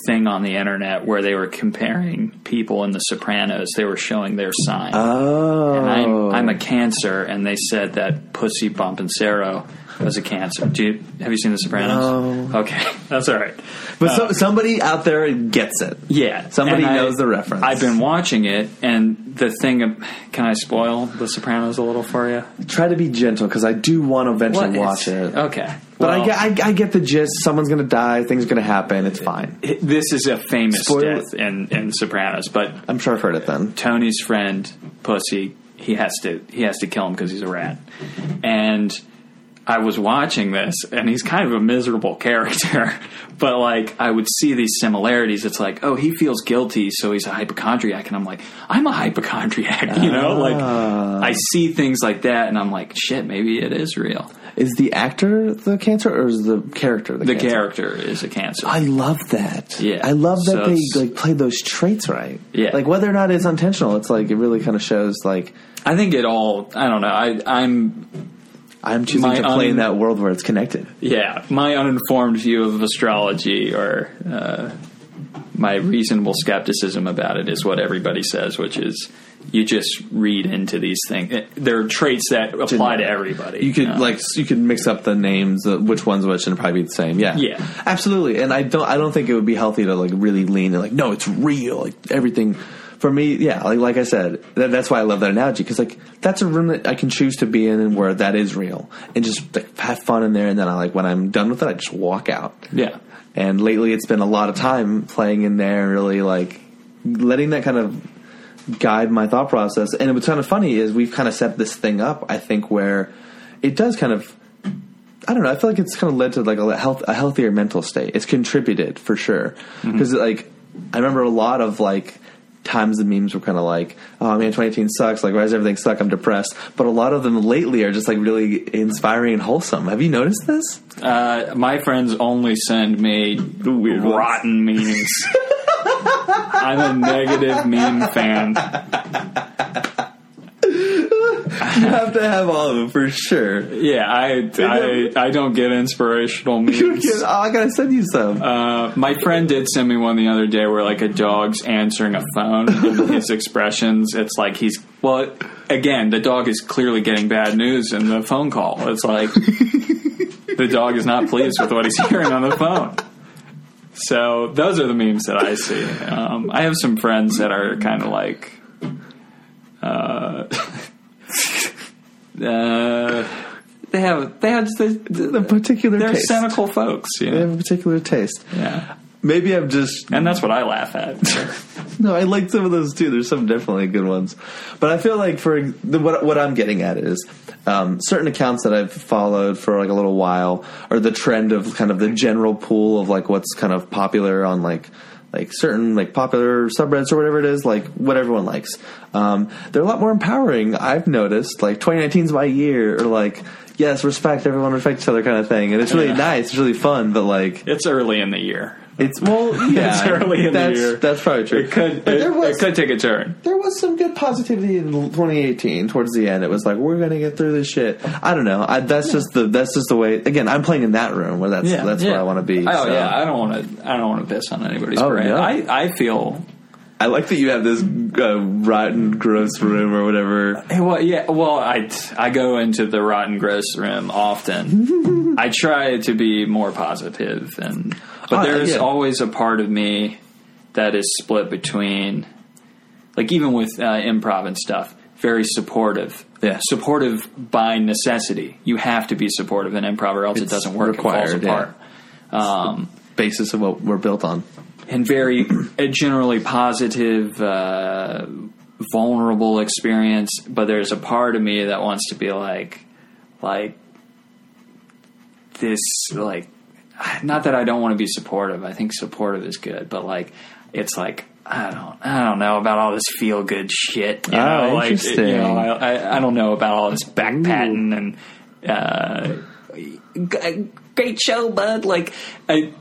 Speaker 3: thing on the internet where they were comparing people in The Sopranos. They were showing their sign.
Speaker 1: Oh,
Speaker 3: and I'm, I'm a Cancer, and they said that Pussy Bompensero was a Cancer. Do you, have you seen The Sopranos? Okay, that's all right. Uh,
Speaker 1: but so, somebody out there gets it.
Speaker 3: Yeah,
Speaker 1: Somebody
Speaker 3: and I-
Speaker 1: knows the reference.
Speaker 3: I've been watching it, and the thing. ab- Can I spoil The Sopranos a little for you?
Speaker 1: Try to be gentle because I do want to eventually watch
Speaker 3: It's-
Speaker 1: it.
Speaker 3: Okay,
Speaker 1: But I
Speaker 3: Oh, Well,
Speaker 1: get- I, I, get the gist. Someone's going to die. Things are going to happen. It's fine.
Speaker 3: it- this is a famous
Speaker 1: Spoil-
Speaker 3: death in in Sopranos, but
Speaker 1: I'm sure I've heard it then.
Speaker 3: Tony's friend Pussy. He has to he has to kill him because he's a rat. And I was watching this, and he's kind of a miserable character. but like, I would see these similarities. It's like, oh, he feels guilty, so he's a hypochondriac, and I'm like, I'm a hypochondriac. You know, like I see things like that, and I'm like, shit, maybe it is real.
Speaker 1: Is the actor the cancer or is the character the,
Speaker 3: The
Speaker 1: cancer?
Speaker 3: character is a cancer.
Speaker 1: I love that.
Speaker 3: Yeah.
Speaker 1: I love
Speaker 3: So
Speaker 1: that
Speaker 3: it's-
Speaker 1: they like play those traits right.
Speaker 3: Yeah.
Speaker 1: Like whether or not it's intentional, it's like it really kind of shows like
Speaker 3: I think it all. I don't know. I, I'm
Speaker 1: I'm choosing
Speaker 3: My
Speaker 1: to play in
Speaker 3: un-
Speaker 1: that world where it's connected.
Speaker 3: yeah, my uninformed view of astrology or uh, my reasonable skepticism about it is what everybody says, which is you just read into these things. It- There are traits that apply to everybody. uh,
Speaker 1: You could
Speaker 3: know?
Speaker 1: like you could mix up the names, uh, which one's which, and probably be the same. Yeah,
Speaker 3: Yeah.
Speaker 1: absolutely. And I don't, I don't think it would be healthy to like really lean and like, no, it's real. Like everything for me, yeah. Like like I said, that, that's why I love that analogy because like that's a room that I can choose to be in and where that is real, and just like have fun in there. And then I like when I'm done with it, I just walk out.
Speaker 3: yeah,
Speaker 1: And lately, it's been a lot of time playing in there and really like letting that kind of guide my thought process. And what's kind of funny is we've kind of set this thing up, I think, where it does kind of. I don't know. I feel like it's kind of led to like a health, a healthier mental state. It's contributed for sure because like I remember a lot of like times the memes were kind of like, "Oh man, 2018 sucks. Like, why does everything suck? I'm depressed." But a lot of them lately are just like really inspiring and wholesome. Have you noticed this?
Speaker 3: uh, my friends only send me
Speaker 1: weird ones.
Speaker 3: rotten memes. I'm a negative meme fan.
Speaker 1: you have to have all of them for sure.
Speaker 3: Yeah, I I, I don't get inspirational memes.
Speaker 1: Oh, I gotta send you some.
Speaker 3: Uh, my friend did send me one the other day where like a dog's answering a phone and his expressions it's like he's well again the dog is clearly getting bad news in the phone call it's like the dog is not pleased with what he's hearing on the phone so those are the memes that i see um, i have some friends that are kind of like uh, uh, they have they have
Speaker 1: a
Speaker 3: they,
Speaker 1: particular
Speaker 3: they're
Speaker 1: taste.
Speaker 3: cynical folks you
Speaker 1: I
Speaker 3: know
Speaker 1: have a particular taste.
Speaker 3: yeah
Speaker 1: Maybe I'm just
Speaker 3: and that's what I laugh at.
Speaker 1: no. I like some of those too. There's some definitely good ones, but I feel like for the, what what I'm getting at is um, certain accounts that I've followed for like a little while are the trend of kind of the general pool of like what's kind of popular on like like certain like popular subreddits or whatever it is like what everyone likes um, they're a lot more empowering i've noticed like 2019's my year or like yes respect everyone respect each other kind of thing and it's really
Speaker 3: Yeah.
Speaker 1: nice it's really fun but like
Speaker 3: it's early in the year.
Speaker 1: It's well, yeah,
Speaker 3: It's early in the
Speaker 1: that's,
Speaker 3: year.
Speaker 1: That's probably true.
Speaker 3: It could
Speaker 1: but
Speaker 3: it,
Speaker 1: there was
Speaker 3: it could take a turn.
Speaker 1: there was some good positivity in 2018 towards the end. It was like we're gonna get through this shit. I don't know. I, that's just the that's just the way. Again, I'm playing in that room where that's that's where I want to be.
Speaker 3: Oh
Speaker 1: so.
Speaker 3: yeah, I don't want to. I don't want to piss on anybody's
Speaker 1: Oh,
Speaker 3: parade.
Speaker 1: no.
Speaker 3: I I feel.
Speaker 1: I like that you have this uh, rotten, gross room or whatever.
Speaker 3: Hey, Well, yeah. Well, I I go into the rotten gross room often. I try to be more positive, and but
Speaker 1: Oh,
Speaker 3: there's
Speaker 1: yeah.
Speaker 3: always a part of me that is split between, like even with uh, improv and stuff, very supportive.
Speaker 1: Yeah.
Speaker 3: supportive by necessity. You have to be supportive in improv, or else it doesn't work. it
Speaker 1: required,
Speaker 3: falls
Speaker 1: yeah.
Speaker 3: apart. Um,
Speaker 1: Basis of what we're built on.
Speaker 3: and very a generally positive, uh, vulnerable experience. But there's a part of me that wants to be like, like this, like not that I don't want to be supportive. I think supportive is good, but like it's like. I don't, I don't know about all this feel good shit. You
Speaker 1: Oh,
Speaker 3: know, like, you
Speaker 1: interesting.
Speaker 3: know, I, I, I don't know about all this backpatting and uh, g- great show, bud. Like I,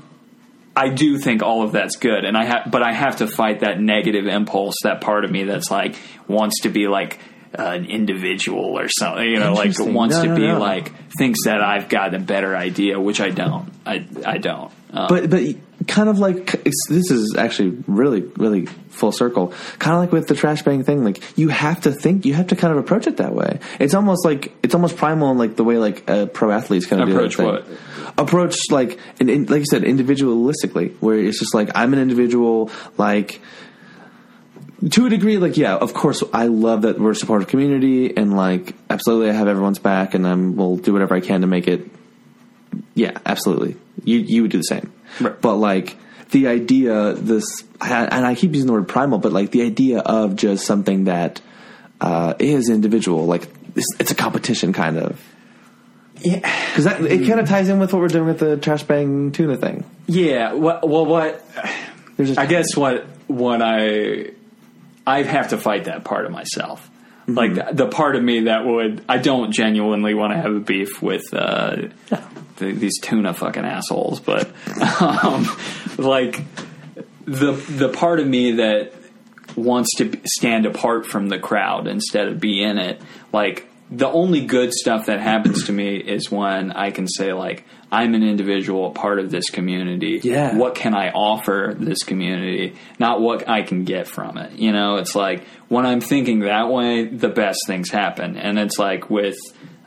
Speaker 3: I do think all of that's good, and I have, but I have to fight that negative impulse, that part of me that's like wants to be like an individual or something, you know, like
Speaker 1: Interesting.
Speaker 3: wants
Speaker 1: No,
Speaker 3: to
Speaker 1: no,
Speaker 3: be
Speaker 1: no.
Speaker 3: like thinks that I've got a better idea, which I don't. I I don't. Uh,
Speaker 1: but but kind of like it's, this is actually really really full circle kind of like with the trash bang thing like you have to think you have to kind of approach it that way it's almost like it's almost primal in like the way like uh, pro athletes kind of
Speaker 3: Approach
Speaker 1: do that
Speaker 3: what?
Speaker 1: thing. approach like and, and like you said individualistically where it's just like i'm an individual like to a degree, like yeah, of course, I love that we're a supportive community, and like absolutely, I have everyone's back, and I will do whatever I can to make it. Yeah, absolutely. You you would do the same,
Speaker 3: Right.
Speaker 1: but like the idea, this, and I keep using the word primal, but like the idea of just something that uh, is individual, like it's, it's a competition kind of. Yeah, because that it kind of ties in with what we're doing with the trash bang tuna thing.
Speaker 3: yeah. What, well, what
Speaker 1: There's a
Speaker 3: I guess what what I I have to fight that part of myself.
Speaker 1: Mm-hmm.
Speaker 3: Like the, the part of me that would I don't genuinely want to have a beef with uh, th- these tuna fucking assholes, but um, like the the part of me that wants to b- stand apart from the crowd instead of be in it. Like the only good stuff that happens to me is when I can say like I'm an individual, a part of this community.
Speaker 1: Yeah.
Speaker 3: What can I offer this community? Not what I can get from it. You know, it's like when I'm thinking that way, the best things happen. And it's like with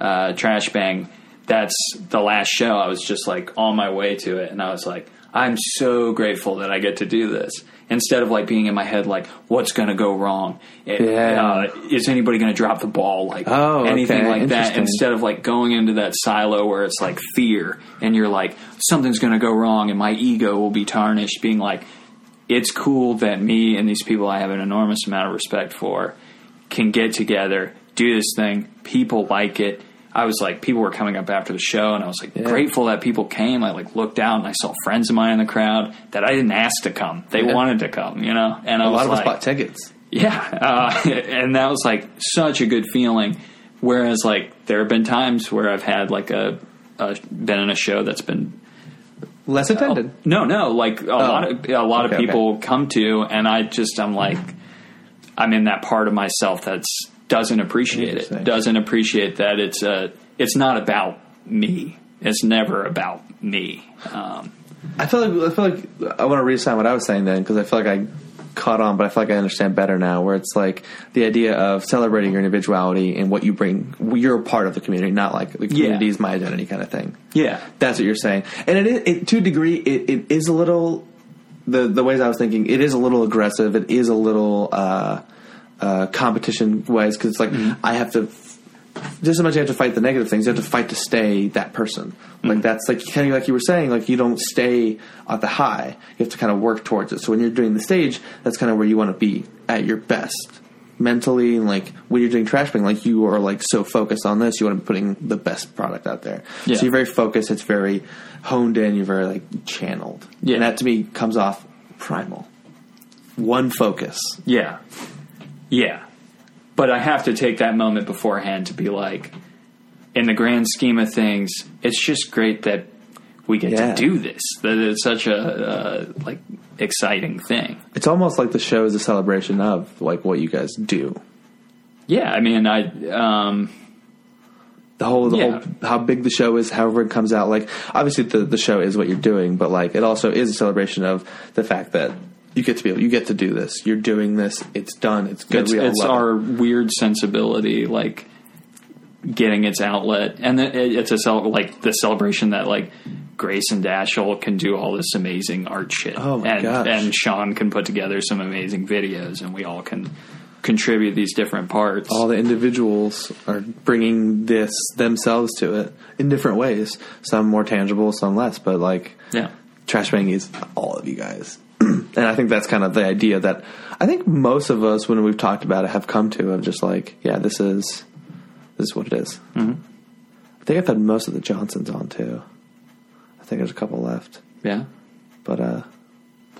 Speaker 3: uh, Trash Bang, that's the last show. I was just like on my way to it, and I was like, I'm so grateful that I get to do this. Instead of like being in my head, like, what's going to go wrong? It-
Speaker 1: Yeah.
Speaker 3: uh, is anybody going to drop the ball? Like,
Speaker 1: Oh,
Speaker 3: anything
Speaker 1: okay,
Speaker 3: like that.
Speaker 1: interesting.
Speaker 3: Instead of like going into that silo where it's like fear and you're like, something's going to go wrong and my ego will be tarnished, being like, it's cool that me and these people I have an enormous amount of respect for can get together, do this thing. People like it. I was like, people were coming up after the show, and I was like, grateful that people came. I like looked out and I saw friends of mine in the crowd that I didn't ask to come. They
Speaker 5: Yeah.
Speaker 3: wanted to come, you know. And I
Speaker 5: A
Speaker 3: was
Speaker 5: lot of us
Speaker 3: like,
Speaker 5: bought tickets.
Speaker 3: yeah, uh, and that was like such a good feeling. Whereas, like, there have been times where I've had like a, a been in a show that's been
Speaker 5: Less attended.
Speaker 3: no, no, like a lot of a lot of
Speaker 5: Okay,
Speaker 3: people come to, and I just I'm like I'm in that part of myself that's doesn't appreciate it,
Speaker 1: Interesting.
Speaker 3: doesn't appreciate that it's a it's not about me. It's never about me. Um,
Speaker 5: I feel like I feel like
Speaker 1: I want to reassign what I was saying then because I feel like I caught on, but I feel like I understand better now. Where it's like the idea of celebrating your individuality and what you bring. You're a part of the community, not like the community is my identity kind of thing.
Speaker 3: yeah,
Speaker 1: That's what you're saying, and it, is, it to a degree, it, it is a little the the ways I was thinking. It is a little aggressive. It is a little uh, uh, competition ways because it's like
Speaker 3: Mm-hmm.
Speaker 1: I have to. Just as much you have to fight the negative things, you have to fight to stay that person.
Speaker 3: Mm-hmm.
Speaker 1: Like that's like kind of like you were saying, like you don't stay at the high. You have to kind of work towards it. So when you're doing the stage, that's kind of where you want to be at your best mentally and like when you're doing trash bang, like you are like so focused on this, you want to be putting the best product out there.
Speaker 3: Yeah.
Speaker 1: So you're very focused. It's very honed in. You're very like channeled.
Speaker 3: Yeah.
Speaker 1: And that to me comes off primal. One focus.
Speaker 3: Yeah. Yeah. But I have to take that moment beforehand to be like, in the grand scheme of things, it's just great that we get
Speaker 1: Yeah.
Speaker 3: to do this. That it's such a uh, like exciting thing.
Speaker 1: It's almost like the show is a celebration of like what you guys do.
Speaker 3: Yeah, I mean, I um,
Speaker 1: The whole, the
Speaker 3: Yeah.
Speaker 1: whole, how big the show is, however it comes out. Like obviously the the show is what you're doing, but like it also is a celebration of the fact that you get to be able, you get to do this. You're doing this. It's done. It's good.
Speaker 3: it's,
Speaker 1: we all
Speaker 3: it's
Speaker 1: love it.
Speaker 3: our weird sensibility, like getting its outlet, and then it, it's a cel- like the celebration that like Grace and Dashel can do all this amazing art shit,
Speaker 1: Oh my
Speaker 3: and
Speaker 1: gosh.
Speaker 3: and Sean can put together some amazing videos, and we all can contribute these different parts.
Speaker 1: all the individuals are bringing this themselves to it in different ways. Some more tangible, some less. But like,
Speaker 3: yeah,
Speaker 1: trash bang is all of you guys, and I think that's kind of the idea that I think most of us, when we've talked about it, have come to of just like, yeah, this is this is what it is.
Speaker 3: Mm-hmm.
Speaker 1: I think I've had most of the Johnsons on too. I think there's a couple left,
Speaker 3: yeah.
Speaker 1: but uh,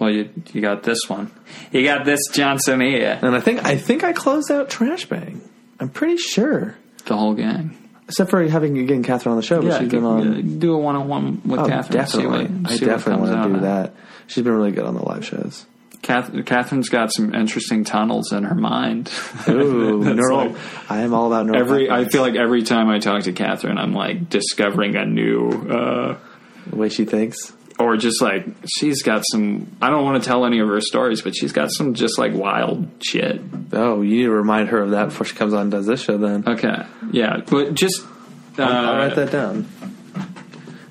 Speaker 3: Well, you you got this one. You got this Johnson here.
Speaker 1: and I think I think I closed out trash bang. I'm pretty sure.
Speaker 3: The whole gang.
Speaker 1: Except for having again Catherine on the show, but
Speaker 3: Yeah,
Speaker 1: she's
Speaker 3: do-
Speaker 1: been on.
Speaker 3: yeah, do a one on one with
Speaker 1: Oh,
Speaker 3: Catherine. see
Speaker 1: definitely,
Speaker 3: what-
Speaker 1: I
Speaker 3: see
Speaker 1: definitely
Speaker 3: what comes
Speaker 1: want
Speaker 3: out
Speaker 1: to do
Speaker 3: of it.
Speaker 1: that. She's been really good on the live shows.
Speaker 3: Cath- Catherine's got some interesting tunnels in her mind.
Speaker 1: Ooh,
Speaker 3: That's
Speaker 1: neural.
Speaker 3: like-
Speaker 1: I am all about neural.
Speaker 3: every I
Speaker 1: pathways.
Speaker 3: feel like every time I talk to Catherine, I'm like discovering a new, uh,
Speaker 1: the way she thinks.
Speaker 3: or just like she's got some. I don't want to tell any of her stories, but she's got some just like wild shit.
Speaker 1: Oh, you need to remind her of that before she comes on and does this show. Then
Speaker 3: Okay, yeah, but just uh,
Speaker 1: I'll write that down.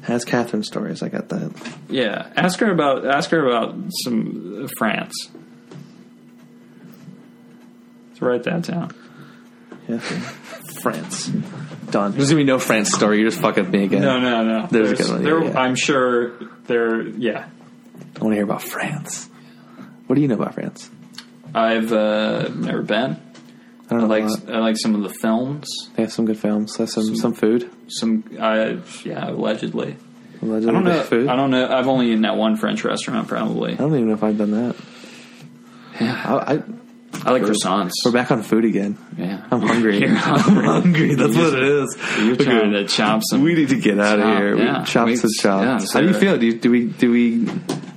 Speaker 1: Has Catherine stories? I got that.
Speaker 3: yeah. Ask her about ask her about some uh, France. Let's write that down.
Speaker 1: Yeah. France. Done. There's gonna be no France story. You're just fucking with me again.
Speaker 3: No, no, no.
Speaker 1: There's a good one,
Speaker 3: there-
Speaker 1: yeah, yeah.
Speaker 3: I'm sure there. Yeah,
Speaker 1: I want to hear about France. What do you know about France?
Speaker 3: I've uh, never been.
Speaker 1: I don't know.
Speaker 3: I like
Speaker 1: a lot.
Speaker 3: I like some of the films.
Speaker 1: they have some good films. They have some some food.
Speaker 3: Some I yeah, allegedly.
Speaker 1: Allegedly
Speaker 3: I don't know.
Speaker 1: Food.
Speaker 3: I don't know. I've only eaten at one French restaurant probably.
Speaker 1: I don't even know if I've done that. Yeah. I, I,
Speaker 3: I like croissants.
Speaker 1: we're back on food again.
Speaker 3: Yeah,
Speaker 1: I'm hungry.
Speaker 3: You're
Speaker 1: I'm hungry. That's what it is.
Speaker 3: You're
Speaker 1: Okay.
Speaker 3: trying to chop some.
Speaker 1: We need to get out
Speaker 3: Chop,
Speaker 1: of here.
Speaker 3: yeah.
Speaker 1: We, chops
Speaker 3: We-
Speaker 1: is chops.
Speaker 3: yeah, is
Speaker 1: How do you
Speaker 3: there-
Speaker 1: feel? Do, you, do we? Do we?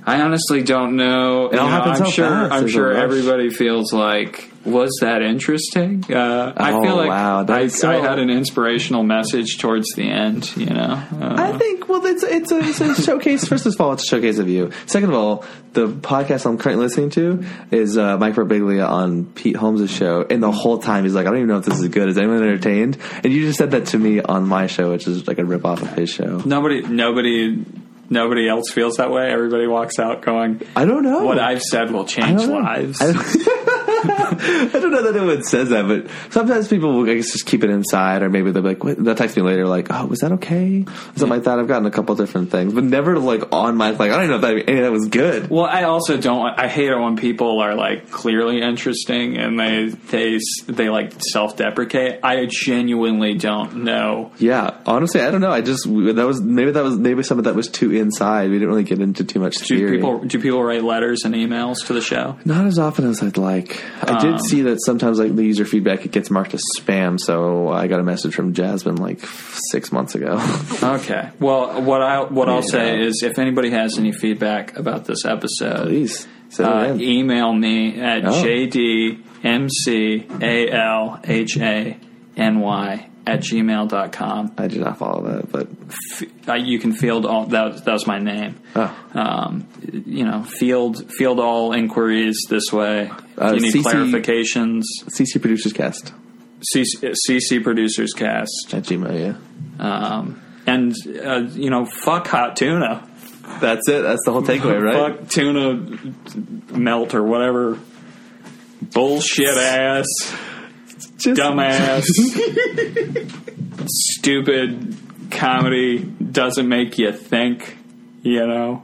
Speaker 3: I honestly don't know. It
Speaker 1: all happens
Speaker 3: I'm
Speaker 1: so
Speaker 3: sure.
Speaker 1: fast.
Speaker 3: I'm
Speaker 1: There's a
Speaker 3: sure
Speaker 1: rush.
Speaker 3: everybody feels like, was that interesting? Uh, I
Speaker 1: Oh,
Speaker 3: feel like
Speaker 1: wow.
Speaker 3: I,
Speaker 1: That's so-
Speaker 3: I had an inspirational message towards the end. You know, uh,
Speaker 1: I think. Well, it's it's a, it's a showcase. First of all, it's a showcase of you. Second of all, the podcast I'm currently listening to is uh, Mike Birbiglia on Pete Holmes' show, and the whole time he's like, "I don't even know if this is good. Is anyone entertained?" And you just said that to me on my show, which is like a rip off of his show.
Speaker 3: nobody, nobody, nobody else feels that way. Everybody walks out going,
Speaker 1: I don't know
Speaker 3: "What I've said will change
Speaker 1: don't know.
Speaker 3: lives."
Speaker 1: I I don't know that anyone says that, but sometimes people will, I guess, just keep it inside, or maybe they'll be like, what? they'll text me later, like, oh, was that okay? Something like that. I've gotten a couple different things, but never like on my, like, I don't know if that, any of that was good.
Speaker 3: Well, I also don't. I hate it when people are like clearly interesting and they they they like self deprecate. I genuinely don't know.
Speaker 1: Yeah, honestly, I don't know. I just, that was, maybe that was, maybe some of that was too inside. We didn't really get into too much
Speaker 3: Do
Speaker 1: theory.
Speaker 3: people do people write letters and emails to the show?
Speaker 1: Not as often as I'd like. I
Speaker 3: Um,
Speaker 1: did see that sometimes, like, the user feedback, it gets marked as spam, so I got a message from Jasmine, like, six months ago.
Speaker 3: Okay. Well, what I what I'll say
Speaker 1: Yeah.
Speaker 3: is if anybody has any feedback about this episode,
Speaker 1: Please, send it
Speaker 3: uh,
Speaker 1: in.
Speaker 3: email me at
Speaker 1: Oh.
Speaker 3: jdmcalhany at gmail.com.
Speaker 1: I did not follow that, but
Speaker 3: Uh, you can field all that. That was my name.
Speaker 1: Oh.
Speaker 3: Um, you know, field field all inquiries this way.
Speaker 1: Uh,
Speaker 3: If you need
Speaker 1: CC
Speaker 3: clarifications.
Speaker 1: CC Producers Cast
Speaker 3: CC, CC producers cast.
Speaker 1: at Gmail. Yeah,
Speaker 3: Um, and uh, you know, fuck hot tuna.
Speaker 1: that's it. That's the whole takeaway, right?
Speaker 3: Fuck tuna melt or whatever. Bullshit ass,
Speaker 1: Just-
Speaker 3: dumbass, stupid comedy doesn't make you think, you know.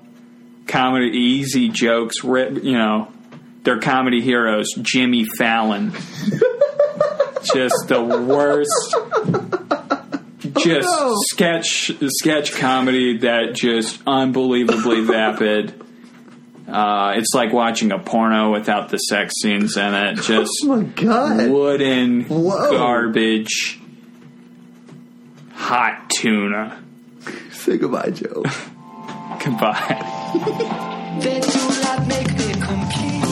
Speaker 3: Comedy, easy jokes, rip, you know. They're comedy heroes. Jimmy Fallon. Just the worst.
Speaker 1: Oh,
Speaker 3: Just sketch sketch comedy that just unbelievably vapid. Uh, it's like watching a porno without the sex scenes in it. Just
Speaker 1: Oh my god!
Speaker 3: wooden
Speaker 1: Whoa.
Speaker 3: garbage hot tuna.
Speaker 1: Say goodbye, Joe.
Speaker 3: Goodbye.
Speaker 2: They do not make me complete.